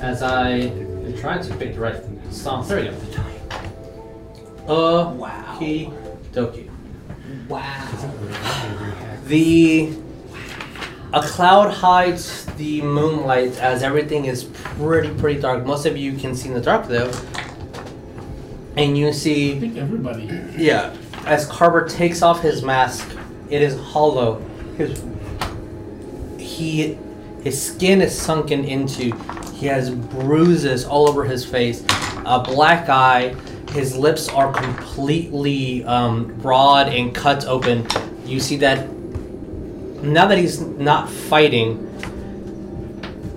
S1: as I am trying to pick the right song, there we go. Uh, wow. Doki. The a cloud hides the moonlight as everything is pretty pretty dark. Most of you can see in the dark though, and you
S3: I
S1: see
S3: think everybody.
S1: yeah. As Carver takes off his mask, it is hollow. His he his skin is sunken into. He has bruises all over his face, a black eye. His lips are completely um, broad and cut open. You see that now that he's not fighting,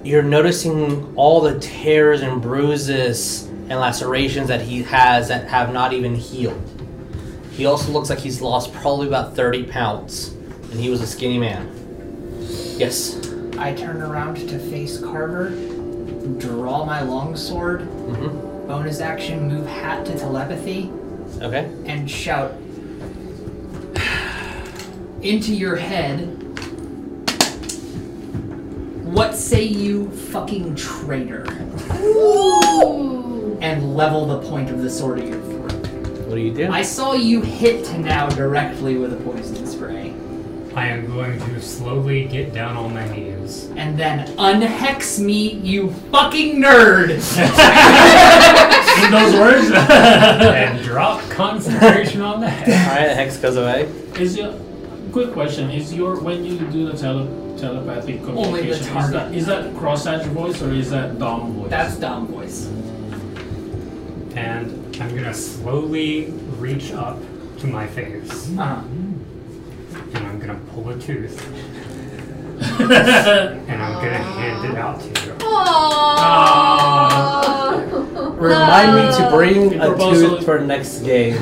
S1: you're noticing all the tears and bruises and lacerations that he has that have not even healed. He also looks like he's lost probably about 30 pounds, and he was a skinny man. Yes.
S5: I turn around to face Carver, draw my longsword,
S1: hmm
S5: bonus action, move hat to telepathy,
S1: Okay.
S5: and shout into your head. What say you, fucking traitor? And level the point of the sword at your throat.
S1: What do you do?
S5: I saw you hit to now directly with a poison spray,
S8: I am going to slowly get down on my knees.
S5: and then unhex me, you fucking nerd!
S3: In those words?
S8: and drop concentration on that.
S1: Alright, the hex goes away.
S3: Is your quick question? Is your when you do the tele, telepathic communication?
S5: Only the
S3: is
S5: target.
S3: that is that cross-eyed voice or is that dumb voice?
S5: That's dumb voice.
S8: And I'm gonna slowly reach up to my face,
S5: Uh,
S8: and I'm gonna pull a tooth, and I'm gonna hand it out to you.
S3: Ah.
S1: Remind me to bring a
S3: Proposal-
S1: tooth for next game.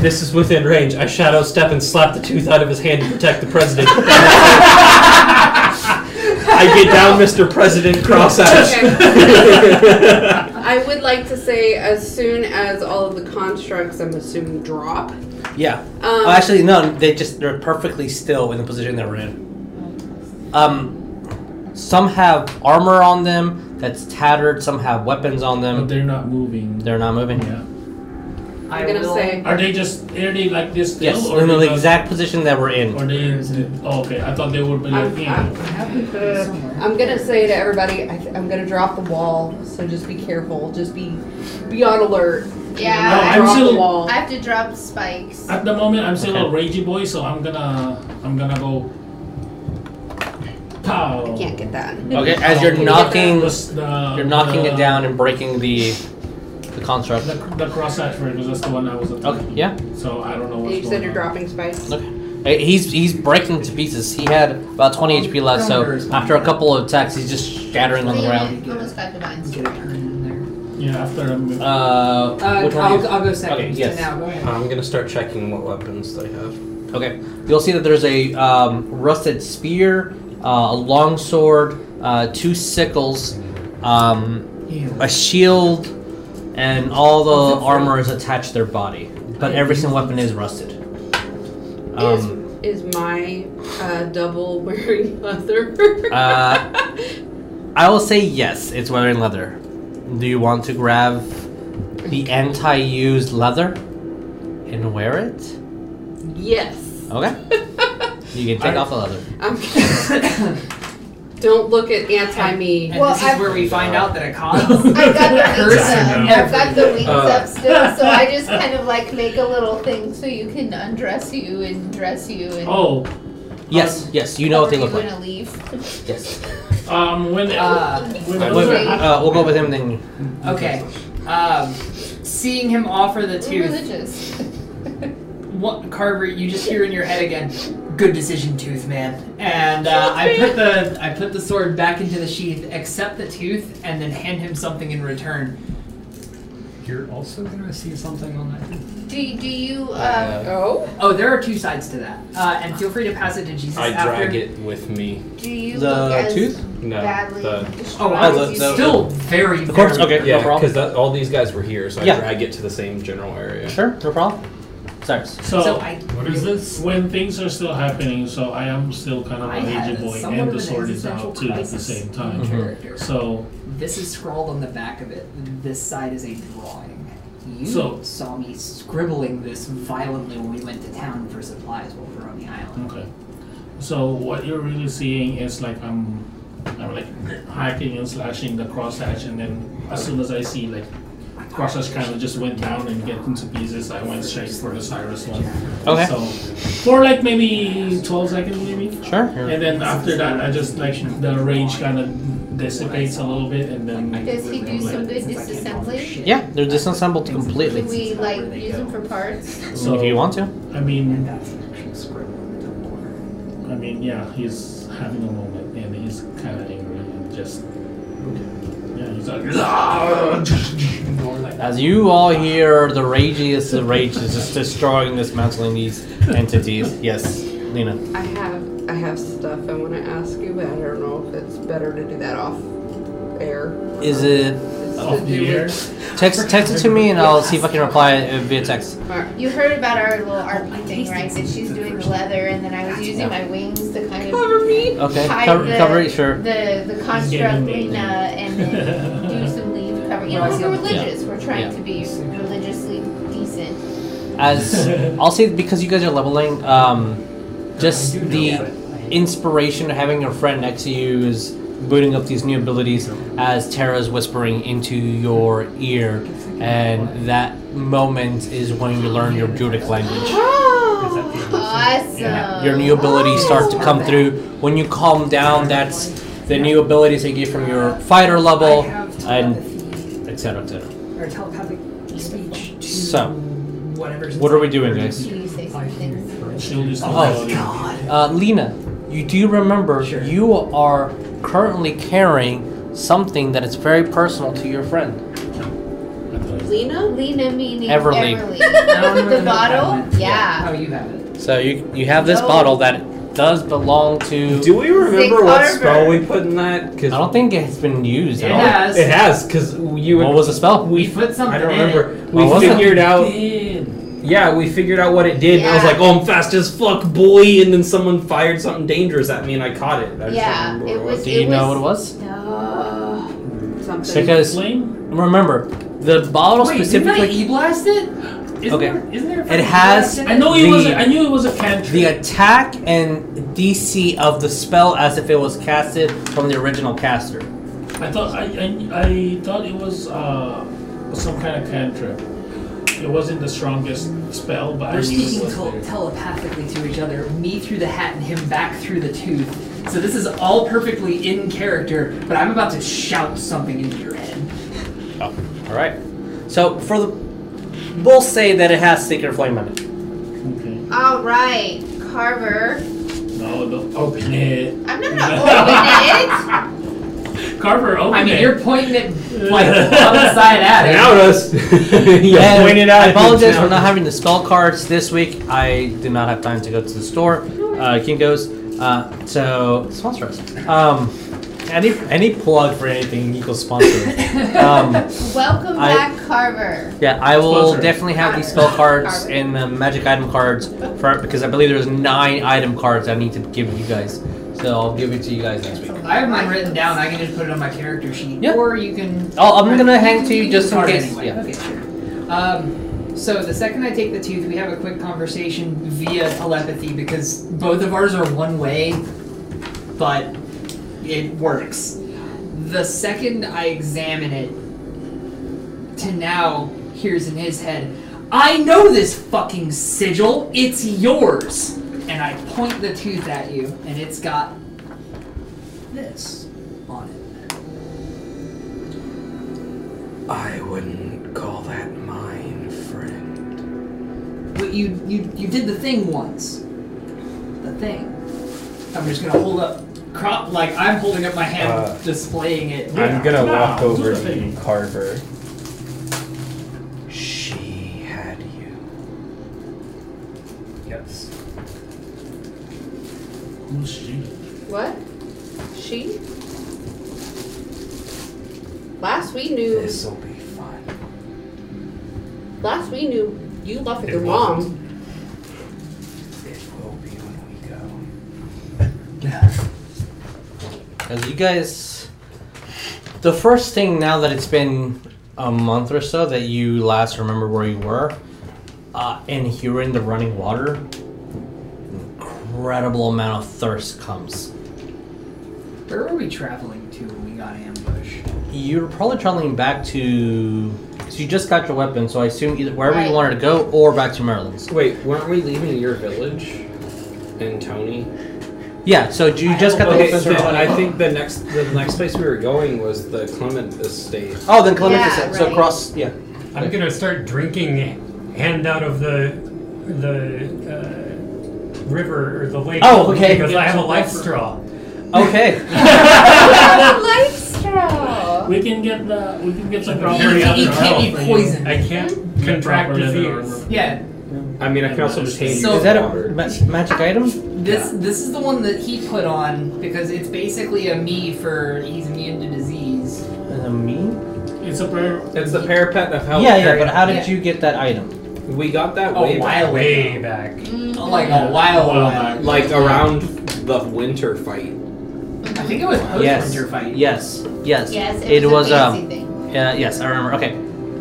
S7: This is within range. I shadow step and slap the tooth out of his hand to protect the president. I get down, Mr. President, cross out.
S2: I would like to say as soon as all of the constructs, I'm assuming, drop. Um,
S1: Yeah. Oh, actually, no. They just they're perfectly still in the position they're in. Um, some have armor on them that's tattered. Some have weapons on
S3: But
S1: them.
S3: they're not moving.
S1: They're not moving.
S3: yeah.
S5: I
S2: I'm gonna
S5: will-
S2: say
S3: Are they just are they like this still?
S1: Yes,
S3: or
S1: in
S3: they
S1: the
S3: not-
S1: exact position that we're in.
S3: Or they? Oh, okay, I thought they would be like.
S2: I'm-
S3: yeah.
S2: I'm gonna say to everybody, I th- I'm gonna drop the wall. So just be careful. Just be be on alert.
S4: Yeah,
S3: No,
S4: I
S3: I'm
S4: have
S2: drop
S3: still-
S2: the
S4: to-
S1: Oh.
S2: wall.
S4: I have to drop spikes.
S3: At the moment, I'm still a
S1: Okay.
S3: ragey boy, so I'm gonna I'm gonna go. Pow.
S2: I can't get that.
S1: Okay, as you're
S3: Okay.
S1: knocking,
S3: Just the-
S1: you're knocking
S3: the-
S1: it down and breaking the the construct.
S3: The, the cross hatch because that's the one I was
S1: Okay,
S3: attacking.
S1: yeah.
S3: So I don't know what's
S2: You
S3: going
S2: said you're
S3: on.
S2: dropping spice.
S1: Uh, He's he's breaking to pieces. He had about 20 HP left, so after a couple of attacks, he's just shattering on the ground.
S4: Damn it, Almost got divine
S5: Get a
S4: strike.
S5: turn in
S3: Yeah, after I'm.
S1: Uh,
S5: there. Uh,
S1: which one do
S5: I'll,
S1: you-
S5: I'll go second.
S1: Okay, yes.
S5: Now, go ahead.
S7: I'm gonna start checking what weapons they have.
S1: Okay, you'll see that there's a um, rusted spear, uh, a long sword, uh, two sickles, um, a shield, and all the armor is attached to their body. But every single weapon is rusted. Um,
S2: is is my uh, double wearing leather?
S1: uh, I will say yes, it's wearing leather. Do you want to grab the anti used leather and wear it?
S2: yes.
S1: Okay. You can take off the leather.
S2: I'm Don't look at anti me.
S5: And
S4: Well,
S5: this is
S4: I've-
S5: where we find out that it causes
S4: I got the wings
S5: Person
S4: up.
S5: number.
S4: I've got the wings
S9: Uh.
S4: up still, so I just kind of like make a little thing so you can undress you and dress you and.
S3: Oh,
S1: Yes, yes, you know what they
S4: Or
S1: look
S4: you
S1: like.
S4: gonna leave?
S1: Yes.
S3: um, when
S5: Uh,
S3: when
S1: Wait,
S3: those
S1: wait,
S3: are-
S1: uh, we'll go with him then.
S5: Okay. Um, seeing him offer
S4: We're
S5: the tooth,
S4: religious.
S5: what, Carver, you just hear in your head again, "Good decision, tooth man." And uh, I put the I put the sword back into the sheath, accept the tooth, and then hand him something in return.
S8: You're also gonna see something on that.
S4: Do you, do you um,
S7: Uh,
S2: Oh,
S5: Oh, there are two sides to that, uh, and feel free to pass it to Jesus
S7: I
S5: after.
S7: drag it with me.
S4: do you
S1: The
S4: look as
S1: tooth?
S7: No,
S4: badly
S7: the-
S4: destroyed
S5: Oh,
S1: wow,
S5: I
S1: the-
S4: as you
S1: the-
S4: seem?
S5: still very
S1: The corpse?
S5: very-
S1: Okay, no
S7: Yeah,
S1: problem.
S7: because all these guys were here, so I
S1: Yeah.
S7: drag it to the same general area.
S1: Sure, no problem. Cyrus.
S3: so,
S5: So I-
S3: what is this? When things are still happening, so I am still kind of
S5: I
S3: an
S5: had
S3: aged boy,
S5: somewhat
S3: and
S5: of
S3: the
S5: an
S3: sword is out too
S5: existential
S3: at the
S5: crisis
S3: same
S5: in
S3: time. Mm-hmm.
S5: character.
S3: So,
S5: This is scrawled on the back of it. This side is a drawing. You
S3: So-
S5: saw me scribbling this violently when we went to town for supplies while we were on the island.
S3: okay. So what you're really seeing is like I'm, I'm like hacking and slashing the crosshatch, and then as soon as I see like crosshatch kind of just went down and get into pieces, I went straight for the Cyrus one.
S1: Okay.
S3: So for like maybe 12 seconds, maybe.
S1: Sure.
S3: And then after that, I just like the rage kind of dissipates a little bit, and then
S4: Does he do some good disassembly?
S1: Yeah, they're disassembled completely.
S4: Can we like use him for parts?
S3: so
S1: if you want to.
S3: I mean,
S5: And that's the actual scribble in the top corner.
S3: I mean, yeah, he's having a moment, and he's kind of angry, and just yeah, he's like, "Ah!" "Argh!" like that.
S1: As you all hear, the rage is the rage is just destroying, dismantling these entities. Yes, Lena.
S6: I have I have stuff I want to ask you, but I don't know if it's better to do that off air.
S1: Is it
S6: It's
S3: off
S6: to
S3: the
S6: do
S3: air.
S6: with-
S1: text? Text it to me, and I'll see if I can reply uh, via text.
S4: You heard about our little RP thing, right? That she's doing the leather, and then I was using my wings to kind of cover me.
S1: Okay, cover, cover it. Sure.
S4: The the
S3: Yeah,
S4: construct
S3: you
S4: Lena, and then do some leaf cover. You know, we're religious. We're trying
S1: Yeah.
S4: to be religiously decent.
S1: As I'll say, because you guys are leveling, um, just the inspiration of having your friend next to you is booting up these new abilities as Terra's whispering into your ear, and that moment is when you learn your Druidic language.
S4: Oh, Awesome. Oh,
S1: Your new abilities start to come through. When you calm down, that's the new abilities they get from your fighter level,
S5: I have
S1: and
S5: telepathy
S1: etc. etc.
S5: or telepathic speech to
S1: So,
S5: whatever's
S1: what are we
S5: inside.
S1: doing, guys?
S4: Can you say some things?
S3: Shield is
S1: Oh,
S3: not
S5: God.
S1: Uh, Lena, you do remember
S5: Sure.
S1: you are currently carrying something that is very personal to your friend.
S2: Lena?
S4: Lena meaning
S1: Everly.
S5: No, no, no, no,
S4: the
S5: no,
S4: bottle?
S5: no, no.
S4: Yeah.
S5: Oh, you have it.
S1: So you you have this
S4: No.
S1: bottle that does belong to.
S7: Do we remember
S4: Zig
S7: what
S4: Carver.
S7: spell we put in that?
S1: I don't think it's been used
S5: It
S1: at all.
S5: has.
S7: It has, because you.
S1: What was the spell?
S5: We put something.
S7: I don't
S5: in
S7: remember.
S5: it.
S7: We
S1: What was it?
S7: figured out. Yeah, we figured out what it did, and I was
S4: Yeah.
S7: like, "Oh, I'm fast as fuck, boy!" And then someone fired something dangerous at me, and I caught it. I just
S4: Yeah,
S7: don't remember
S4: it
S7: what
S4: was-
S1: Do you know what it was?
S4: No.
S6: Something.
S1: Because
S3: flame.
S1: remember, the bottle
S5: Wait, didn't I
S1: specifically
S5: e-blast it? Isn't
S1: Okay.
S5: There, isn't there a
S1: it
S5: fucking
S1: has
S5: e-blast in
S3: I know
S1: the,
S3: it was. A, I knew it was a cantrip.
S1: the attack and DC of the spell as if it was casted from the original caster.
S3: I thought I, I, I thought it was uh, some kind of cantrip. It wasn't the strongest spell, but I
S5: We're
S3: knew it
S5: speaking
S3: was
S5: tel-
S3: there.
S5: telepathically to each other, me through the hat and him back through the tooth. So this is all perfectly in character, but I'm about to shout something into your head.
S1: All right. So for the, we'll say that it has sacred flame in it.
S3: Okay.
S4: All right, Carver.
S3: No, don't open it.
S4: I'm not gonna open
S3: Carver, open
S5: I mean,
S3: it.
S5: you're pointing it like upside at it.
S7: Now us. you
S1: And
S7: pointed out.
S1: I apologize for not having the spell cards this week. I did not have time to go to the store. Uh, Kinko's. Uh, so sponsor us. Um, any any plug for anything equals sponsor. Um,
S4: Welcome
S1: I-
S4: back, Carver.
S1: yeah, I will
S3: Sponsor us.
S1: definitely have these spell cards and the magic item cards for because I believe there's nine item cards I need to give you guys. So I'll give it to you guys next week.
S5: I have mine written down. I can just put it on my character sheet,
S1: Yeah.
S5: or you can.
S1: Oh, I'm gonna
S5: You
S1: hang
S5: can-
S1: to
S5: you
S1: you
S5: can
S1: just in
S5: start
S1: case.
S5: Anyway.
S1: Yeah.
S5: Okay, sure. Um, so the second I take the tooth, we have a quick conversation via telepathy because both of ours are one way, but it works. The second I examine it, to now hears in his head, I know this fucking sigil. It's yours. And I point the tooth at you, and it's got this on it.
S9: I wouldn't call that mine, friend.
S5: But you, you you did the thing once. The thing. I'm just gonna hold up crop like I'm holding up my hand
S7: Uh,
S5: displaying it.
S7: I'm gonna
S3: Nah,
S7: walk
S3: do
S7: over
S3: the thing.
S7: to Carver.
S9: She had you.
S7: Yes.
S3: Who's she?
S2: What? She? Last we knew,
S9: This'll be fun.
S2: last we knew, you left with
S8: It
S2: your
S8: wasn't.
S2: mom.
S9: It will be when we go.
S1: As you guys, the first thing now that it's been a month or so that you last remember where you were, uh, and hearing the running water, incredible amount of thirst comes.
S5: Where were we traveling to when we got ambushed?
S1: You're probably traveling back to. So you just got your weapon, so I assume either wherever
S4: Right.
S1: you wanted to go or back to Maryland's.
S9: Wait, weren't we leaving your village? And Tony?
S1: Yeah, so you just got the
S9: Okay,
S1: weapon.
S9: so
S1: for Tony.
S9: I think the next the next place we were going was the Clement Estate.
S1: Oh, then Clement
S4: Yeah,
S1: is it. So
S4: right.
S1: cross. Yeah.
S8: I'm gonna start drinking hand out of the the uh, river or the lake.
S1: Oh, okay.
S8: Because
S1: Yeah,
S8: I have a
S1: so
S8: life
S1: that's-
S8: straw.
S1: Okay.
S4: Oh, Lifestyle.
S3: We can get the we can get the
S8: Like,
S3: property
S8: you-
S3: out
S5: you
S3: there.
S5: can't be
S3: I'll bring
S5: poisoned.
S8: I can't contract
S3: proper living
S8: disease.
S3: armor.
S5: Yeah,
S9: I mean, I can also just hand you
S5: So-
S1: is that a
S9: water.
S1: ma- magic item?
S5: this this is the one that he put on because it's basically a me for he's immune to disease.
S1: Is it me?
S3: It's a prayer.
S9: It's the parapet of how
S1: Yeah, yeah. But how did
S5: Yeah.
S1: you get that item?
S9: we got that
S5: A
S9: way back.
S5: while
S8: Way
S5: ago.
S8: back.
S4: Mm-hmm.
S5: Oh, like a while
S3: While
S5: ago.
S3: back.
S9: like around the winter fight.
S5: I think it was post
S1: Yes.
S5: winter fight.
S1: Yes. Yes.
S4: Yes, it,
S1: It was,
S4: was, a fancy
S1: um,
S4: thing.
S1: Yeah, yes, I remember. Okay.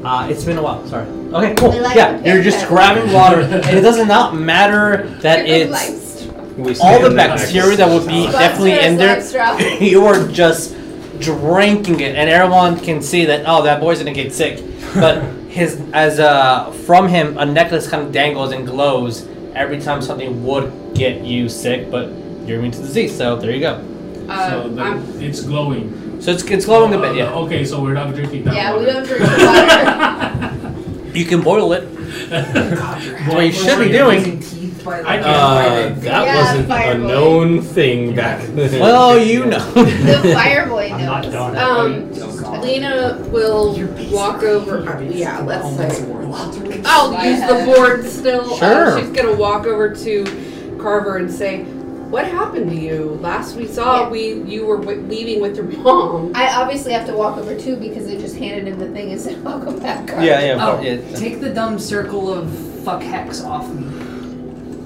S1: Uh, it's been a while. Sorry. Okay, cool.
S4: We like
S1: yeah,
S4: the
S1: you're just
S4: picture.
S1: grabbing water, and it does not matter that
S4: It was
S1: it's
S4: Lifestyle.
S9: We
S1: all the
S9: stand next
S1: bacteria that would be
S9: to-
S1: definitely in there.
S4: Lifestyle.
S1: you are just drinking it, and everyone can see that. Oh, that boy's gonna get sick. But his as uh from him a necklace kind of dangles and glows every time something would get you sick, but you're immune to disease. So there you go.
S2: Uh,
S3: so the,
S2: I'm,
S3: it's glowing.
S1: So it's it's glowing a bit.
S8: Oh, Uh,
S1: Yeah,
S3: Okay, so we're not drinking that.
S4: Yeah, we
S3: water.
S4: don't drink water.
S1: you can boil it.
S5: God, you're
S1: What you
S5: half-
S1: should be
S5: you're
S1: doing-
S5: losing teeth by the-
S3: I
S9: Uh, that
S4: Yeah,
S9: wasn't a
S4: fireball.
S9: known thing back then.
S1: Well, you know.
S4: the fire boy
S8: I'm not
S4: knows.
S8: done.
S2: um,
S5: Oh, God.
S2: Lena will
S5: You're basically-
S2: walk over.
S5: you're basically
S2: yeah, let's
S5: almost
S2: say.
S5: a warlock.
S2: I'll use the board still. Uh,
S1: Sure.
S2: she's gonna walk over to Carver and say, "What happened to you? Last we saw,
S4: Yeah.
S2: we you were w- leaving with your mom."
S4: I obviously have to walk over too because it just handed him the thing and said, "Welcome back, Carver."
S1: Yeah, yeah,
S5: Oh,
S1: yeah.
S5: take the dumb circle of fuck hex off me.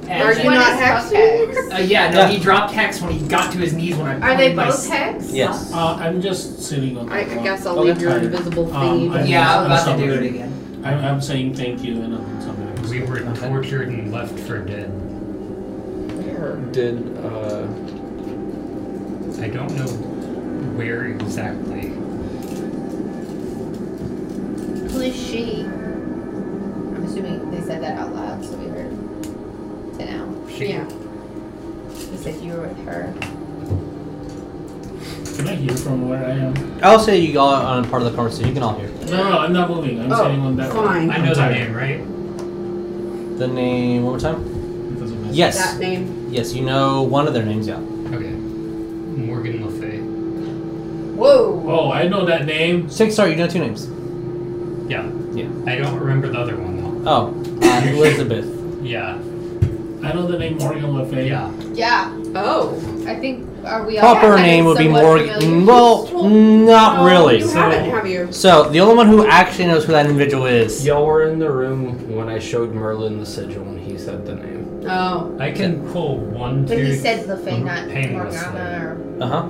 S5: And
S2: Are
S5: then-
S2: you
S4: When
S2: not
S4: is
S2: hexed?
S4: hexed?
S5: Uh, yeah, no,
S1: Yeah.
S5: he dropped hex when he got to his knees when I.
S4: Are they
S5: pointed my
S4: both
S5: s-
S4: hex?
S1: Yes.
S3: Uh, I'm just sitting on.
S2: I, I
S3: the
S2: guess I'll
S1: Okay.
S2: leave your invisible
S3: Um,
S2: thingy.
S3: I-
S5: Yeah, I'm about
S3: Something.
S5: to do it again.
S3: I'm, I'm saying thank you and I'm something. else.
S8: We were
S1: Okay.
S8: tortured and left for dead.
S9: Did uh,
S8: I don't know where exactly.
S4: Who is she? I'm assuming they said that out loud, so we heard it now.
S8: She,
S2: yeah.
S4: He said you were with her.
S3: Can I hear from where I am?
S1: I'll say you all are on part of the conversation. You can all hear
S3: No, no, I'm not moving. I'm
S2: Oh,
S3: sitting on that.
S2: fine.
S8: I know the
S3: that
S8: name, right?
S1: the name one more time. Yes,
S2: That name.
S1: yes, you know one of their names. Yeah.
S8: Okay. Morgan Le Fay.
S4: Whoa.
S3: Oh, I know that name.
S1: Six star, you know two names.
S8: Yeah.
S1: Yeah.
S8: I don't remember the other one though.
S1: Oh, uh, Elizabeth.
S8: Yeah.
S3: I know the name Morgan Le Fay.
S8: Yeah.
S4: Yeah.
S10: Oh,
S4: I think are we all
S1: Proper
S4: I mean,
S1: name would be
S4: somewhat
S1: Morgan. Mm,
S4: familiar.
S1: Well, not
S10: Oh,
S1: really.
S10: you
S2: You haven't, have you?
S1: So the only one who actually knows who that individual is.
S7: Y'all were in the room when I showed Merlin the sigil and he said the name.
S10: oh,
S8: I can pull one,
S4: But he
S8: two.
S4: said Le
S1: Mm-hmm.
S4: Fay, not
S8: Painlessly.
S4: Morgana.
S1: Uh huh.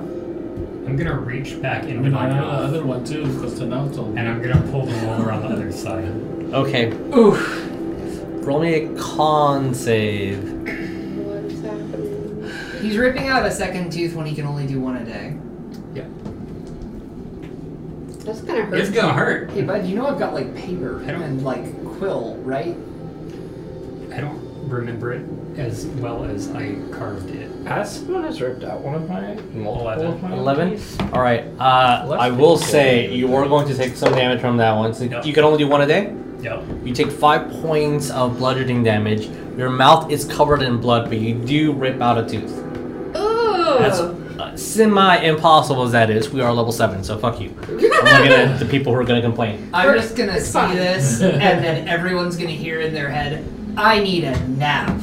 S8: I'm gonna reach back
S3: I
S8: into
S3: mean,
S8: my
S3: I know the
S8: mouth
S3: other one too, Costanalto.
S8: and I'm gonna pull the roller on the other side.
S1: Okay.
S8: Oof.
S1: Roll me a con save.
S2: What is happening?
S5: He's ripping out a second tooth when he can only do one a day.
S2: That's gonna hurt.
S7: It's gonna hurt.
S5: Hey, bud, you know I've got like paper and like quill, right?
S8: I don't remember it as well as I carved it.
S7: As someone has ripped out one of my multiple of my
S1: Eleven. All right. Uh,
S7: Less
S1: I will
S7: than
S1: say
S7: four.
S1: you are going to take some damage from that one. So
S8: Yeah.
S1: you can only do one a day.
S8: Yep.
S1: You take five points of bludgeoning damage. Your mouth is covered in blood, but you do rip out a tooth.
S10: oh.
S1: That's uh, semi impossible as that is. We are level seven, so fuck you. I'm looking at the people who are gonna complain.
S5: I'm just gonna see
S10: fine.
S5: this, and then everyone's gonna hear in their head, I need a nap.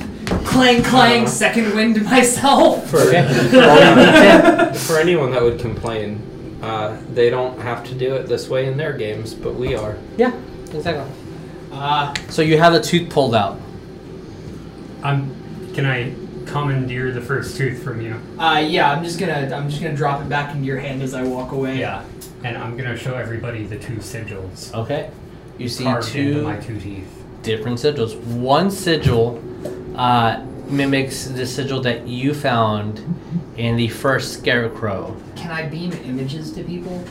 S5: Clang, clang, second wind to myself.
S7: For,
S1: Okay.
S7: for anyone that would complain, uh, they don't have to do it this way in their games, but we are.
S1: Yeah, exactly. Uh, so you have the tooth pulled out.
S8: I'm. Can I commandeer the first tooth from you?
S5: Uh, yeah, I'm just gonna, I'm just gonna drop it back into your hand as I walk away.
S8: Yeah. And I'm gonna show everybody the two sigils
S1: Okay. You see
S8: carved into
S1: two
S8: my two teeth.
S1: different sigils. One sigil uh, mimics the sigil that you found in the first scarecrow.
S5: Can I beam images to people?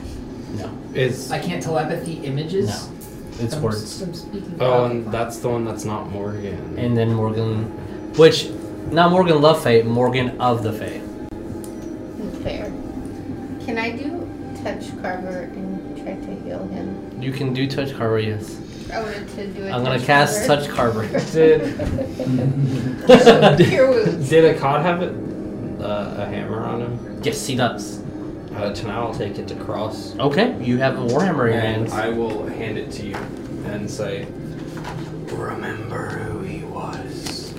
S1: No,
S7: It's
S5: I can't telepathy images.
S1: no, it's
S5: I'm
S1: words.
S5: s- I'm speaking.
S7: oh,
S5: okay,
S7: and
S5: fine.
S7: that's the one that's not Morgan.
S1: And then Morgan, which not Morgan Love Fae, Morgan of the Fae.
S4: Fair. Can I do touch Carver and try to heal him?
S1: You can do touch carver, yes.
S4: I wanted to do it.
S1: I'm gonna cast touch carver.
S7: did
S4: Cure wounds.
S7: did Akkad have a, uh, a hammer on him?
S1: yes, he does.
S7: Uh, tonight I'll take it to cross.
S1: Okay, you have a warhammer in your
S7: And
S1: hands.
S7: I will hand it to you and say, Remember who he was.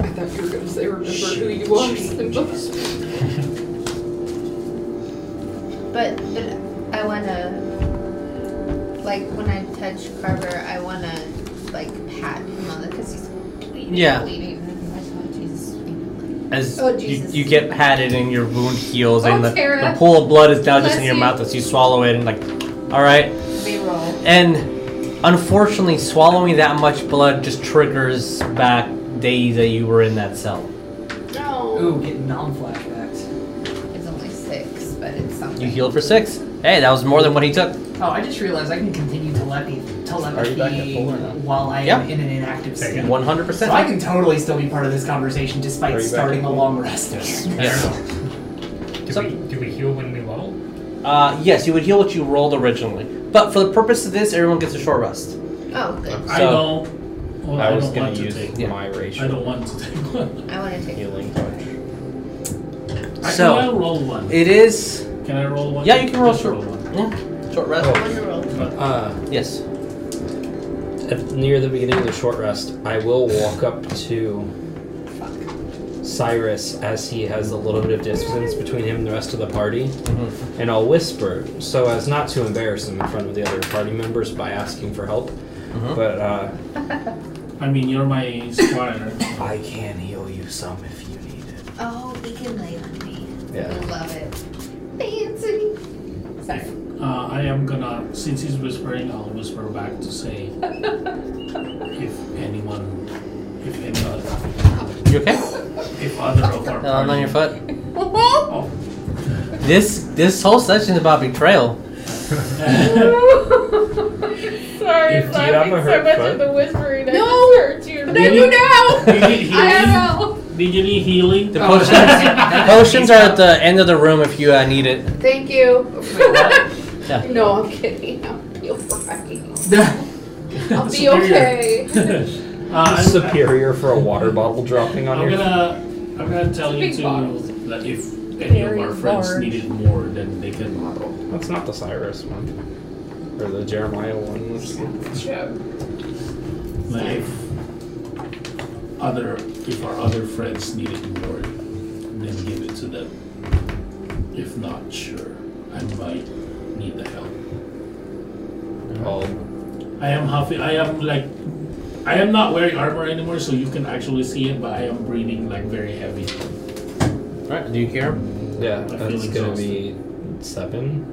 S2: I thought you were gonna say remember who you are. Simba.
S4: But, but I wanna, like, when I touch Carver, I wanna, like, pat him on the because he's bleeding.
S1: Yeah.
S4: Bleeding. And I'm like, oh, Jesus.
S1: As
S4: Oh,
S1: you,
S4: Jesus.
S1: you get patted and your wound heals, and
S4: Oh,
S1: the,
S4: Tara.
S1: the pool of blood is now just in
S4: Bless
S1: your
S4: you.
S1: mouth as you swallow it, and like, all right.
S4: Reroll.
S1: And unfortunately, swallowing that much blood just triggers back days that you were in that cell.
S2: No.
S5: Ooh, getting non flashbacks.
S4: It's only six, but it's something.
S1: You healed for six. Hey, that was more than what he took.
S5: Oh, I just realized I can continue telepathy,
S7: you back at
S5: telepathy
S7: full or not?
S5: while I am
S1: Yeah.
S5: in an inactive
S8: There you
S5: state.
S8: go.
S1: One hundred
S5: So I
S1: percent.
S5: can totally still be part of this conversation
S7: Are
S5: despite
S7: you back
S5: starting
S7: in
S5: a
S7: full?
S5: long rest. Yes.
S1: Yes.
S8: Do
S1: So-
S8: we do we heal when we level?
S1: Uh, yes, you would heal what you rolled originally, but for the purpose of this, everyone gets a short rest.
S4: Oh, good.
S3: I
S1: So-
S3: don't. Well,
S7: I was
S3: don't
S7: going
S3: want
S7: to use
S3: take.
S1: yeah.
S7: my
S3: I
S7: racial
S3: don't want to take one.
S4: I wanna take
S7: healing touch.
S1: So-
S3: can I roll one?
S1: It is.
S3: Can I roll one?
S1: Yeah, you can roll
S3: Just
S1: short.
S3: one.
S1: Yeah, short rest.
S4: I wanna roll.
S7: Uh,
S1: Yes.
S7: at, near the beginning of the short rest, I will walk up to Cyrus as he has a little bit of distance between him and the rest of the party, and I'll whisper so as not to embarrass him in front of the other party members by asking for help. But uh,
S3: I mean, you're my squire.
S7: I can heal you some if you need it.
S4: Oh, he can lay on me.
S7: Yeah.
S4: I love it. Fancy. Sorry.
S3: Uh, I am gonna, since he's whispering, I'll whisper back to say if anyone, if any other,
S1: You okay?
S3: if other of our
S1: No, Uh, I'm on your
S3: party-
S1: foot.
S3: Oh,
S1: This this whole session is about betrayal.
S10: Sorry,
S7: You-
S10: I'm
S7: do you have
S10: laughing
S7: a
S10: so
S7: hurt
S10: much
S7: foot?
S10: at the whispering. I
S2: No!
S10: just hurt you.
S2: I do now.
S3: did you need
S2: I don't
S3: healing?
S2: know.
S3: Did you need healing?
S1: The potions, potions are at the end of the room if you uh, need it.
S2: Thank you.
S1: Yeah.
S2: no, I'm kidding. I'll be fine. I'll be
S3: Superior.
S2: okay.
S3: Uh, I'm-
S7: Superior for a water bottle dropping on
S3: I'm
S7: your.
S3: gonna, I'm gonna tell you
S2: Big
S3: to
S2: bottles.
S3: that if any of
S11: Very
S3: our friends
S11: large.
S3: needed more than they can model.
S9: That's not the Cyrus one. Or the Jeremiah one.
S3: Like if other if our other friends needed more, then give it to them. If not, sure, I might need the help.
S9: Oh,
S3: I am half. I am like, I am not wearing armor anymore, so you can actually see it. But I am breathing like very heavy.
S1: Alright, do you care?
S9: yeah,
S3: I feel
S9: that's gonna be seven.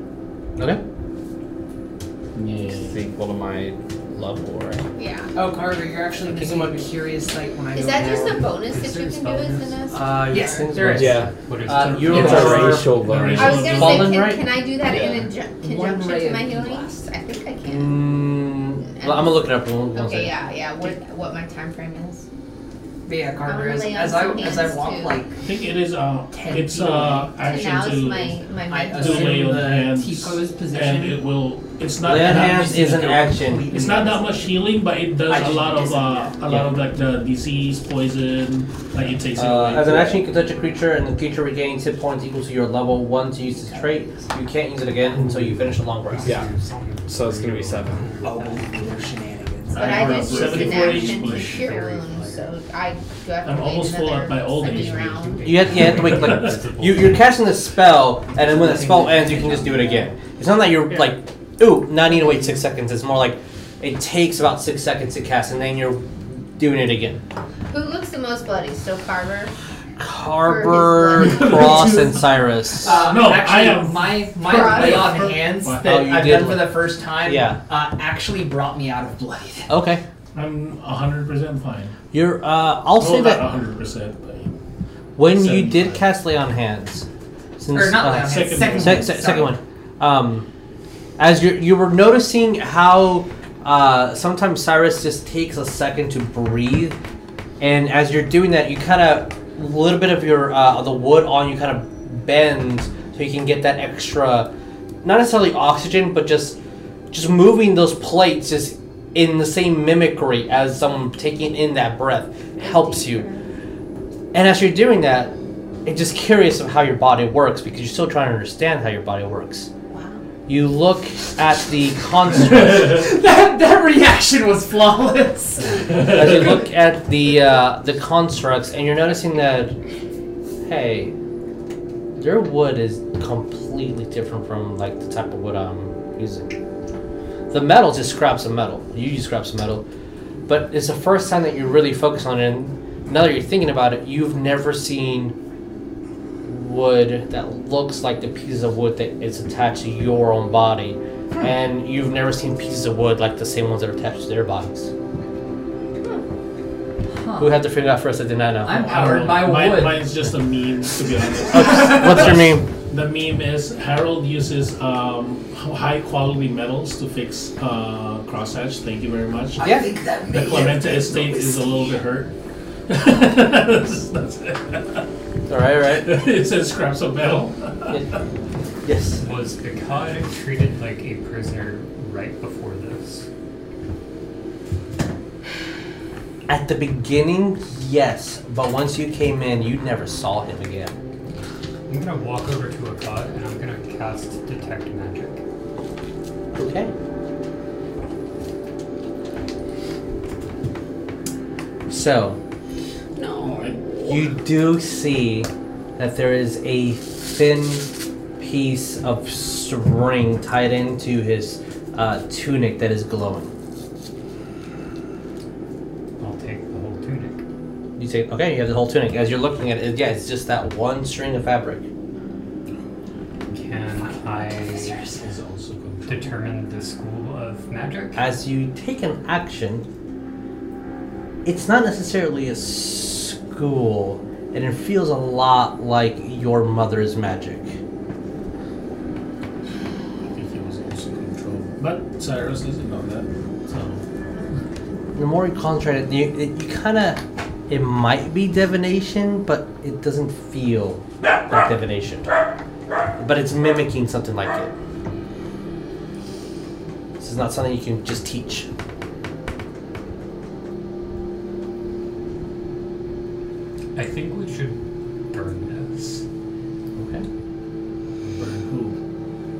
S1: Okay.
S9: It's
S3: Yeah.
S9: equal to my level, right?
S4: Yeah.
S5: Oh, Carver, you're actually making a curious sight when I
S4: Is
S5: go
S4: that just
S5: down.
S4: a bonus that you can do as an us?
S1: Uh,
S5: Yes,
S1: things
S5: there
S1: were-
S5: is.
S9: Yeah,
S8: What is
S1: Uh,
S8: it?
S1: you
S9: it's
S1: are-
S9: a racial bonus.
S4: I was gonna
S1: Fallen,
S4: say, can,
S1: right?
S4: can I do that
S3: Yeah.
S4: in inju-
S5: One
S4: conjunction
S5: ray
S4: to my
S5: of
S4: healing?
S5: blast.
S4: I think I can.
S1: Mm, well, I'm gonna look it up. One, one
S4: Okay,
S1: second.
S4: yeah, yeah. What what my time frame is?
S5: But yeah, Carver,
S4: I'm
S5: as,
S4: really
S5: as
S4: on
S5: I
S4: some
S5: as I
S4: hands,
S5: walk
S4: too.
S5: like
S3: I think it is. Uh,
S5: Ten
S3: it's
S5: feet.
S3: uh
S4: So
S3: action
S4: now it's
S3: to,
S4: my my main-
S5: I
S3: to lay
S5: assume
S3: on
S5: the
S3: hands,
S5: T pose
S3: and
S5: position.
S3: it will. It's not.
S1: Land
S3: that
S1: hands
S3: much-
S1: is an action.
S3: It's not that much healing, but it does
S5: I
S3: a
S5: just
S3: lot of
S5: didn't-
S3: uh, a lot of like the disease, poison. Like it takes
S1: Uh,
S3: it away.
S1: as an action, you can touch a creature, and the creature regains hit points equal to your level one to use this trait. You can't use it again until you finish a long rest.
S9: Yeah, so it's gonna be seven.
S5: Oh, they're shenanigans.
S4: But I
S3: I'm
S4: just used an
S3: 74 each
S4: action to
S3: push.
S4: cure wounds, so I do I have to
S3: I'm
S4: wait
S3: almost full
S4: another
S3: up by old
S4: semi
S3: age.
S4: round?
S1: You have, you have to wait like you, you're casting the spell, and then when the spell ends, you can just do it again. It's not that you're like, ooh, now I need to wait six seconds. It's more like it takes about six seconds to cast, and then you're doing it again.
S4: Who looks the most bloody? Still Carver.
S1: Carver,
S4: For his blood.
S1: Cross, and Cyrus.
S5: Uh,
S3: No,
S5: actually,
S3: I am-
S5: my my
S4: Karate.
S5: lay on hands
S3: Wow.
S5: that
S1: Oh, you
S5: I've
S1: did
S5: done for
S1: look-
S5: the first time
S1: Yeah.
S5: uh, actually brought me out of blood.
S1: Okay,
S3: I'm hundred percent fine.
S1: you're. Uh, I'll
S3: No,
S1: say
S3: not
S1: that
S3: hundred percent, but
S1: when you did
S3: 75.
S1: cast Lay on Hands, since
S5: Or not
S1: uh,
S5: lay on hands,
S3: second
S5: second,
S3: one.
S1: Sec-
S5: one,
S1: sec-
S5: sorry.
S1: second one. Um, as you you were noticing how uh, sometimes Cyrus just takes a second to breathe, and as you're doing that, you kind of a little bit of your uh, of the wood on you kind of bends so you can get that extra, not necessarily oxygen, but just just moving those plates just in the same mimicry as someone taking in that breath helps you. And as you're doing that, and just curious of how your body works because you're still trying to understand how your body works.
S4: Wow.
S1: You look at the construct
S5: that, that reaction was flawless.
S1: as you look at the uh, the constructs, and you're noticing that hey, their wood is completely different from like the type of wood I'm using. The metal just scraps of metal. You use scraps of metal, but it's the first time that you really focus on it. And now that you're thinking about it, you've never seen wood that looks like the pieces of wood that is attached to your own body, and you've never seen pieces of wood like the same ones that are attached to their bodies. Who had to figure out first? I did not know.
S5: I'm powered by
S3: Mine-
S5: wood.
S3: Mine's just a meme, to be honest.
S1: What's your name?
S3: The meme is Harold uses um, high quality metals to fix uh, cross hatch. Thank you very much.
S5: I
S1: Yeah.
S5: think that
S3: The
S5: may
S3: Clemente
S5: have
S3: estate is a little bit hurt. That's it.
S1: All right, all right.
S3: it says scraps of metal.
S1: Yes.
S8: Was Bikai treated like a prisoner right before this?
S1: At the beginning, yes, but once you came in, you never saw him again.
S8: I'm gonna walk over to Akkad and I'm gonna cast Detect Magic.
S1: Okay. So, you do see that there is a thin piece of string tied into his uh, tunic that is glowing.
S8: I'll take the whole tunic.
S1: You say, okay, you have the whole tunic. As you're looking at it, yeah, it's just that one string of fabric.
S8: Can I determine the school of magic?
S1: as you take an action, it's not necessarily a school, and it feels a lot like your mother's magic.
S3: If it was also controlled. But Cyrus doesn't know that. So
S1: The more you concentrate, it, you, it, you kind of, it might be divination, but it doesn't feel like divination. But it's mimicking something like it. This is not something you can just teach.
S8: I think we should burn this.
S1: Okay.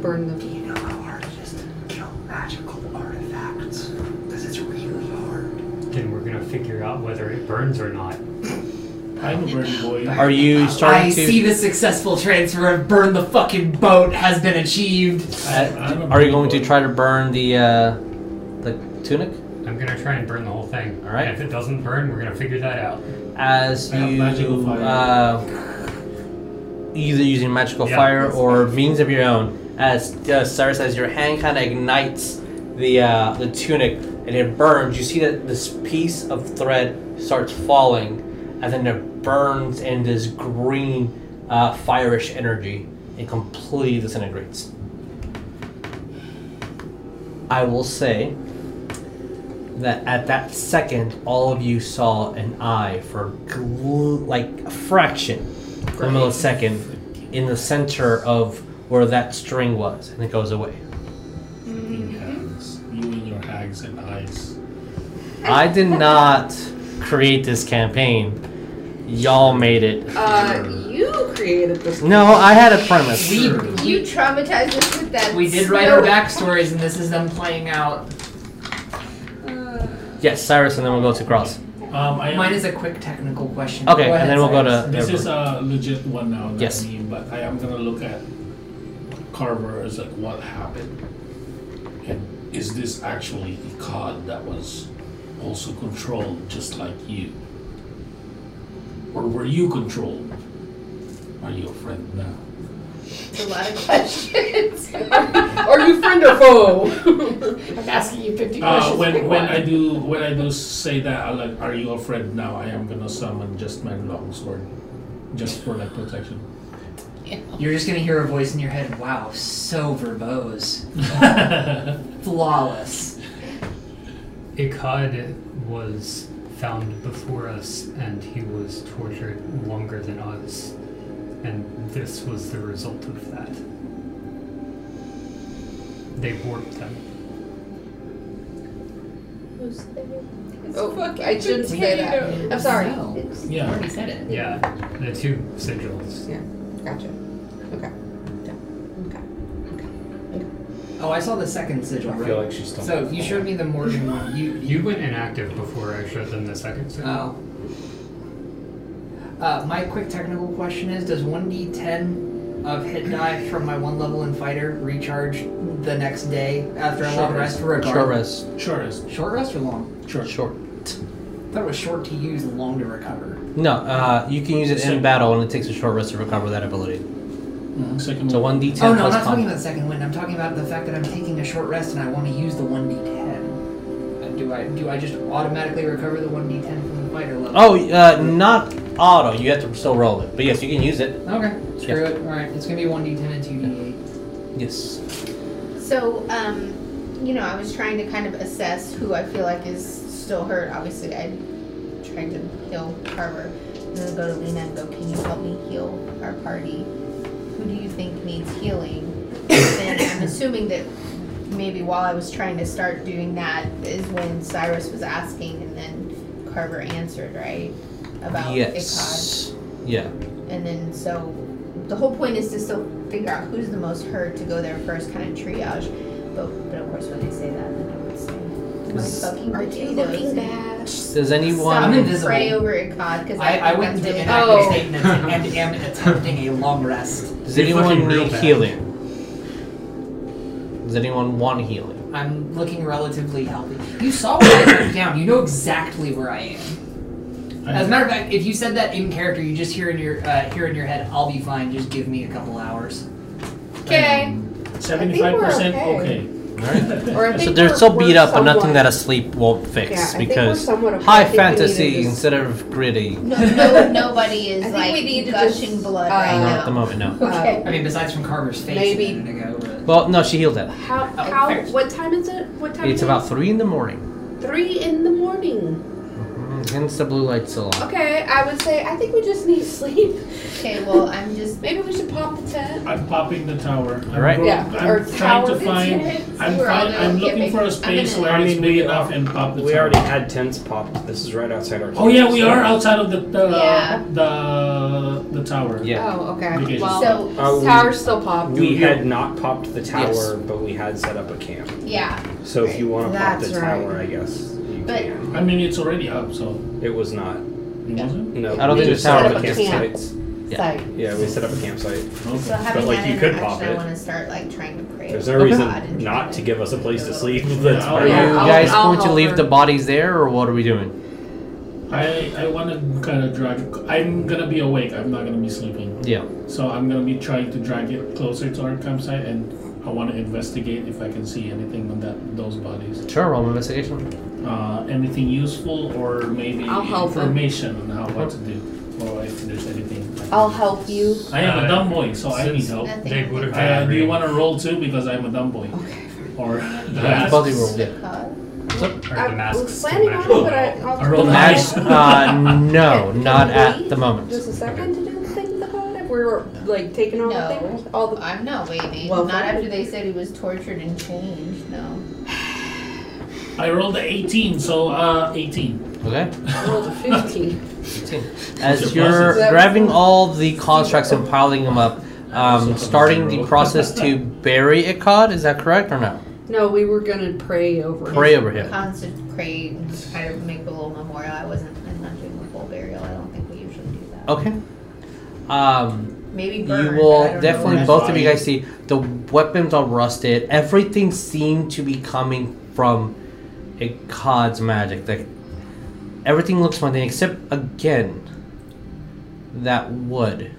S6: burn them.
S11: You know how hard it is to kill magical artifacts? Because it's really hard.
S8: Then we're gonna figure out whether it burns or not.
S3: I'm a burning boy.
S1: Are you starting
S5: Uh, I
S1: to?
S5: see the successful transfer of burn the fucking boat has been achieved.
S3: I'm a
S1: Are you
S3: burning
S1: going to
S3: boy.
S1: try to burn the uh, the tunic?
S8: I'm gonna try and burn the whole thing.
S1: All right.
S8: And if it doesn't burn, we're gonna figure that out.
S1: as
S3: I have
S1: you
S3: magical fire.
S1: uh, either using magical
S8: Yeah.
S1: fire or means of your own. As uh, Cyrus, as your hand kind of ignites the uh, the tunic and it burns, you see that this piece of thread starts falling, and then it burns in this green uh, fireish energy. It completely disintegrates. I will say that at that second, all of you saw an eye for gl- like a fraction of a millisecond in the center of where that string was, and it goes away.
S3: You hags. You and your hags and eyes.
S1: I did not create this campaign. Y'all made it.
S2: Uh, you created this.
S1: No, I had a premise.
S5: We
S4: You traumatized us with that.
S5: we did write our backstories, and this is them playing out.
S1: Yes, Cyrus, and then we'll go to Cross.
S3: Um, I am-
S5: Mine is a quick technical question.
S1: Okay,
S5: Go
S1: and
S5: ahead,
S1: then we'll go
S5: Cyrus.
S1: to.
S3: This is a legit one now. not
S1: Yes.
S3: me, but I am gonna look at Carver as like what happened, and is this actually a cod that was also controlled just like you, or were you controlled? Are you a friend now?
S4: a lot of questions.
S6: Are you friend or foe?
S5: I'm asking you 50
S3: Uh,
S5: questions.
S3: when
S5: pick
S3: when
S5: one.
S3: I do when I do say that, I'm like, are you a friend now? I am gonna summon just my longsword, just for like protection.
S5: You're just gonna hear a voice in your head. Wow, so verbose, flawless.
S8: Akkad was found before us and he was tortured longer than us. And this was the result of that. They warped them.
S2: Oh, I shouldn't say that. I'm sorry.
S5: No,
S3: yeah.
S5: we said it.
S8: Yeah, the two sigils.
S6: Gotcha. Okay.
S5: Oh, I saw the second sigil.
S7: I
S5: Right?
S7: feel like she's still.
S5: so you showed me the Morgan one. You
S8: You went inactive before I showed them the second sigil.
S5: Oh. Uh, my quick technical question is: Does one d10 of hit die from my one level in fighter recharge the next day after a long
S3: Short
S5: rest for a
S1: Short rest.
S3: Sure is
S5: Short rest or long?
S3: sure.
S1: Short.
S5: I thought it was short to use, long to recover.
S1: No, uh, you can use it in
S3: Second.
S1: battle, and it takes a short rest to recover that ability.
S3: Second
S1: So
S3: one.
S1: one d10
S5: oh no, I'm
S1: plus
S5: not talking
S1: con-
S5: about the second wind. I'm talking about the fact that I'm taking a short rest and I want to use the one d10. Uh, Do I do I just automatically recover the one d10 from the fighter level?
S1: Oh, uh, not auto. You have to still roll it. But yes, you can use it.
S5: Okay, screw it. All right, it's gonna be one d10 and two d8.
S1: Yes.
S4: So, um, you know, I was trying to kind of assess who I feel like is still hurt. Obviously, I tried to heal Carver. I'm gonna go to Lena and go, "Can you help me heal our party? Who do you think needs healing?" and I'm assuming that maybe while I was trying to start doing that is when Cyrus was asking, and then Carver answered right about Icod.
S1: yes. Yeah.
S4: And then so the whole point is to still figure out who's the most hurt to go there first, kind of triage. But, but of course, when they say that, then I would say, my
S1: Is-
S4: fucking
S2: Are you looking bad?
S1: Does anyone?
S5: I'm
S4: Stop and
S5: invisible.
S4: pray over Akkad because
S5: I, I went
S4: that's
S5: into
S4: really
S5: an
S2: Oh.
S5: active state and, and am attempting a long rest.
S1: Does
S8: You're
S1: anyone
S8: looking real
S1: need
S8: bad.
S1: healing? Does anyone want healing?
S5: I'm looking relatively healthy. You saw where I went down. You know exactly where I am. As a matter of fact, if you said that in character, you just hear in your uh, hear in your head, "I'll be fine. Just give me a couple hours."
S2: Okay.
S3: Seventy-five percent
S6: I think we're
S3: okay.
S6: Or I think
S1: So they're
S6: we're-
S1: so
S6: we're
S1: beat up, but nothing
S6: somewhat-
S1: that a sleep won't fix
S6: Yeah, I think we're
S1: because
S6: somewhat okay. I
S1: high
S6: think we need to
S1: fantasy
S6: just-
S1: instead of gritty.
S4: No, no, nobody
S2: I
S4: is
S2: think
S4: like
S2: we need to
S4: gushing
S2: just,
S4: blood
S6: uh,
S1: No,
S4: right
S1: at the
S4: now.
S1: moment, no.
S4: Okay.
S5: I mean, besides from Carver's face
S6: Maybe.
S5: a minute ago. But...
S1: Well, no, she healed it.
S2: How?
S5: Oh,
S2: How?
S5: fair.
S2: What time is it? What time?
S1: It's
S2: is
S1: about three in the morning.
S2: it? three in the morning.
S1: Mm, Hence the blue light still on.
S2: Okay, I would say I think we just need sleep.
S4: Okay, well, I'm just.
S2: Maybe we should pop the tent.
S3: I'm popping the tower. I'm
S1: Alright.
S3: go-
S2: Yeah,
S3: I'm
S2: or
S3: trying
S2: tower
S3: to find.
S4: containers.
S3: I'm,
S4: We're all
S3: find,
S4: gonna
S3: I'm
S4: get
S3: looking
S4: big-
S3: for a
S4: I'm gonna-
S3: space where
S9: I
S3: it's
S9: mean,
S3: big
S9: we,
S3: enough
S9: are-
S3: and pop the
S9: we
S3: tower.
S9: already had tents popped. This is right outside our.
S3: Oh yeah, we
S9: so-
S3: are outside of the the
S4: Yeah.
S3: the, the tower.
S1: Yeah.
S2: Oh, okay.
S3: Okay,
S2: Well,
S4: So,
S9: Uh, we-
S2: tower's still popped.
S9: We
S3: You- you-
S9: had not popped the tower,
S1: Yes.
S9: but we had set up a camp.
S4: yeah.
S9: So if you want to pop the
S4: That's
S9: tower,
S4: right.
S9: I guess you
S4: But-
S9: can.
S3: I mean, it's already up, so
S9: It was not.
S3: it wasn't.
S9: No,
S1: I don't
S9: we
S1: think
S9: just
S1: the
S9: set
S1: tower
S9: up a
S1: was
S9: campsite.
S1: Yeah.
S4: Site.
S9: Yeah, we set up a campsite.
S4: So
S3: Okay.
S4: having
S9: like,
S4: that
S9: you
S4: in
S9: could
S4: action,
S9: pop
S4: I
S9: it.
S4: want to start like trying to pray.
S9: There's no reason not to give us a place to sleep. That's
S1: Are
S3: Yeah,
S6: Oh.
S9: part
S1: you
S2: Yeah,
S9: of it.
S2: I'll-
S1: guys
S2: I'll
S1: going to
S2: help
S1: leave
S2: her.
S1: the bodies there, or what are we doing?
S3: I I want to kind of drag. I'm gonna be awake. I'm not gonna be sleeping.
S1: Yeah.
S3: So I'm gonna be trying to drag it closer to our campsite, and I want to investigate if I can see anything on that those bodies.
S1: Sure, roll an investigation.
S3: Uh, anything useful or maybe
S2: I'll help him.
S3: information on how what to do, or if there's anything. I can
S2: I'll
S3: do.
S2: help you.
S3: I am a
S8: Uh,
S3: dumb boy, so I need
S8: since-
S3: help.
S4: Nothing.
S8: They would have had.
S3: Uh, do you
S8: rain.
S3: want to roll too? Because I'm a dumb boy. Okay. Or
S8: That's-
S1: Body roll. Yeah.
S8: Or
S2: I
S8: the masks
S2: was
S8: still
S2: planning on
S8: magical
S2: it, but I-
S8: at all?
S2: I'll-
S3: I rolled
S1: The
S3: a
S1: mask-
S3: nine.
S1: uh, no, not at the
S2: Just
S1: moment.
S2: a second to do the thing with the pod. If we were like taking all
S4: No.
S2: the things, all the
S4: I'm not waiting.
S2: Well,
S4: not after they said he was tortured and changed. No.
S3: I rolled a 18, so uh, 18.
S1: Okay.
S2: I rolled a fifteen.
S1: As
S3: What's your
S1: you're
S2: process?
S1: grabbing all the constructs and piling them up, um, starting the process to bury Akkad, is that correct or no?
S2: no, we were gonna pray over.
S1: Pray over him.
S4: Consecrate and try to make a little memorial. I wasn't planning on doing a full burial. I don't think we usually do that.
S3: Oh,
S1: Okay. Um,
S4: Maybe
S1: You
S4: burn. I don't
S1: will
S4: know.
S1: definitely
S3: that's
S1: both of you
S3: fine.
S1: guys see the weapons are rusted. Everything seemed to be coming from a cod's magic. Like everything looks mundane except again that wood.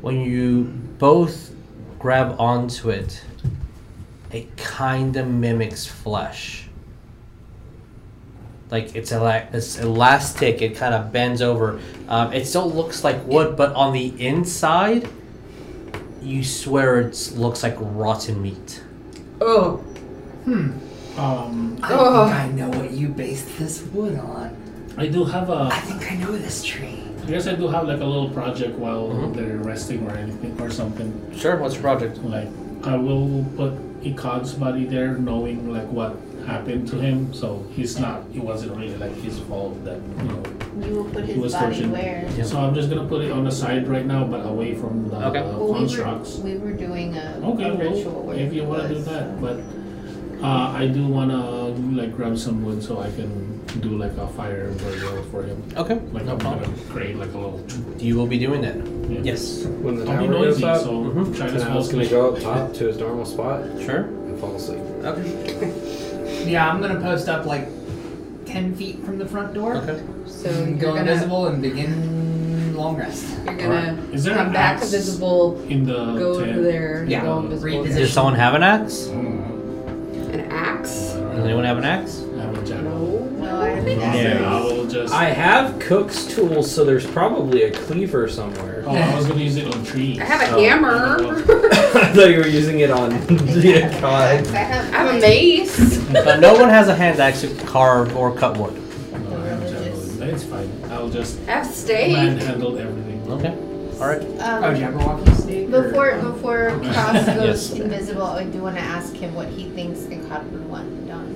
S1: When you both grab onto it, it kinda mimics flesh. Like it's, ela- it's elastic, it kind of bends over. Um, it still looks like wood, but on the inside, you swear it looks like rotten meat.
S2: Oh,
S3: Um,
S11: I
S2: Ugh.
S11: think I know what you based this wood on.
S3: I do have a.
S11: I think I know this tree.
S3: I guess I do have like a little project while
S1: Mm-hmm.
S3: they're resting or anything or something.
S1: Sure, what's your project?
S3: Like I will put Ikad's body there, knowing like what happened to him. So he's not. It wasn't really like his fault that you know.
S4: You will put
S3: He
S4: his
S3: was
S4: body
S3: tortured.
S4: where?
S1: Yeah.
S3: So I'm just gonna put it on the side right now, but away from the
S1: Okay.
S3: uh,
S4: Well, we were,
S3: constructs.
S4: we were doing a,
S3: Okay,
S4: a ritual
S3: well,
S4: where
S3: if you
S4: he
S3: wanna do
S4: was-
S3: that, but, uh, I do wanna, like, grab some wood so I can do like a fire burial for him.
S1: Okay,
S3: Like,
S1: no
S3: I'm
S1: problem.
S3: gonna create like a little.
S1: You will be doing that.
S3: yeah.
S9: Yes. When the
S3: I'll
S9: tower
S3: be
S9: goes
S3: noisy,
S9: up,
S3: so
S1: Mhm.
S3: try to
S9: Tanael's
S3: smell.
S9: gonna go up top to his normal spot
S1: Sure.
S9: and fall asleep.
S1: Okay.
S5: Yeah, I'm gonna post up like ten feet from the front door.
S1: Okay.
S2: so
S5: and
S2: you're
S5: Go
S2: gonna
S5: invisible and begin long rest.
S2: you're gonna
S3: Is there Oh,
S2: come
S3: an
S2: back
S3: axe
S2: visible,
S3: in the
S2: go over
S3: tent?
S2: there, and
S5: Yeah.
S2: go invisible.
S5: Revisit.
S2: again.
S1: Does someone have an axe?
S2: An axe?
S1: Does anyone have an axe?
S3: Mm, I have a javelin.
S2: No.
S4: No, I don't think that's
S3: Okay, I will just,
S9: I have Cook's tools, so there's probably a cleaver somewhere.
S3: oh, I was gonna use it on trees.
S2: I have a
S9: Oh.
S2: hammer.
S9: I thought you were using it on the
S4: I
S9: god.
S4: have,
S2: I have a mace.
S1: but no one has a hand axe to carve or cut wood.
S3: No, I have a javelin. It's fine, I'll just
S2: I have stake.
S3: manhandle everything.
S1: Okay. All right.
S4: Um,
S5: Oh, Jabberwocky snake. or-
S4: Before before Cross
S1: Yes.
S4: goes invisible, I do want to ask him what he thinks Ikad would want done,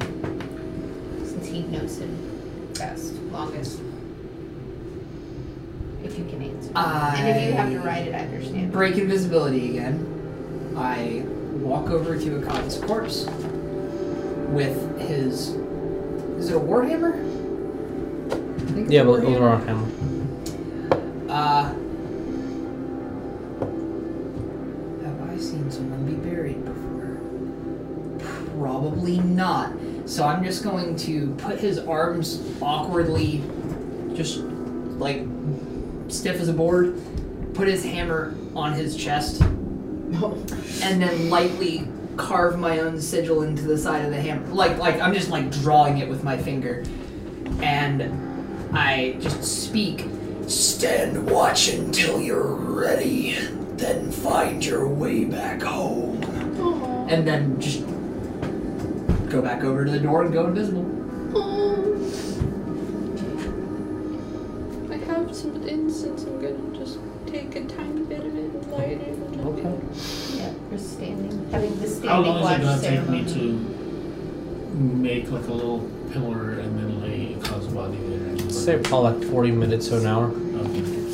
S4: since he knows him best, longest. If you can answer, and if you have to
S5: I-
S4: write it, I understand.
S5: break invisibility again. I walk over to Akkad's corpse with his. Is it a warhammer? I think it's
S1: Yeah,
S5: a
S1: but those
S5: warhammer.
S1: are on him.
S5: Uh, have I seen someone be buried before? Probably not. So I'm just going to put his arms awkwardly, just like stiff as a board, put his hammer on his chest, and then lightly carve my own sigil into the side of the hammer. Like like I'm just like drawing it with my finger. And I just speak
S11: Stand watch until you're ready, then find your way back home.
S5: and then just go back over to the door and go invisible.
S2: have some incense. I'm gonna just take a tiny bit of it and light it.
S1: Okay.
S4: Yeah, we're standing, having
S3: How
S4: the standing
S3: long is it
S4: watch
S3: gonna take me
S4: ceremony.
S3: to make like a little pillar and then lay Cloud's body there? and-
S1: Say probably like 40 minutes to an hour.
S3: Okay.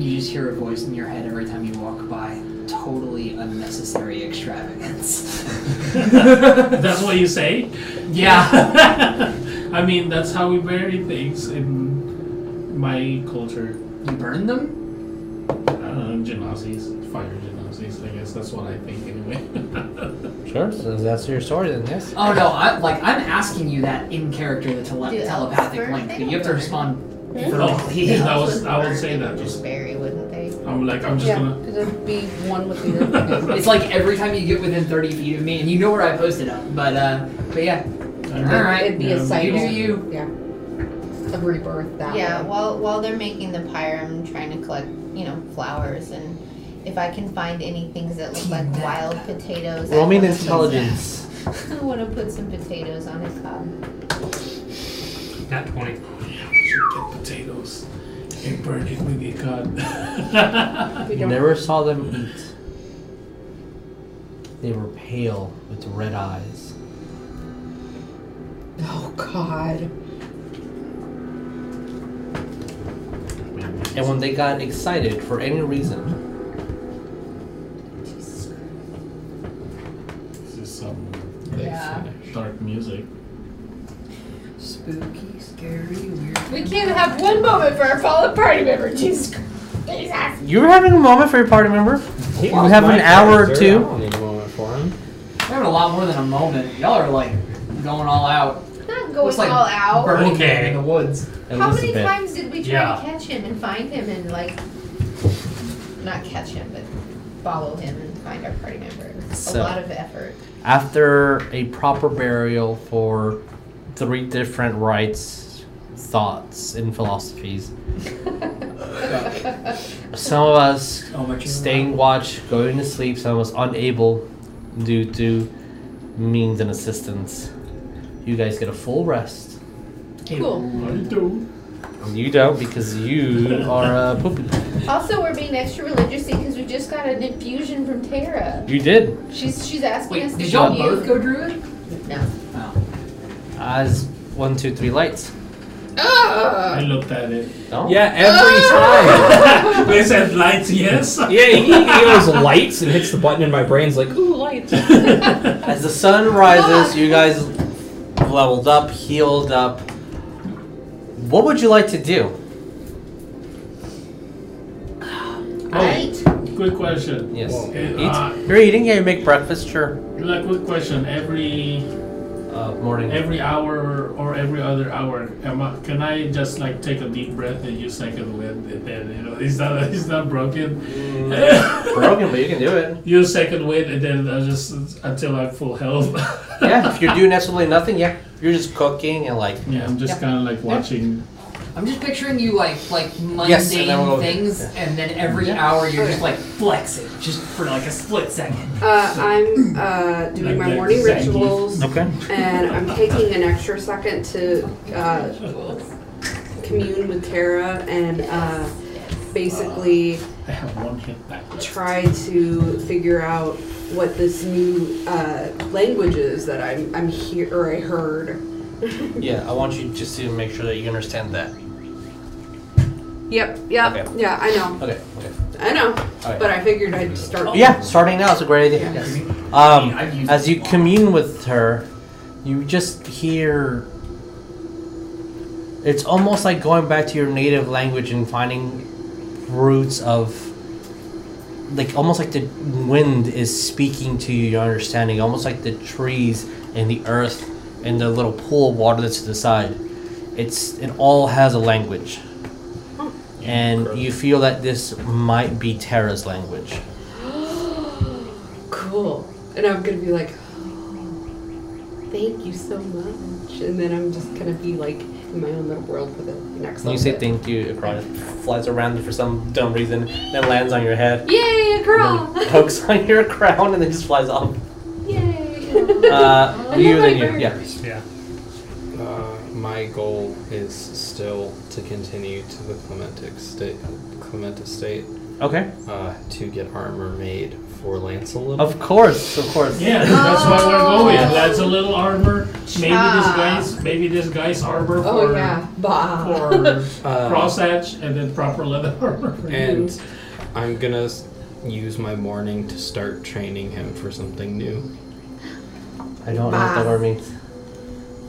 S5: You just hear a voice in your head every time you walk by. Totally unnecessary extravagance.
S3: That's what you say?
S5: yeah.
S3: I mean, that's how we bury things in my culture.
S5: You burn them?
S3: I don't know, genazis, Um, fire genazis. I guess that's what I think anyway.
S1: Sure. So if that's your story then, yes.
S5: Oh no, I like I'm asking you that in character the tele-
S4: Do
S5: telepathic
S4: elves
S5: link,
S4: burn?
S5: but you have to respond
S3: oh,
S5: verbally.
S3: yeah, I was,
S4: Wouldn't
S3: I
S4: burn,
S3: would say
S4: they
S3: that.
S4: would
S3: Just,
S4: bury, wouldn't they?
S3: I'm like, I'm just
S2: yeah,
S3: gonna.
S2: because it'd be one with the other.
S5: it's like every time you get within 30 feet of me, and you know where I posted up, but uh, but yeah.
S3: I'm
S5: All right.
S2: It'd be
S3: Yeah,
S2: a
S3: you
S2: cycle.
S5: do you.
S2: Yeah. Of rebirth that
S4: Yeah,
S2: way.
S4: while while they're making the pyre, I'm trying to collect, you know, flowers and if I can find any things that look like wild potatoes. I
S1: Roll me an
S4: wanna use
S1: intelligence.
S4: that. I want to put some potatoes on his cob.
S8: Nat 20.
S3: should get potatoes and burn it with a gun.
S2: We don't.
S1: Never saw them eat. They were pale with red eyes.
S2: Oh God.
S1: And when they got excited for any reason,
S3: this is some
S5: Yeah.
S3: dark music.
S5: Spooky, scary, weird.
S12: We can't have one moment for our fallen party member. Jesus Christ.
S1: you were having a moment for your party member.
S7: You
S1: We have an hour or
S7: I
S1: two.
S7: don't need a moment for him.
S5: We're having a lot more than a moment. Y'all are like going all out.
S4: Not going
S5: Looks like
S4: all out.
S5: Burning
S8: Okay.
S5: Man in the woods.
S1: At
S4: How
S1: least a
S4: many
S1: bit.
S4: times did we try
S8: Yeah.
S4: to catch him and find him and like not catch him but follow him and find our party member? It was
S1: So-
S4: a lot of effort.
S1: After a proper burial for three different rites, thoughts, and philosophies, some of us
S5: Oh my
S1: staying watch, going to sleep, so I was unable due to means and assistance. You guys get a full rest.
S2: Cool.
S3: What do you do?
S1: You don't because you are a poopy.
S4: Also, we're being extra religious because we just got an infusion from Tara.
S1: You did.
S4: She's she's asking us
S5: Wait,
S4: to
S5: did y'all
S4: give you-
S5: both go druid?
S4: No.
S5: Oh.
S1: As one, two, three lights.
S12: Ah!
S5: Oh.
S3: I looked at it.
S1: No?
S7: Yeah, every time.
S3: they said lights, yes.
S7: yeah, he yells lights and hits the button, and my brain's like, ooh, lights.
S1: As the sun rises, you guys leveled up, healed up. What would you like to do?
S4: Right.
S3: Quick question.
S1: Yes.
S7: Whoa.
S3: Uh,
S1: Eat. You're eating. Yeah, you make breakfast. Sure.
S3: Like quick question. Every
S1: Uh, morning.
S3: every hour or every other hour, am I, can I just like take a deep breath and use like a wind? And then you know, is that is that broken?
S1: Broken, but you can do it.
S3: Use second wind and then I just until I'm full health.
S1: yeah, if you're doing absolutely nothing, yeah, you're just cooking and like
S3: yeah, I'm just kind of like watching.
S5: I'm just picturing you like like mundane
S1: Yes, and then we'll go-
S5: things, and then every hour you're just like flexing, just for like a split second.
S2: Uh, I'm uh, doing my
S3: Like
S2: morning
S3: Zangief.
S2: rituals,
S1: okay.
S2: and I'm taking an extra second to uh, commune with Tara and uh, basically
S3: I have one hit back.
S2: try to figure out what this new uh, language is that I'm I'm hear or I heard.
S1: Yeah, I want you just to make sure that you understand that.
S2: Yep. Yep.
S1: Okay.
S2: Yeah. I know.
S1: Okay. Okay.
S2: I know.
S1: All right.
S2: But I figured I'd start.
S1: Yeah, starting now is a great idea. Um,
S5: I've used
S1: as
S5: it
S1: you
S5: a lot.
S1: commune with her, you just hear. It's almost like going back to your native language and finding roots of. Like, almost like the wind is speaking to you, your understanding. Almost like the trees and the earth and the little pool of water that's to the side. It's It all has a language. And you feel that this might be Terra's language.
S2: Cool. And I'm gonna be like, thank you so much. And then I'm just gonna be like in my own little world for the next.
S1: When you
S2: little
S1: say
S2: bit.
S1: thank you, it probably flies around for some dumb reason, then lands on your head,
S2: Yay, a girl!
S1: pokes on your crown, and then just flies off.
S12: Yay.
S1: Uh, you, then you, yeah.
S8: Yeah.
S7: Uh, my goal is still to continue to the Clementic state, Clement estate.
S1: Okay.
S7: Uh, to get armor made for Lancelot.
S1: Of course, of course.
S3: Yeah, that's why we're going. That's a little armor. Maybe this guy's maybe this guy's armor for
S2: Oh, yeah. Bah.
S3: for
S7: Uh,
S3: cross hatch and then proper leather armor. For you.
S7: And I'm gonna s- use my morning to start training him for something new.
S1: I don't know what that word means.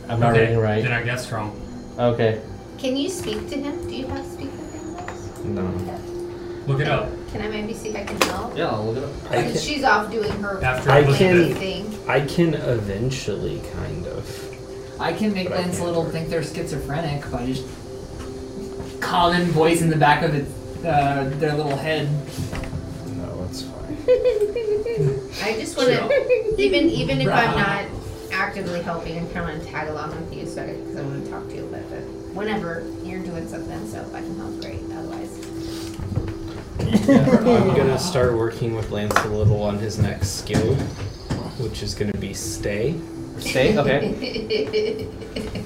S1: I'm not
S8: Okay,
S1: reading right.
S8: Then I guessed wrong.
S1: Okay.
S4: Can you speak to him? Do you have speak with him? Liz?
S7: No.
S8: Look it up.
S4: Can I maybe see if I can help?
S1: Yeah, I'll look it up.
S7: I
S4: Since she's off doing her
S8: After
S7: I
S8: Elizabeth.
S7: can-
S4: thing.
S7: I can eventually, kind of.
S5: I can make
S7: But I can't
S5: Lancelot
S7: work.
S5: think they're schizophrenic by just calling voice in the back of it, uh, their little head.
S7: No, it's fine.
S4: I just want to, even even if I'm
S5: Right.
S4: not actively helping, I'm kind of want to tag along with you, so because I want to talk to you about it. Whenever you're doing something, so if I can help, great. Otherwise,
S7: I'm gonna start working with Lance a little on his next skill, which is gonna be stay.
S1: Stay? Okay.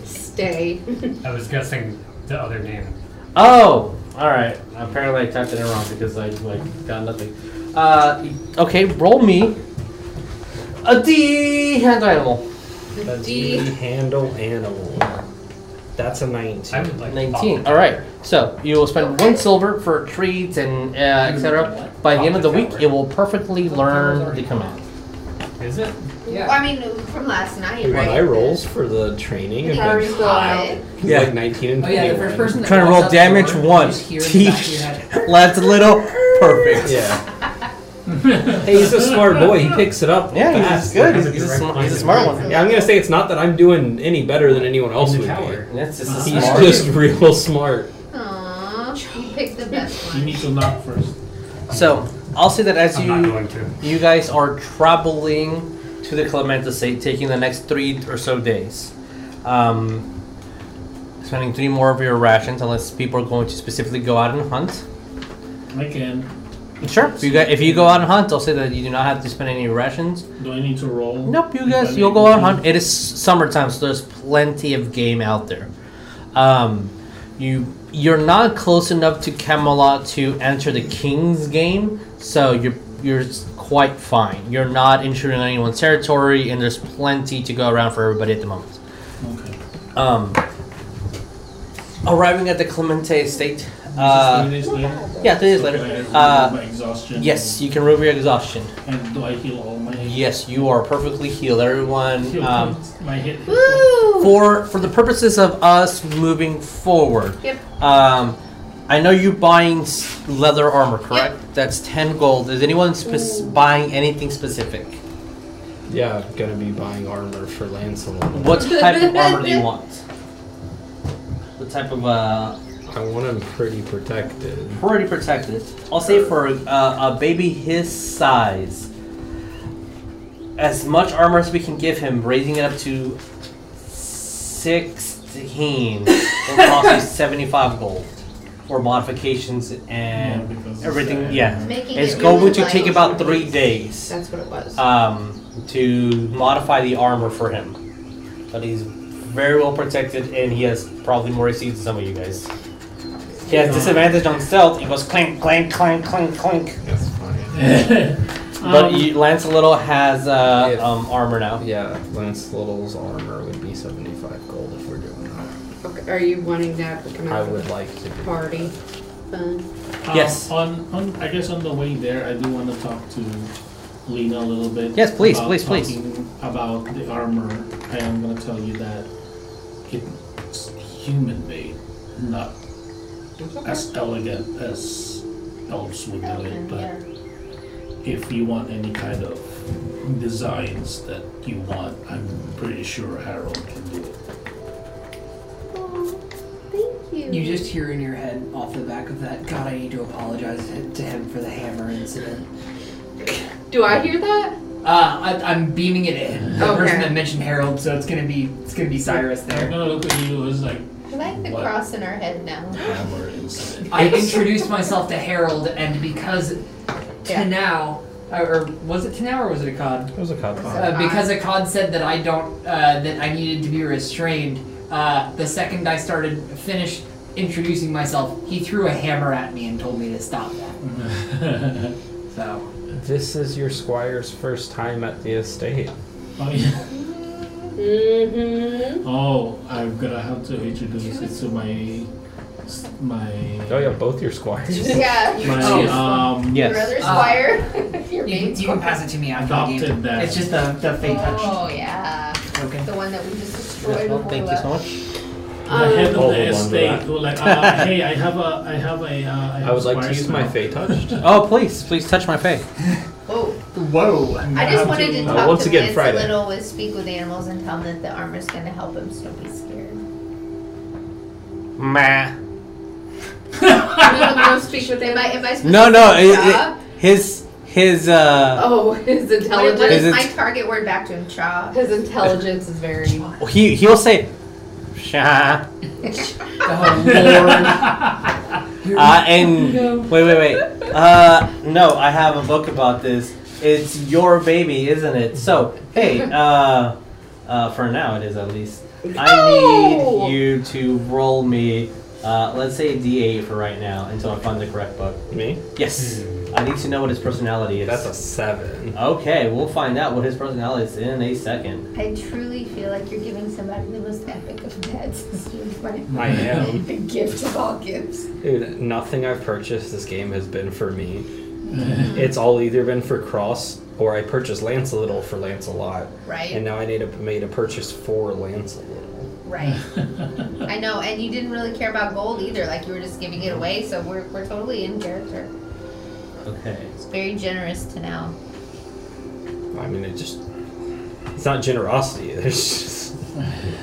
S2: Stay.
S8: I was guessing the other name.
S1: Oh! Alright. Apparently I typed it in wrong because I like got nothing. Uh okay, roll me. A D hand animal.
S7: The D handle animal. That's a 19.
S8: I would like
S1: Nineteen. Alright. So you will spend one silver for treats and uh, etc. By the end of the week it will perfectly learn the command.
S8: Is it?
S4: Well, I mean, from last night,
S7: Dude,
S4: right?
S7: my rolls for the training have been
S4: Hot.
S1: Yeah.
S7: like 19 and
S5: Oh yeah, the first
S7: 21.
S5: person that
S1: Trying to roll
S5: walks up the
S1: damage
S5: door, you
S1: one.
S5: just hear in the back of your head,
S1: That's little perfect.
S7: Yeah. hey, he's a smart boy. He picks it up.
S1: Yeah, he's
S7: fast.
S1: good. He's,
S8: Has a
S1: he's a
S8: direct
S1: sm-
S8: line
S1: he's a
S8: to
S1: smart
S4: the
S1: one.
S7: Yeah, I'm gonna say it's not that I'm doing any better than anyone else
S8: In the
S7: would
S8: tower.
S7: be.
S1: That's just
S7: He's
S1: smart.
S7: just real smart.
S4: Aww, you picked the best
S3: you
S4: one.
S3: need to knock first.
S1: So I'll say that as
S8: I'm
S1: you
S8: not going to.
S1: you guys are traveling to the Clemente State, taking the next three or so days, um, spending three more of your rations, unless people are going to specifically go out and hunt.
S3: I can.
S1: Sure. If you, guys, if you go out and hunt, I'll say that you do not have to spend any rations.
S3: Do I need to roll?
S1: Nope, you
S3: If I
S1: guys, you'll
S3: make
S1: go out and
S3: it?
S1: hunt. It is summertime, so there's plenty of game out there. Um, you you're not close enough to Camelot to enter the king's game, so you're you're s- quite fine. You're not intruding on anyone's territory, and there's plenty to go around for everybody at the moment.
S3: Okay.
S1: Um, arriving at the Clemente Estate.
S3: Is
S1: Uh,
S3: this three days later?
S1: yeah, three days
S3: So
S1: later.
S3: can I remove
S1: Uh,
S3: my exhaustion.
S1: yes, you can remove your exhaustion.
S3: And do I heal all my
S1: Yes, you are perfectly healed. Everyone.
S3: heal
S1: Um,
S3: points? my hit?
S4: Woo!
S1: for for the purposes of us moving forward.
S4: Yep.
S1: Um, I know you buying s- leather armor, correct? That's ten gold. Is anyone spec- buying anything specific?
S7: Yeah, I'm gonna be buying armor for Lancelot.
S1: What type of armor do you want? The type of uh,
S7: I want him pretty protected.
S1: pretty protected. I'll say for uh, a baby his size, as much armor as we can give him, raising it up to sixteen will cost you seventy-five gold for modifications
S3: Yeah,
S1: and
S3: because it's
S1: everything.
S3: bad.
S1: Yeah,
S4: Making
S1: it's
S4: it
S1: going
S4: really
S1: to take
S4: light.
S1: about three days
S2: That's what it was.
S1: um, to modify the armor for him, but he's very well protected and he has probably more AC than some of you guys. He has disadvantage on stealth. He goes clank, clank, clank, clank, clank.
S7: That's funny.
S1: But you, Lancelot has uh,
S7: If-
S1: um, armor now.
S7: Yeah, Lancelot's armor would be 75 gold if we're doing that.
S2: Okay, are you wanting that to come
S7: I
S2: out
S7: would
S2: of
S7: like to
S2: the
S7: do
S2: party? Fun.
S3: Um,
S1: Yes.
S3: On, on, I guess on the way there, I do want to talk to Lena a little bit.
S1: Yes, please,
S3: about
S1: please, please.
S3: talking About the armor, I am going to tell you that it's human made, not as elegant as elves would do it. But
S4: Yeah.
S3: if you want any kind of designs that you want, I'm pretty sure Harold can do it.
S5: You just hear in your head off the back of that, God, I need to apologize to him for the hammer incident.
S13: Do I hear that?
S5: Uh, I, I'm beaming it in. The person
S2: Okay.
S5: that mentioned Harold, so it's gonna be it's gonna be Cyrus
S3: I'm
S5: there.
S3: going to look at you as like
S4: I like the
S3: What?
S4: cross in our head now.
S3: hammer incident.
S5: I introduced myself to Harold, and because
S2: Yeah.
S5: Tanao, uh, or or was it Tanao or was it Akkad?
S7: It was a cop.
S5: Uh, because Akkad said that I don't, uh, that I needed to be restrained, Uh, the second I started finished introducing myself, he threw a hammer at me and told me to stop that. so
S7: This is your squire's first time at the estate.
S3: Oh, yeah.
S2: Mm-hmm.
S3: Oh, I'm gonna have to introduce it to my my
S7: Oh yeah, both your squires.
S4: Yeah.
S3: my
S5: Oh.
S3: um
S4: Your
S1: Yes.
S4: other
S5: Uh,
S4: squire. Your
S5: you,
S4: main
S5: you can
S4: squire.
S5: pass it to me after the game.
S3: Adopted that.
S5: It's just the the fate touch
S4: Oh yeah.
S5: token.
S4: The one that we just destroyed.
S1: Well,
S4: before
S1: thank
S4: we
S1: you so
S4: left.
S1: much.
S3: the head
S7: Oh,
S3: of
S7: hold on
S3: the
S7: to
S3: estate
S7: that.
S3: who like uh, hey I have a I have a uh, I, have
S7: I would like to
S3: squires
S7: use my
S3: now.
S7: fey touched.
S1: Oh, please, please touch my face.
S4: Whoa.
S5: Whoa!
S4: Oh, I
S3: have
S4: just wanted to
S3: uh,
S4: talk
S7: once
S4: to
S7: again,
S4: Vince
S7: Friday.
S4: a little with speak with animals and tell him that the armor's gonna help him, so don't be scared.
S1: Meh.
S2: No, no, speak with him.
S4: Am I? Am I supposed
S1: No,
S4: to
S1: no.
S4: say
S1: It,
S4: cha?
S1: it, his his uh
S2: Oh, his
S4: What, what
S2: intelligence.
S4: is,
S1: Is it-
S4: my target word back to him? Cha.
S2: His intelligence is very.
S1: he he'll say Shah
S5: Oh
S1: uh, and wait wait wait. Uh no, I have a book about this. It's your baby, isn't it? So, hey, uh uh for now it is at least. I
S2: No!
S1: need you to roll me uh, let's say D eight for right now until I find the correct book.
S7: Me?
S1: Yes. I need to know what his personality is.
S7: Hmm. That's a seven.
S1: Okay, we'll find out what his personality is in a second.
S4: I truly feel like you're giving somebody the most epic of pets.
S7: I am.
S4: the gift of all gifts.
S7: Dude, nothing I've purchased this game has been for me.
S5: Mm-hmm.
S7: it's all either been for Cross or I purchased Lance a little for Lance a lot,
S4: Right.
S7: and now I need to made a purchase for Lance a little.
S4: Right. I know, and you didn't really care about gold either. Like you were just giving it away, so we're, we're totally in character.
S1: Okay.
S4: It's very generous to now.
S7: I mean, it just—it's not generosity. There's just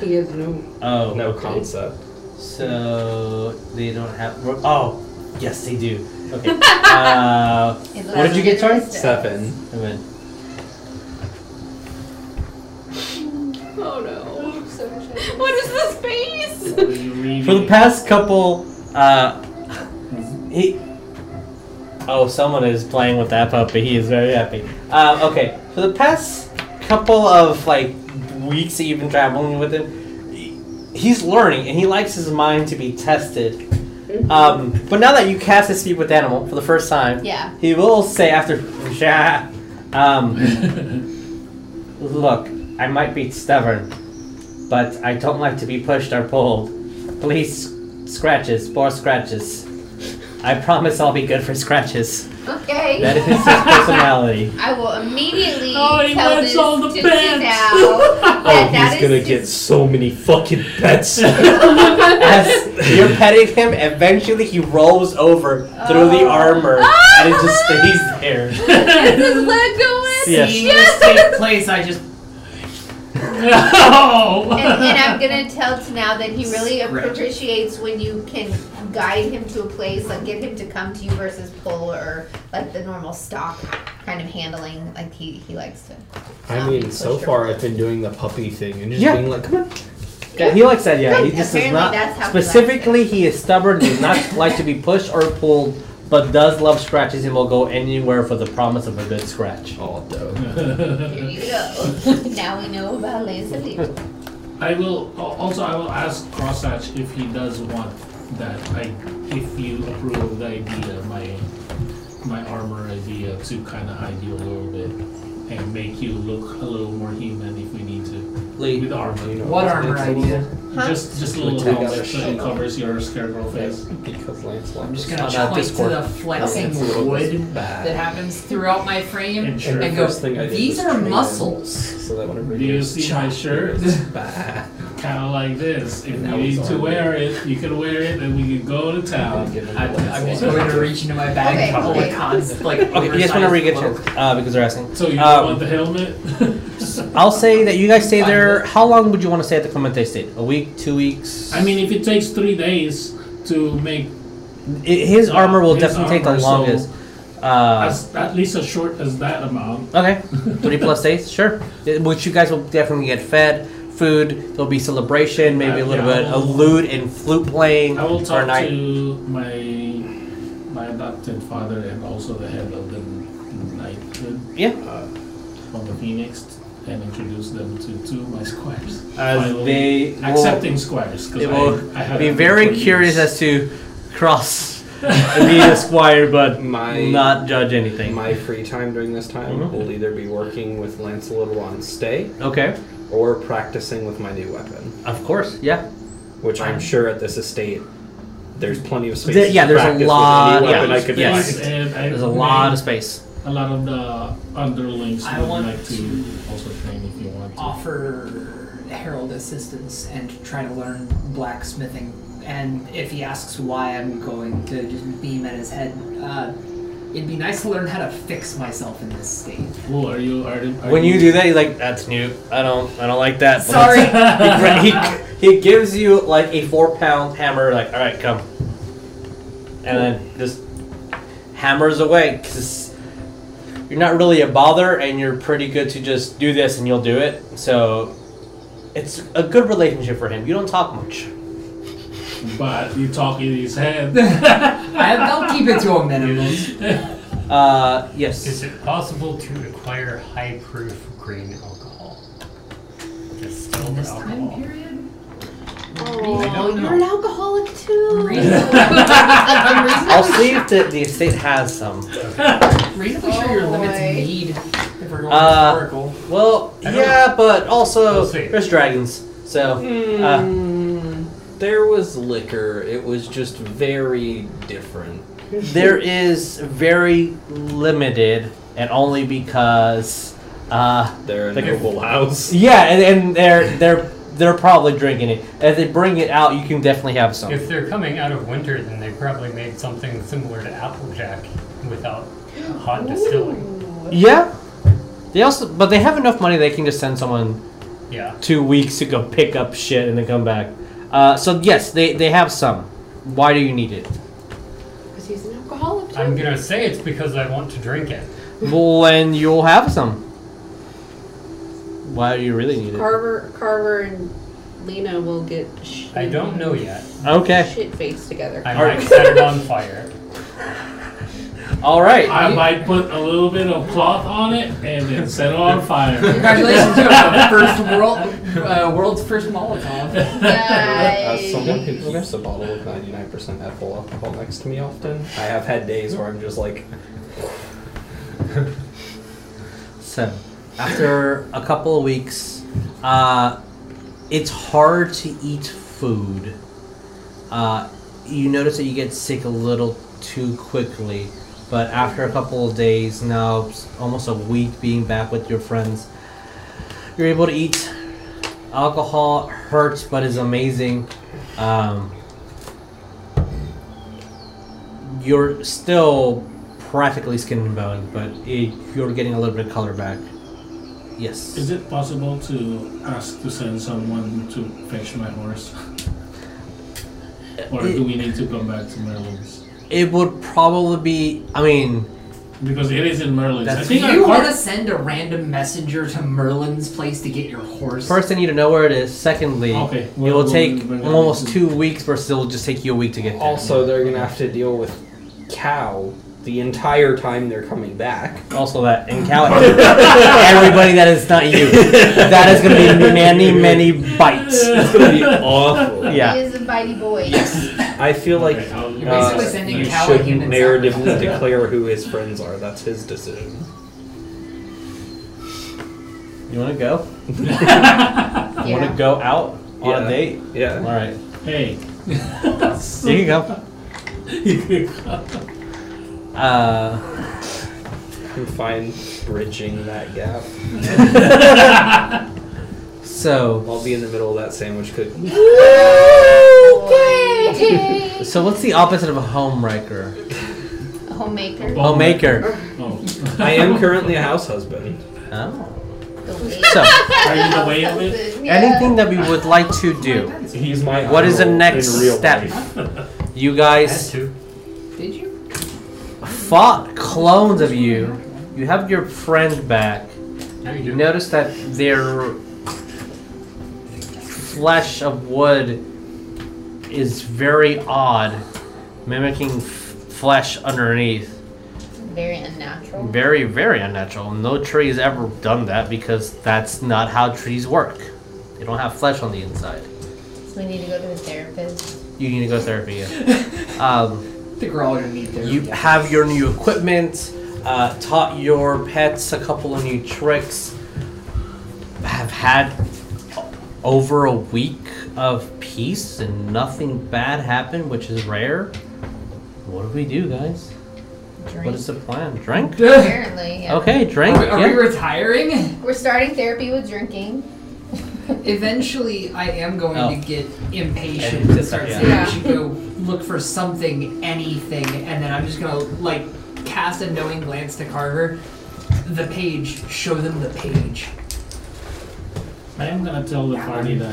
S14: He has no.
S1: Oh
S7: no concept.
S1: So they don't have. Oh, yes, they do. Okay. uh,
S4: It
S1: What did you get, sorry?
S4: generous to-
S7: Seven.
S1: wait a minute.
S2: Oh no. What is this face?
S3: What are you reading?
S1: For the past couple, uh, he. Oh, someone is playing with that puppy. He is very happy. Uh, okay, for the past couple of like weeks that you've been traveling with him, he- he's learning and he likes his mind to be tested. Um, but now that you cast his speed with animal for the first time,
S4: Yeah.
S1: He will say after, "Shah," um, look, I might be stubborn, but I don't like to be pushed or pulled. Please, scratches, more scratches. I promise I'll be good for scratches.
S4: Okay.
S1: That is his personality.
S4: I will immediately
S3: Oh, he
S4: tell
S3: wants
S4: this
S3: all the
S4: to
S3: pets.
S4: Kizal that
S7: oh,
S4: that
S7: he's gonna
S4: is
S7: get
S4: his-
S7: so many fucking pets.
S1: As you're petting him, eventually he rolls over through the armor and it just stays there.
S2: His leg going.
S1: Yes.
S5: Seeing this take place, I just
S4: and, and
S3: no.
S4: I'm gonna tell Tanao that he really
S5: Scratch.
S4: appreciates when you can guide him to a place, like get him to come to you versus pull or like the normal stock kind of handling. Like he, he likes to.
S7: I
S4: not be
S7: mean,
S4: pushed
S7: so
S4: or
S7: far
S4: pulled.
S7: I've been doing the puppy thing and just
S1: Yeah.
S7: being like, come on.
S1: Yeah, he likes that. Yeah, he
S4: Good.
S1: just
S4: Apparently
S1: is
S4: that's
S1: not.
S4: how he likes
S1: Specifically, he is stubborn. Does not like to be pushed or pulled, but does love scratches and will go anywhere for the promise of a good scratch.
S7: Oh, dope.
S4: Here you go. now we know about Lance and Leo.
S3: I will al- also I will ask Crosshatch if he does want that I if you approve of the idea my my armor idea to kind of hide you a little bit and make you look a little more human if we need to
S1: Lee,
S3: with armor.
S7: You know,
S5: what
S7: it's
S5: armor
S7: Lance a
S5: idea?
S7: little-
S4: Huh?
S3: Just just a little
S7: Take out
S3: helmet
S7: the
S3: so it covers your scarecrow face.
S7: Because Lance
S5: I'm just
S7: loves
S5: gonna
S1: On, uh,
S5: point to
S1: Discord.
S5: the flexing
S7: Lance loves
S5: wood
S7: bad.
S15: that happens throughout my frame.
S3: And sure.
S7: And
S15: And
S7: the
S15: go,
S7: first thing I did
S15: "These
S7: was
S15: are
S7: train him
S15: muscles."
S7: So that whenever
S3: Do
S7: he
S3: you
S7: gets
S3: see my
S7: chopped,
S3: shirt?
S7: he goes, "Bah."
S3: Kind of like this. If
S7: And
S3: you
S7: that was
S3: need to
S7: armor.
S3: wear it, you can wear it, and we can go to town.
S7: I'm gonna give him
S3: I,
S7: the
S5: I'm just
S7: Lance
S5: going
S7: loves.
S5: to reach into my bag and
S4: Okay,
S5: pull
S4: okay.
S5: a cons like
S1: okay, yes, whenever you get a chance, uh, because they're asking.
S3: so you
S1: Um,
S3: want the helmet?
S1: I'll say that you guys stay there. How long would you want to stay at the Clemente State? A week, two weeks?
S3: I mean, if it takes three days to make
S1: I- his armor will
S3: His
S1: definitely take
S3: armor,
S1: the
S3: so-
S1: longest. Uh,
S3: as, at least as short as that amount,
S1: Okay, three plus days, sure. Uh, Which you guys will definitely get fed, food. There'll be celebration, maybe a
S3: Uh,
S1: little
S3: yeah,
S1: bit
S3: I'll-
S1: of lute and flute playing
S3: I will
S1: or
S3: talk
S1: night.
S3: to my my adopted father and also the head of the night
S1: Yeah.
S3: uh, of the Phoenix and introduce them to two of my squires.
S1: As
S3: Finally
S1: they will-
S3: accepting squires because
S1: They will
S3: I, I had
S1: be
S3: them for
S1: very
S3: years.
S1: curious as to cross and be a squire, but
S7: My-
S1: not judge anything.
S7: My free time during this time
S1: Mhm.
S7: will either be working with Lancelot on stay
S1: okay,
S7: or practicing with my new weapon,
S1: of course, yeah.
S7: which I'm sure at this estate there's plenty of space.
S1: There- yeah,
S7: to
S1: there's a
S7: practice with any
S1: lot-
S7: weapon
S1: yeah.
S7: I could
S1: Yes.
S7: find.
S3: And I
S1: There's a lot
S3: made
S1: of space.
S3: a lot of the underlings
S5: I
S3: would
S5: want
S3: like to also train if you want. To.
S5: offer Harold assistance and try to learn blacksmithing. And if he asks why, I'm going to just beam at his head. Uh, it'd be nice to learn how to fix myself in this state.
S3: Cool. Are you? Are, are
S1: When you do that, you're like, "That's new. I don't, I don't like that."
S5: Sorry.
S1: he, he, he gives you like a four pound hammer. Like, all right, come, and then just hammers away because you're not really a bother, and you're pretty good to just do this, and you'll do it. So it's a good relationship for him. You don't talk much.
S3: But you talk in his head.
S5: I'll keep it to a minimum.
S1: Uh, yes.
S8: Is it possible to acquire high proof grain alcohol? Distilled
S5: This time
S8: alcohol.
S5: period?
S8: don't know.
S4: Oh, you're an alcoholic too.
S1: I'll see if the, the estate has some.
S5: Reasonably sure your
S4: Oh,
S5: limits
S4: boy.
S5: need if we're going
S1: Uh,
S5: historical.
S1: Well,
S8: I don't
S1: yeah, but also
S8: We'll see.
S1: there's dragons. So, uh,
S7: Hmm. There was liquor. It was just very different.
S1: there is very limited and only because uh
S7: They're a
S1: Like a-
S7: noble house.
S1: yeah and, and they're they're they're probably drinking it if they bring it out you can definitely have some
S8: If they're coming out of winter, then they probably made something similar to Applejack without hot distilling.
S1: yeah they also but they have enough money they can just send someone
S8: Yeah.
S1: two weeks to go pick up shit and then come back uh so yes they they have some why do you need it
S2: Because he's an alcoholic. Too.
S8: I'm gonna say it's because I want to drink it.
S1: well then you'll have some why do you really need it
S2: Carver, Carver, and Lena will get. Sh-
S8: I don't know yet.
S1: okay
S2: Shit faced together.
S8: I
S1: All
S8: might set it on fire.
S1: all right
S3: I might put a little bit of cloth on it and then set it on fire.
S5: Congratulations, you have the first world, uh, world's first Molotov.
S7: As
S4: Nice.
S7: someone who keeps a bottle of 99% ethyl alcohol next to me often, I have had days where I'm just like,
S1: So, after a couple of weeks, uh, it's hard to eat food. Uh, you notice that you get sick a little too quickly, but after a couple of days, now s- almost a week being back with your friends, you're able to eat. Alcohol hurts, but is amazing. Um, you're still practically skin and bone, but it, you're getting a little bit of color back. Yes.
S3: Is it possible to ask to send someone to fetch my horse? or do we need to come back to Merlin's?
S1: It would probably be. I mean,
S3: Because it is in Merlin's. I
S1: That's-
S5: Do
S3: think I
S5: you want to
S3: part-
S5: send a random messenger to Merlin's place to get your horse?
S1: first I need to know where it is. Secondly,
S3: Okay,
S1: it
S3: well,
S1: will take
S3: we'll- we'll-
S1: almost two weeks versus it will just take you a week to get there.
S7: also, they're gonna have to deal with cow the entire time they're coming back.
S1: Also that in Cal, everybody that is not you, that is going to be many, many bites.
S7: It's gonna be awful.
S1: Yeah.
S4: He is a bitey boy.
S7: I feel like
S3: Okay, I'll-
S5: You're basically
S7: Uh,
S5: sending
S7: you
S5: cow
S7: shouldn't
S5: humans
S7: narratively declare who his friends are. That's his decision.
S1: You want to go? You want
S4: Yeah.
S1: to go out on
S7: Yeah.
S1: a date? All
S7: Yeah.
S1: right,
S3: Hey.
S1: you can go. Uh,
S7: You find bridging that gap.
S1: so
S7: I'll be in the middle of that sandwich cooking.
S4: Okay.
S1: So what's the opposite of a homewrecker?
S4: Homemaker.
S1: Homemaker.
S3: Oh.
S7: I am currently a house husband.
S1: Oh.
S4: The way-
S1: So
S3: Are you the way of it?
S4: Yeah.
S1: anything that we would like to do,
S7: He's my.
S1: What is the
S7: idol
S1: next
S7: in real
S1: step?
S7: life.
S1: you
S8: I had
S1: guys
S8: to.
S5: Did you?
S1: fought clones of you. You have your friend back.
S8: Now
S1: You
S8: you do.
S1: notice that their flesh of wood is very odd, mimicking f- flesh underneath.
S4: very unnatural.
S1: Very, very unnatural. No tree has ever done that because that's not how trees work. They don't have flesh on the inside.
S4: So we need to go to a therapist.
S1: You need to go therapy. Yeah. Um,
S5: I think we're all gonna need therapy.
S1: You have your new equipment, uh, taught your pets a couple of new tricks, have had over a week of peace and nothing bad happened, which is rare. What do we do, guys? What is the plan? Drink?
S4: Apparently, yeah.
S1: Okay, drink.
S5: Are, are
S1: yeah.
S5: we retiring?
S4: We're starting therapy with drinking.
S5: Eventually, I am going
S1: Oh.
S5: to get impatient
S1: And-
S5: to start
S1: yeah.
S5: saying
S2: Yeah.
S5: we should go look for something, anything, and then I'm just gonna like cast a knowing glance to Carver. The page. Show them the page.
S3: I am gonna tell the party that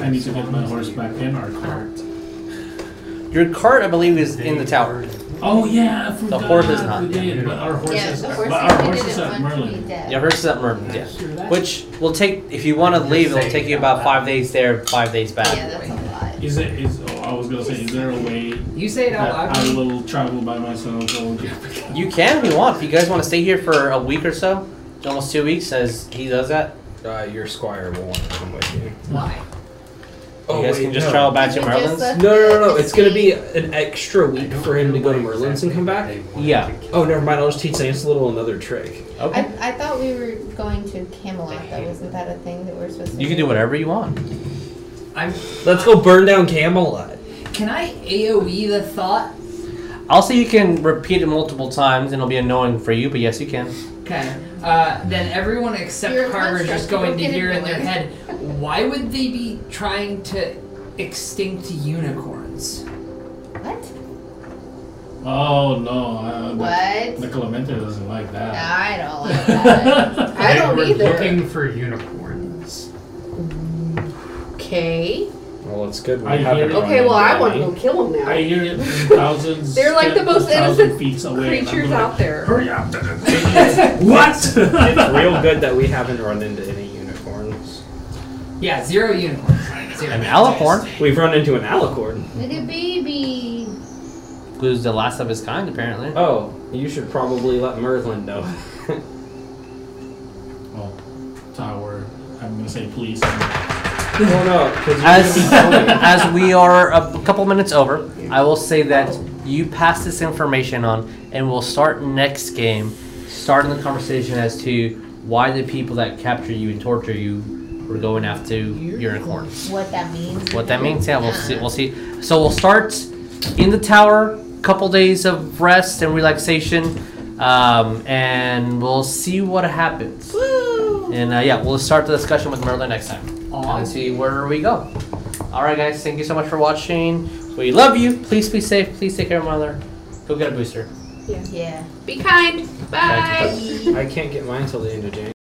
S3: I need to get my horse back in our cart.
S1: Your cart, I believe, is in the tower.
S3: Oh yeah, I
S1: The
S3: forgot.
S1: horse is not.
S3: We did, but our horse
S4: Yeah,
S3: is.
S4: the
S3: But
S4: horse
S3: our
S4: we
S3: horse
S4: didn't
S3: is at
S4: want to be
S3: Merlin.
S4: dead.
S1: Yeah, hers is at Merton. Yeah.
S5: Sure that-
S1: Which will take, if you want to leave, it'll take you about five days there, five days back.
S4: Yeah, that's a lot.
S3: Is it? Is oh, I was gonna say, is there a way
S5: You say it
S3: that
S5: out
S3: I
S5: loud.
S3: will travel by myself? Or
S1: You can if you want. If you guys want to stay here for a week or so, almost two weeks, as he does that,
S7: Uh, your squire will want to come with you. Oh,
S5: Why?
S1: you guys
S7: wait,
S1: can just
S7: no.
S1: travel back to
S4: Just
S1: Merlin's.
S4: the-
S7: No, no, no, no. It's gonna be an extra week for him to go to Merlin's and come back.
S1: Yeah.
S7: Oh, never mind. I'll just teach Lancelot another trick.
S1: Okay.
S4: I, I thought we were going to Camelot. That wasn't that a thing that we're supposed to?
S1: You can do whatever you want.
S5: I'm.
S7: Let's go burn down Camelot.
S5: Can I AOE the thought?
S1: Also, you can repeat it multiple times, and it'll be annoying for you. But yes, you can.
S5: Okay. Uh, then everyone except
S4: You're a
S5: Carver is
S4: monster.
S5: just going to
S4: Don't get
S5: hear in
S4: into
S5: their
S4: it.
S5: head, why would they be trying to extinct unicorns?
S4: What?
S3: Oh no, uh, the, the
S4: What?
S3: Clemente doesn't like that.
S4: I don't like that.
S2: I
S8: they
S2: don't
S8: were
S2: either.
S8: looking for unicorns.
S2: Okay.
S7: Well, it's good. We
S3: I
S7: haven't
S3: hear-
S7: run
S3: Okay,
S16: Okay, well, I
S7: into
S16: want to
S7: any.
S16: go kill him
S3: I
S16: now.
S3: hear it from thousands.
S2: They're like the most
S3: thousand
S2: innocent
S3: feet away. and I'm
S2: Creatures
S3: gonna-
S2: out there.
S3: Hurry up! what?
S7: It's real good that we haven't run into any unicorns.
S5: Yeah, zero unicorns. Zero.
S1: An alicorn
S7: We've run into an alicorn.
S4: Look at baby.
S1: who's the last of his kind, apparently.
S7: Oh, you should probably let Merlin know.
S3: Well, tower. I'm gonna say please.
S7: oh no, because
S1: As as we are a couple minutes over, I will say that you pass this information on, and we'll start next game, starting the conversation as to why the people that capture you and torture you were going after unicorns.
S4: What that means?
S1: What that means? Yeah, we'll see. We'll see. So we'll start in the tower. Couple days of rest and relaxation, um, and we'll see what happens. And uh, yeah, we'll start the discussion with Merlin next time and see where we go. All right, guys. Thank you so much for watching. We love you. Please be safe. Please take care of one another. Go get a booster.
S4: Yeah.
S2: Be kind. Bye.
S1: Bye.
S7: I can't get mine till the end of January.